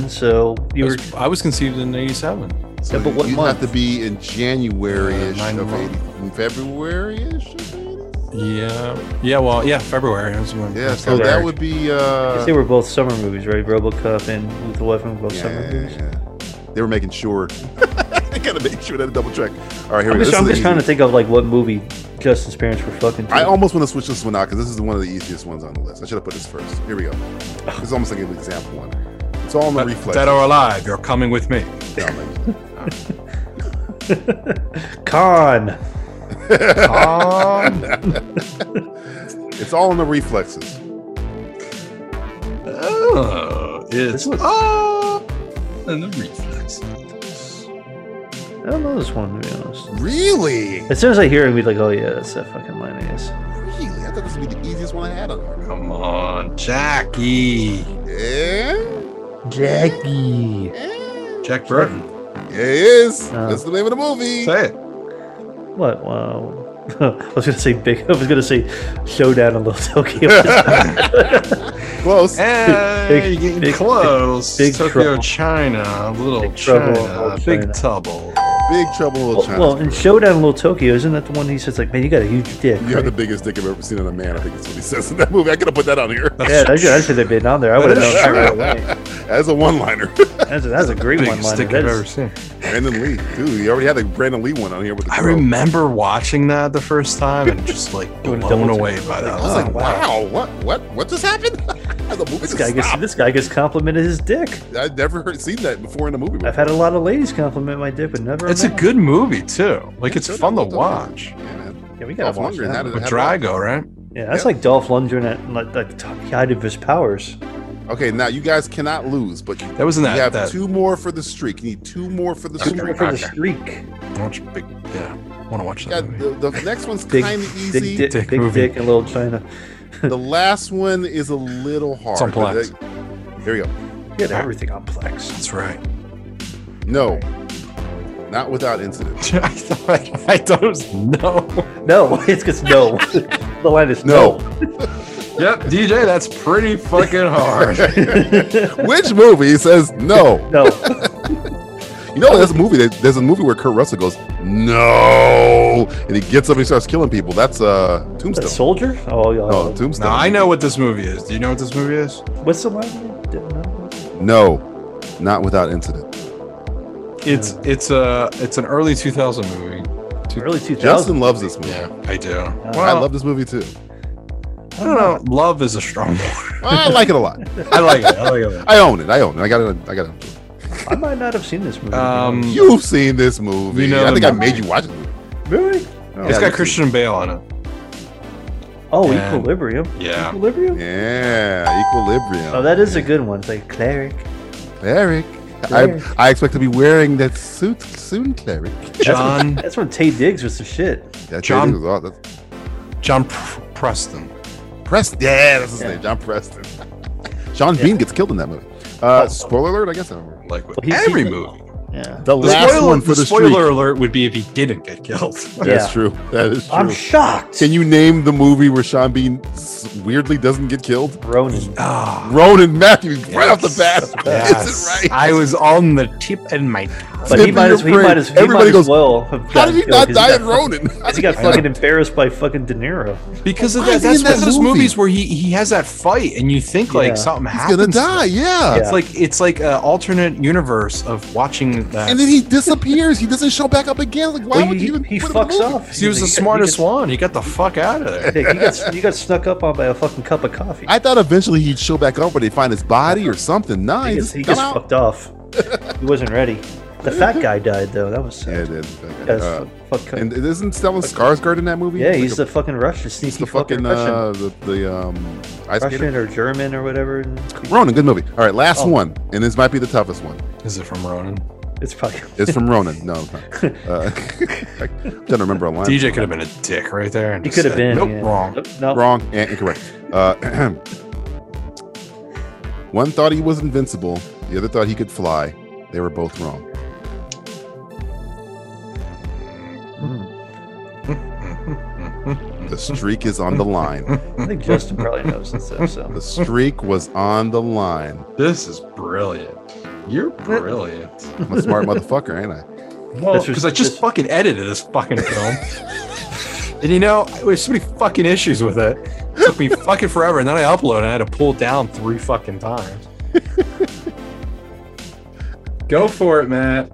Speaker 3: '87, so you
Speaker 4: I
Speaker 3: were.
Speaker 4: was, I was conceived in '87.
Speaker 6: so
Speaker 3: but what
Speaker 6: you'd
Speaker 3: month?
Speaker 6: have to be in January-ish
Speaker 4: Uh, nine
Speaker 6: of
Speaker 4: months.
Speaker 6: 80, February-ish?
Speaker 4: Yeah. Yeah. Well. Yeah. February. I was born.
Speaker 6: Yeah, so that would be uh
Speaker 3: Because they were both summer movies, right? RoboCop and Lethal Weapon were both
Speaker 6: yeah,
Speaker 3: summer movies.
Speaker 6: yeah. They were making sure. I gotta make sure that I double check. All right, here
Speaker 3: I'm
Speaker 6: we go.
Speaker 3: just,
Speaker 6: This
Speaker 3: I'm
Speaker 6: is
Speaker 3: just
Speaker 6: easy.
Speaker 3: trying to think of like what movie Justin's parents were fucking. To.
Speaker 6: I almost want to switch this one out because this is one of the easiest ones on the list. I should have put this first. Here we go. This is almost like an example one. It's all on the reflex.
Speaker 4: Dead or alive, you're coming with me.
Speaker 3: Con. Ah.
Speaker 6: it's all in the reflexes.
Speaker 4: Oh, it's
Speaker 3: was-
Speaker 4: oh, and the reflexes.
Speaker 3: I don't know this one to be honest.
Speaker 6: Really?
Speaker 3: As soon as I hear it, we'd like, oh yeah, that's that fucking line, I guess.
Speaker 6: Really? I thought this would be the easiest one I had on here.
Speaker 4: Come on, Jackie,
Speaker 6: Yeah?
Speaker 3: Jackie.
Speaker 4: Jack Burton.
Speaker 6: Yeah, it is.
Speaker 3: Oh.
Speaker 6: That's the name of the movie.
Speaker 4: Say it.
Speaker 3: What? Wow. I was gonna say big. I was gonna say showdown in Little Tokyo. Eh.
Speaker 6: Close.
Speaker 4: Hey,
Speaker 3: Big-
Speaker 4: you're getting
Speaker 3: big-
Speaker 4: close.
Speaker 3: big- big
Speaker 4: Tokyo,
Speaker 3: trouble.
Speaker 4: China, little
Speaker 3: Big
Speaker 4: China,
Speaker 3: trouble, little China.
Speaker 4: big trouble.
Speaker 6: Big Trouble in Little
Speaker 3: well,
Speaker 6: China.
Speaker 3: well, in Showdown in Little Tokyo, isn't that the one he says like, "Man, you got a huge dick"?
Speaker 6: you have
Speaker 3: right?
Speaker 6: the biggest dick I've ever seen in a man. I think that's what he says in that movie. I could have put that on here.
Speaker 3: Yeah, that should, that should have been on there. I would have known that right away.
Speaker 6: As a one-liner.
Speaker 3: That's, that's a great one.
Speaker 4: Biggest
Speaker 3: Liner.
Speaker 4: dick
Speaker 3: That
Speaker 4: I've
Speaker 3: is-
Speaker 4: ever seen.
Speaker 6: Brandon Lee, dude. You already had a Brandon Lee one on here with the.
Speaker 4: I
Speaker 6: crow.
Speaker 4: remember watching that the first time and just like
Speaker 3: Doing
Speaker 4: blown
Speaker 3: double
Speaker 4: away
Speaker 3: take.
Speaker 4: by that.
Speaker 6: I was like,
Speaker 4: Oh,
Speaker 6: wow, what, what, what just happened? The movie
Speaker 3: This guy gets this guy gets complimented his dick.
Speaker 6: I've never heard, seen that before in a movie.
Speaker 3: I've had a lot of ladies compliment my dick, but never.
Speaker 4: It's a
Speaker 3: mine.
Speaker 4: good movie too. Like it's fun to watch.
Speaker 3: Yeah, we gotta
Speaker 4: Dolph
Speaker 3: watch
Speaker 4: Lundgren
Speaker 3: that.
Speaker 4: had it- With had it all. Drago, right?
Speaker 3: Yeah, that's
Speaker 6: Yep.
Speaker 3: like Dolph Lundgren at like, like top height of his powers.
Speaker 6: Okay, now you guys cannot lose, but
Speaker 4: that was in that-
Speaker 6: You have
Speaker 4: that-
Speaker 6: two more for the streak. You need two more for the
Speaker 4: Two
Speaker 6: streak.
Speaker 4: more for the Okay.
Speaker 3: streak.
Speaker 4: Watch big. Yeah, want to watch
Speaker 6: Yeah,
Speaker 4: that.
Speaker 6: the, the next one's
Speaker 4: Big-
Speaker 6: kind of
Speaker 4: big
Speaker 6: easy.
Speaker 4: dick- Dick big movie. dick
Speaker 3: and little China.
Speaker 6: the last one is a little hard.
Speaker 4: on Plex.
Speaker 6: but that- There you go.
Speaker 3: Get everything on Plex.
Speaker 4: That's right.
Speaker 6: No, not without incident.
Speaker 4: I thought, I thought it was no.
Speaker 3: No, it's because no. the line is
Speaker 6: no.
Speaker 4: yep, DJ, that's pretty fucking hard.
Speaker 6: Which movie says no?
Speaker 3: No.
Speaker 6: you know, there's a movie. That, there's a movie where Kurt Russell goes no, and he gets up and he starts killing people. That's uh, Tombstone.
Speaker 3: soldier? Oh, yeah.
Speaker 6: No, Tombstone.
Speaker 4: Now I know what this movie is. Do you know what this movie is?
Speaker 3: What's the line? Didn't know.
Speaker 6: No, not without incident.
Speaker 4: It's it's a it's an early 2000 movie.
Speaker 3: Early 2000.
Speaker 6: Justin loves this movie.
Speaker 4: Yeah, I do.
Speaker 6: I love this movie too.
Speaker 4: I don't know. Love is a strong word.
Speaker 6: I like it a lot.
Speaker 4: I like it. I like it. a lot.
Speaker 6: I own it. I own it. I got it. I got it.
Speaker 3: I might not have seen this movie.
Speaker 4: Um,
Speaker 6: You've seen this movie.
Speaker 4: You know
Speaker 6: I
Speaker 4: the
Speaker 6: think I
Speaker 4: movie.
Speaker 6: made you watch it.
Speaker 3: Oh, really?
Speaker 6: No,
Speaker 4: it's
Speaker 6: yeah,
Speaker 4: got
Speaker 6: you-
Speaker 4: Christian Bale on it.
Speaker 3: Oh,
Speaker 4: And-
Speaker 3: Equilibrium.
Speaker 4: Yeah.
Speaker 3: Equilibrium.
Speaker 6: Yeah, Equilibrium.
Speaker 3: Oh, that is a good one. It's like cleric.
Speaker 6: Cleric.
Speaker 3: Cleric.
Speaker 6: I, I expect to be wearing that suit soon, Cleric.
Speaker 4: John-
Speaker 3: That's when Tay Diggs was the shit.
Speaker 6: That
Speaker 4: John-
Speaker 6: dude was all- that's-
Speaker 4: John Pr- Preston.
Speaker 6: Preston. Yeah, that's his name. John Preston. Sean Bean gets killed in that movie.
Speaker 3: Oh.
Speaker 6: Uh, spoiler alert, I guess. I don't
Speaker 4: Like with
Speaker 3: He's-
Speaker 4: every
Speaker 3: he's-
Speaker 4: movie.
Speaker 3: Yeah.
Speaker 6: The last
Speaker 4: spoiler,
Speaker 6: one for the
Speaker 4: spoiler
Speaker 6: streak.
Speaker 4: alert would be if he didn't get killed.
Speaker 6: That's
Speaker 3: Yeah.
Speaker 6: true. That is true.
Speaker 3: I'm shocked.
Speaker 6: Can you name the movie where Sean Bean s- weirdly doesn't get killed?
Speaker 3: Ronan.
Speaker 4: Ah,
Speaker 6: Ronan Matthews, right off the bat.
Speaker 4: yes.
Speaker 6: Is it right?
Speaker 4: I was on the tip and my.
Speaker 3: But he might, as, he might as he
Speaker 6: Everybody
Speaker 3: might as
Speaker 6: goes,
Speaker 3: well. Have
Speaker 6: "How did he
Speaker 3: gotten
Speaker 6: not
Speaker 3: killed 'cause
Speaker 6: die
Speaker 3: got
Speaker 6: at Ronin?"
Speaker 3: fucking- 'cause he got fucking embarrassed by fucking De Niro.
Speaker 4: Because of
Speaker 6: Why
Speaker 4: that,
Speaker 6: is he
Speaker 4: that's
Speaker 6: in
Speaker 4: one
Speaker 6: that
Speaker 4: of those
Speaker 6: movie?
Speaker 4: movies where he, he has that fight, and you think
Speaker 3: Yeah.
Speaker 4: like something
Speaker 6: He's
Speaker 4: happens.
Speaker 6: gonna
Speaker 4: to
Speaker 6: die.
Speaker 4: him.
Speaker 6: Yeah.
Speaker 4: It's like it's like an alternate universe of watching that.
Speaker 6: And then he disappears. he doesn't show back up again. Like, why
Speaker 3: Well,
Speaker 6: would
Speaker 3: he-
Speaker 6: you even
Speaker 3: he
Speaker 6: put him
Speaker 3: fucks
Speaker 6: in the movie?
Speaker 3: off.
Speaker 4: he was the
Speaker 3: He got- he
Speaker 4: smartest
Speaker 3: got-
Speaker 4: one. He got the fuck out of there.
Speaker 3: Hey, you got you got snuck up on by a fucking cup of coffee.
Speaker 6: I thought eventually he'd show back up, but they find his body or something. Nah, he
Speaker 3: He gets,
Speaker 6: just
Speaker 3: he
Speaker 6: come
Speaker 3: gets
Speaker 6: out.
Speaker 3: fucked off. He wasn't ready. The fat guy died though. That was
Speaker 6: Yeah,
Speaker 3: sad.
Speaker 6: it is.
Speaker 3: Yeah, it's
Speaker 6: Uh,
Speaker 3: fu- fuck-
Speaker 6: and isn't Stellan Skarsgård in that movie?
Speaker 3: yeah
Speaker 6: It's
Speaker 3: he's
Speaker 6: like
Speaker 3: the fucking Russian
Speaker 6: a, it's
Speaker 3: sneaky
Speaker 6: the fucking
Speaker 3: Russian,
Speaker 6: uh, the the um ice
Speaker 3: Russian
Speaker 6: skater.
Speaker 3: or German or whatever.
Speaker 6: Ronan, good movie. All right, last
Speaker 3: Oh.
Speaker 6: one, and this might be the toughest one.
Speaker 4: Is it from Ronan?
Speaker 3: It's probably
Speaker 6: It's from Ronan. No, it's not. Uh, I don't remember a line.
Speaker 4: DJ could have been a dick right there. and
Speaker 3: he
Speaker 4: just
Speaker 3: could have
Speaker 4: said,
Speaker 3: been
Speaker 4: nope,
Speaker 3: yeah.
Speaker 4: wrong.
Speaker 3: Nope, nope.
Speaker 6: Wrong and incorrect. Uh, one thought he was invincible. The other thought he could fly. They were both wrong. The streak is on the line.
Speaker 3: I think Justin probably knows this stuff. So
Speaker 6: The streak was on the line.
Speaker 4: This is brilliant. You're brilliant.
Speaker 6: I'm a smart motherfucker, ain't I?
Speaker 4: Well,
Speaker 3: This was-
Speaker 4: because I just
Speaker 3: this-
Speaker 4: fucking edited this fucking film. and you know, I had so many fucking issues with it. It took me fucking forever. And then I uploaded and I had to pull it down three fucking times. Go for it, Matt.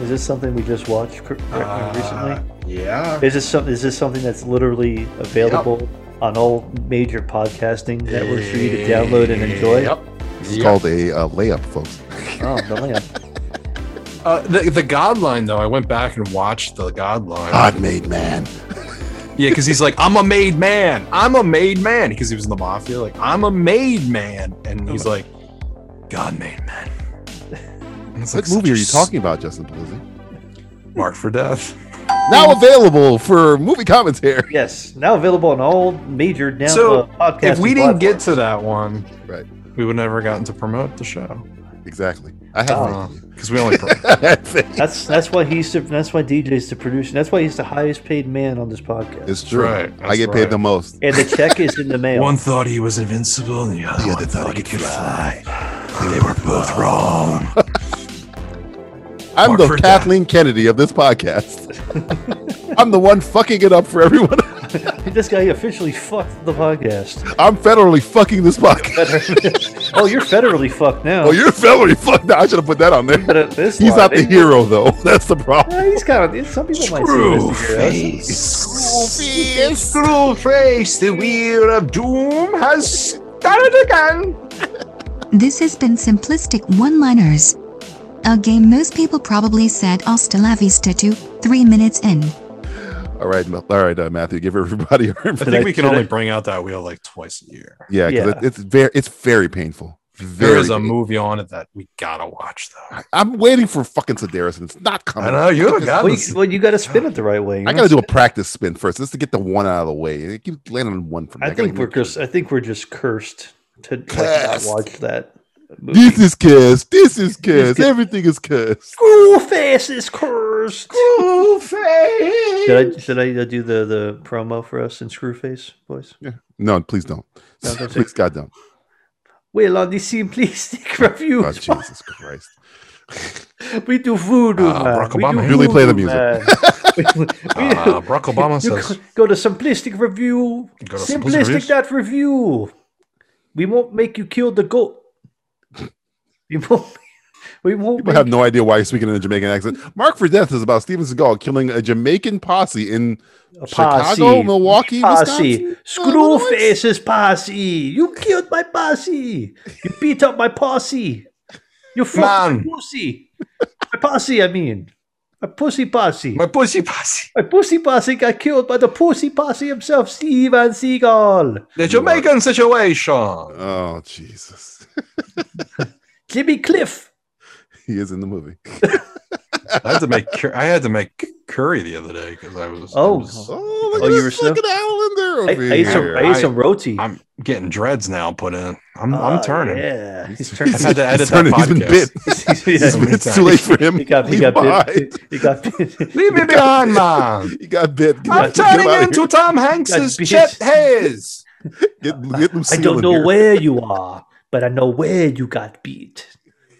Speaker 3: is this something we just watched cr-
Speaker 4: Uh,
Speaker 3: recently?
Speaker 4: Yeah.
Speaker 3: Is this something? Is this something that's literally available on all major podcasting networks for you to download and enjoy?
Speaker 4: Yep.
Speaker 6: It's
Speaker 4: Yep.
Speaker 6: called a uh, layup, folks.
Speaker 3: Oh, the lamp.
Speaker 4: Uh, the, the God line, though, I went back and watched the God line.
Speaker 6: God made man.
Speaker 4: Yeah, because he's like, I'm a made man. I'm a made man. Because he was in the mafia. Like, I'm a made man. And he's like, God made man. And it's
Speaker 6: What
Speaker 4: like
Speaker 6: movie are
Speaker 4: such a
Speaker 6: you talking about, Justin Paluzzi?
Speaker 4: Mark for death.
Speaker 6: Now available for movie commentary.
Speaker 3: Yes, now available on all major down
Speaker 4: so
Speaker 3: uh, podcasts.
Speaker 4: if we didn't get to that one,
Speaker 6: Right.
Speaker 4: we would never gotten to promote the show
Speaker 6: Exactly. I
Speaker 4: Oh.
Speaker 6: have faith in you.
Speaker 4: because we only. Pro-
Speaker 6: I have faith.
Speaker 3: that's that's why he's the, that's why DJ's the producer. That's why he's the highest paid man on this podcast.
Speaker 6: It's true.
Speaker 4: right,
Speaker 6: I get
Speaker 4: that's
Speaker 6: paid
Speaker 4: right.
Speaker 6: the most.
Speaker 3: and the check is in the mail.
Speaker 4: one thought he was invincible, and the other, one thought he could fly. They were both wrong.
Speaker 6: I'm
Speaker 4: Mark
Speaker 6: the
Speaker 4: for death.
Speaker 6: Kathleen Kennedy of this podcast. I'm the one fucking it up for everyone.
Speaker 3: this guy officially fucked the podcast.
Speaker 6: I'm federally fucking this podcast.
Speaker 3: oh, you're federally fucked now.
Speaker 6: Oh, you're federally fucked. Now. I should have put that on
Speaker 3: But
Speaker 6: there.
Speaker 3: at this
Speaker 6: He's
Speaker 3: line,
Speaker 6: not the
Speaker 3: they-
Speaker 6: hero, though. That's the problem.
Speaker 3: Yeah, he's kind of. Some people might see him as the hero.
Speaker 4: Screwface, the wheel of doom has started again.
Speaker 5: This has been Simplistic One Liners, a game most people probably said hasta la vista to three minutes in.
Speaker 6: All right, Ma- all right, uh, Matthew, give everybody. Our
Speaker 4: I think we can
Speaker 6: information.
Speaker 4: only bring out that wheel like twice a year.
Speaker 6: Yeah, 'cause It, it's very it's very painful. Very
Speaker 4: There is a
Speaker 6: painful.
Speaker 4: movie on it that we gotta watch though.
Speaker 6: I'm waiting for fucking Sedaris, and it's not coming.
Speaker 4: I know, you haven't gotten Well, you- this-
Speaker 3: well, you got to spin it the right way.
Speaker 6: I got to do a practice spin first, just to get the one out of the way. It keeps landing on one for me.
Speaker 3: I
Speaker 6: gotta
Speaker 3: think we're
Speaker 6: make-
Speaker 3: just. I think we're just cursed to like, not watch that.
Speaker 6: This is cursed. This is
Speaker 3: This is
Speaker 6: cursed. Everything is cursed.
Speaker 3: Screwface is cursed.
Speaker 4: Screwface.
Speaker 3: Should I, should I uh, do the, the promo for us in Screwface, boys?
Speaker 6: Yeah. No, please don't.
Speaker 3: No, that's
Speaker 6: please,
Speaker 3: it.
Speaker 6: God, don't.
Speaker 3: Well, on the simplistic review,
Speaker 6: Oh, Jesus Christ.
Speaker 3: we do voodoo,
Speaker 6: Ah,
Speaker 3: man.
Speaker 6: Barack
Speaker 3: We
Speaker 6: Obama.
Speaker 3: do
Speaker 6: Really play the music.
Speaker 3: voodoo, man. We- we-
Speaker 4: Ah, Barack Obama
Speaker 3: you
Speaker 4: says-
Speaker 3: go- Go to simplistic review.
Speaker 4: Go to Simplistic
Speaker 3: simplistic
Speaker 4: Reviews.
Speaker 3: that review. We won't make you kill the goat. We won't. We won't.
Speaker 6: People
Speaker 3: make-
Speaker 6: have no idea why you're speaking in a Jamaican accent. Mark for Death is about Steven Seagal killing a Jamaican posse in Chicago,
Speaker 3: posse.
Speaker 6: Milwaukee,
Speaker 3: posse.
Speaker 6: Wisconsin. Uh,
Speaker 3: Screwface's posse. You killed my posse. You beat up my posse. You fucked my
Speaker 4: Man.
Speaker 3: pussy. My posse, I mean. My pussy posse.
Speaker 4: My pussy posse.
Speaker 3: My pussy posse got killed by the pussy posse himself, Steven Seagal.
Speaker 4: The Jamaican situation.
Speaker 6: Oh Jesus,
Speaker 3: Jimmy Cliff.
Speaker 6: he is in the movie.
Speaker 4: I had to make cur- I had to make curry the other day because I was I
Speaker 3: Oh.
Speaker 4: was-
Speaker 6: Oh, look
Speaker 3: Oh,
Speaker 6: at
Speaker 3: you
Speaker 6: this
Speaker 3: were
Speaker 6: fucking Islander over
Speaker 3: I, I
Speaker 6: here.
Speaker 3: ate some, I ate
Speaker 4: I-
Speaker 3: some roti.
Speaker 4: I'm getting dreads now put in. I'm
Speaker 3: Oh,
Speaker 4: I'm turning.
Speaker 3: Yeah, he's
Speaker 4: I've
Speaker 3: turning.
Speaker 4: had to edit
Speaker 6: He's
Speaker 4: that
Speaker 6: turning- he's been
Speaker 4: podcast.
Speaker 6: bit.
Speaker 3: Yeah,
Speaker 4: So many
Speaker 6: it's too
Speaker 4: times.
Speaker 6: late for him.
Speaker 3: He got, he
Speaker 6: Leave
Speaker 3: got
Speaker 6: behind.
Speaker 3: bit. He got bit.
Speaker 4: Leave me behind, man.
Speaker 6: He got bit. Get
Speaker 4: I'm
Speaker 6: out- get
Speaker 4: turning
Speaker 6: out of
Speaker 4: into Tom Hanks's
Speaker 3: beat.
Speaker 4: Chet Hayes.
Speaker 6: here. Get, get
Speaker 3: I
Speaker 6: Lucille
Speaker 3: don't
Speaker 6: in
Speaker 3: know
Speaker 6: here.
Speaker 3: where you are, but I know where you got beat.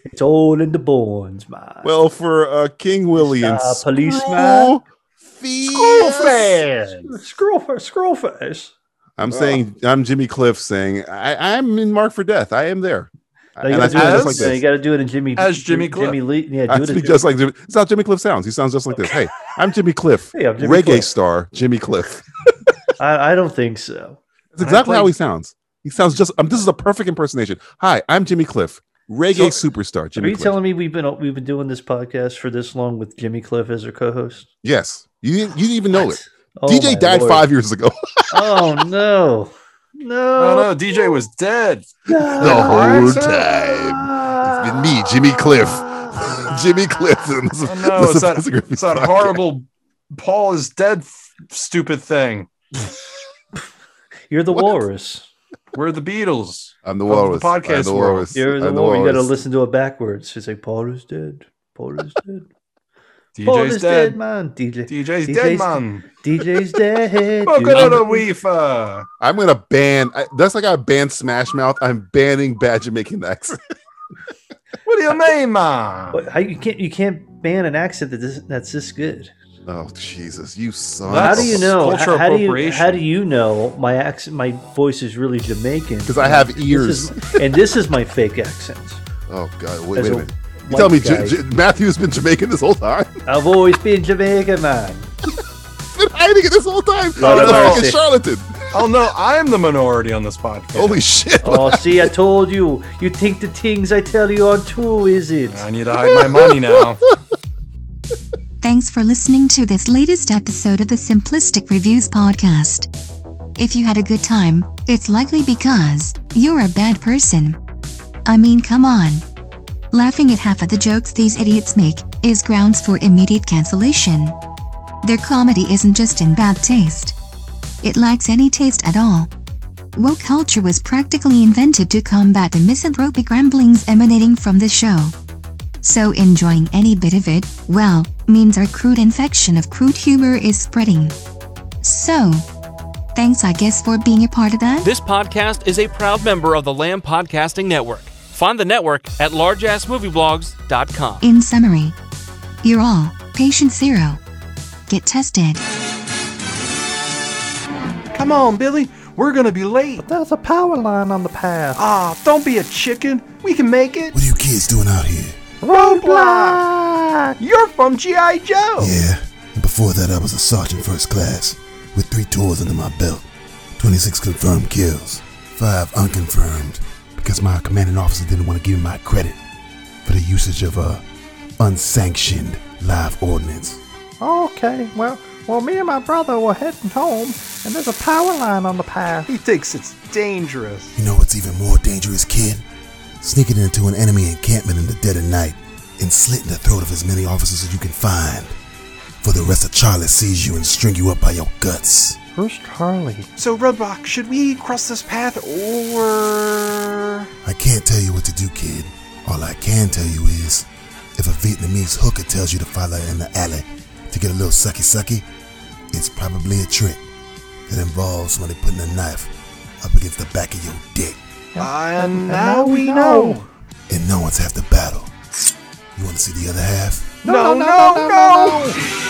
Speaker 3: It's all in the bones, man.
Speaker 6: Well, for uh, King Willie and
Speaker 3: Uh, policeman.
Speaker 6: Screw Face.
Speaker 3: Scroll for scroll face.
Speaker 6: I'm saying I'm Jimmy Cliff saying I, I'm in Mark for Death. I am there.
Speaker 3: Now you
Speaker 6: And I
Speaker 3: gotta
Speaker 6: sound
Speaker 3: do it
Speaker 6: just
Speaker 3: in-
Speaker 6: like
Speaker 3: now you
Speaker 6: this.
Speaker 3: got to do it in Jimmy
Speaker 4: As Jimmy
Speaker 3: Jimmy Lee. Yeah,
Speaker 6: I
Speaker 3: do it.
Speaker 6: speak
Speaker 3: in-
Speaker 6: just like Jimmy. It's how Jimmy Cliff sounds. He sounds just like this. Hey, I'm Jimmy Cliff,
Speaker 3: Hey, I'm Jimmy
Speaker 6: reggae
Speaker 3: Cliff.
Speaker 6: star Jimmy Cliff.
Speaker 3: I, I don't think so.
Speaker 6: That's exactly how
Speaker 4: played-
Speaker 6: he sounds. He sounds just. Um, this is a perfect impersonation. Hi, I'm Jimmy Cliff, reggae superstar
Speaker 3: Are
Speaker 6: Jimmy
Speaker 3: you
Speaker 6: Cliff.
Speaker 3: telling me we've been we've been doing this podcast for this long with Jimmy Cliff as our co-host?
Speaker 6: yes, you didn't, you didn't even know it.
Speaker 3: Oh, my
Speaker 6: DJ died
Speaker 3: Lord.
Speaker 6: five years ago.
Speaker 3: Oh no,
Speaker 4: No,
Speaker 3: no,
Speaker 4: no, DJ was dead.
Speaker 3: no.
Speaker 6: the whole time. It's been me, Jimmy Cliff. Jimmy Cliff.
Speaker 4: Oh, no, it's that, it's that horrible Paul is dead f- stupid thing.
Speaker 3: You're the walrus.
Speaker 4: We're the Beatles.
Speaker 6: I'm the
Speaker 4: of the
Speaker 6: walrus. I'm
Speaker 4: podcast
Speaker 6: the
Speaker 4: world.
Speaker 6: walrus.
Speaker 3: You're the
Speaker 6: I'm the
Speaker 3: one you got to
Speaker 6: walrus.
Speaker 3: listen to it backwards. It's like Paul is dead. Paul is dead. Paul
Speaker 4: DJ's
Speaker 3: is dead,
Speaker 4: dead.
Speaker 3: man. DJ,
Speaker 4: DJ's dead, man.
Speaker 3: DJ's dead.
Speaker 4: Welcome
Speaker 3: dude.
Speaker 4: to the Weefa.
Speaker 6: I'm gonna ban. I, that's like I banned Smash Mouth. I'm banning bad Jamaican accent.
Speaker 4: What do you mean, man?
Speaker 3: What- how- you can't you can't ban an accent that this, that's this good.
Speaker 6: Oh Jesus, you son!
Speaker 3: How
Speaker 4: That's
Speaker 3: do you know?
Speaker 4: cultural
Speaker 3: How, how do you how
Speaker 4: appropriation.
Speaker 3: do you know my accent? My voice is really Jamaican
Speaker 6: Because I have
Speaker 3: This
Speaker 6: ears.
Speaker 3: is- and this is my fake accent.
Speaker 6: Oh God, wait,
Speaker 3: As
Speaker 6: wait a
Speaker 3: a
Speaker 6: minute. You
Speaker 3: white
Speaker 6: tell me J-
Speaker 3: guy.
Speaker 6: J- Matthew's been Jamaican this whole time?
Speaker 3: I've always been Jamaican, man.
Speaker 6: been hiding it this whole time.
Speaker 3: No,
Speaker 6: He's
Speaker 3: no,
Speaker 6: a
Speaker 3: no.
Speaker 6: fucking charlatan.
Speaker 4: Oh no, I'm the minority on this podcast.
Speaker 6: Holy shit!
Speaker 3: Oh, see, I told you. You think the things I tell you are true, is it?
Speaker 4: I need to hide my money now.
Speaker 5: Thanks for listening to this latest episode of the Simplistic Reviews podcast. If you had a good time, it's likely because you're a bad person. I mean, come on. Laughing at half of the jokes these idiots make is grounds for immediate cancellation. Their comedy isn't just in bad taste, it lacks any taste at all. Woke culture was practically invented to combat the misanthropic ramblings emanating from the show. So enjoying any bit of it, well, means our crude infection of crude humor is spreading. So, thanks, I guess, for being a part of that.
Speaker 12: This podcast is a proud member of the Lamb Podcasting Network. Find the network at largeassmovieblogs.com.
Speaker 5: In summary, you're all patient zero. Get tested.
Speaker 4: Come on, Billy. We're gonna be late.
Speaker 15: There's a power line on the path.
Speaker 4: Ah, don't be a chicken. We can make it.
Speaker 13: What are you kids doing out here?
Speaker 4: Roadblock. You're from GI Joe.
Speaker 13: Yeah, and before that, I was a sergeant first class with three tours under my belt, 26 confirmed kills, five unconfirmed, because my commanding officer didn't want to give me my credit for the usage of a unsanctioned live ordinance.
Speaker 3: Okay, well, well, me and my brother were heading home, and there's a power line on the path. He thinks it's dangerous.
Speaker 13: You know what's even more dangerous, kid? Sneaking into an enemy encampment in the dead of night and slitting the throat of as many officers as you can find. For the rest of Charlie sees you and string you up by your guts.
Speaker 3: Where's Charlie?
Speaker 4: So, Rudbach, should we cross this path or.
Speaker 13: I can't tell you what to do, kid. All I can tell you is if a Vietnamese hooker tells you to follow her in the alley to get a little sucky sucky, it's probably a trick that involves somebody putting a knife up against the back of your dick.
Speaker 4: And now we know.
Speaker 13: And no one's half the battle. You want to see the other half?
Speaker 4: no, no, no. no. no.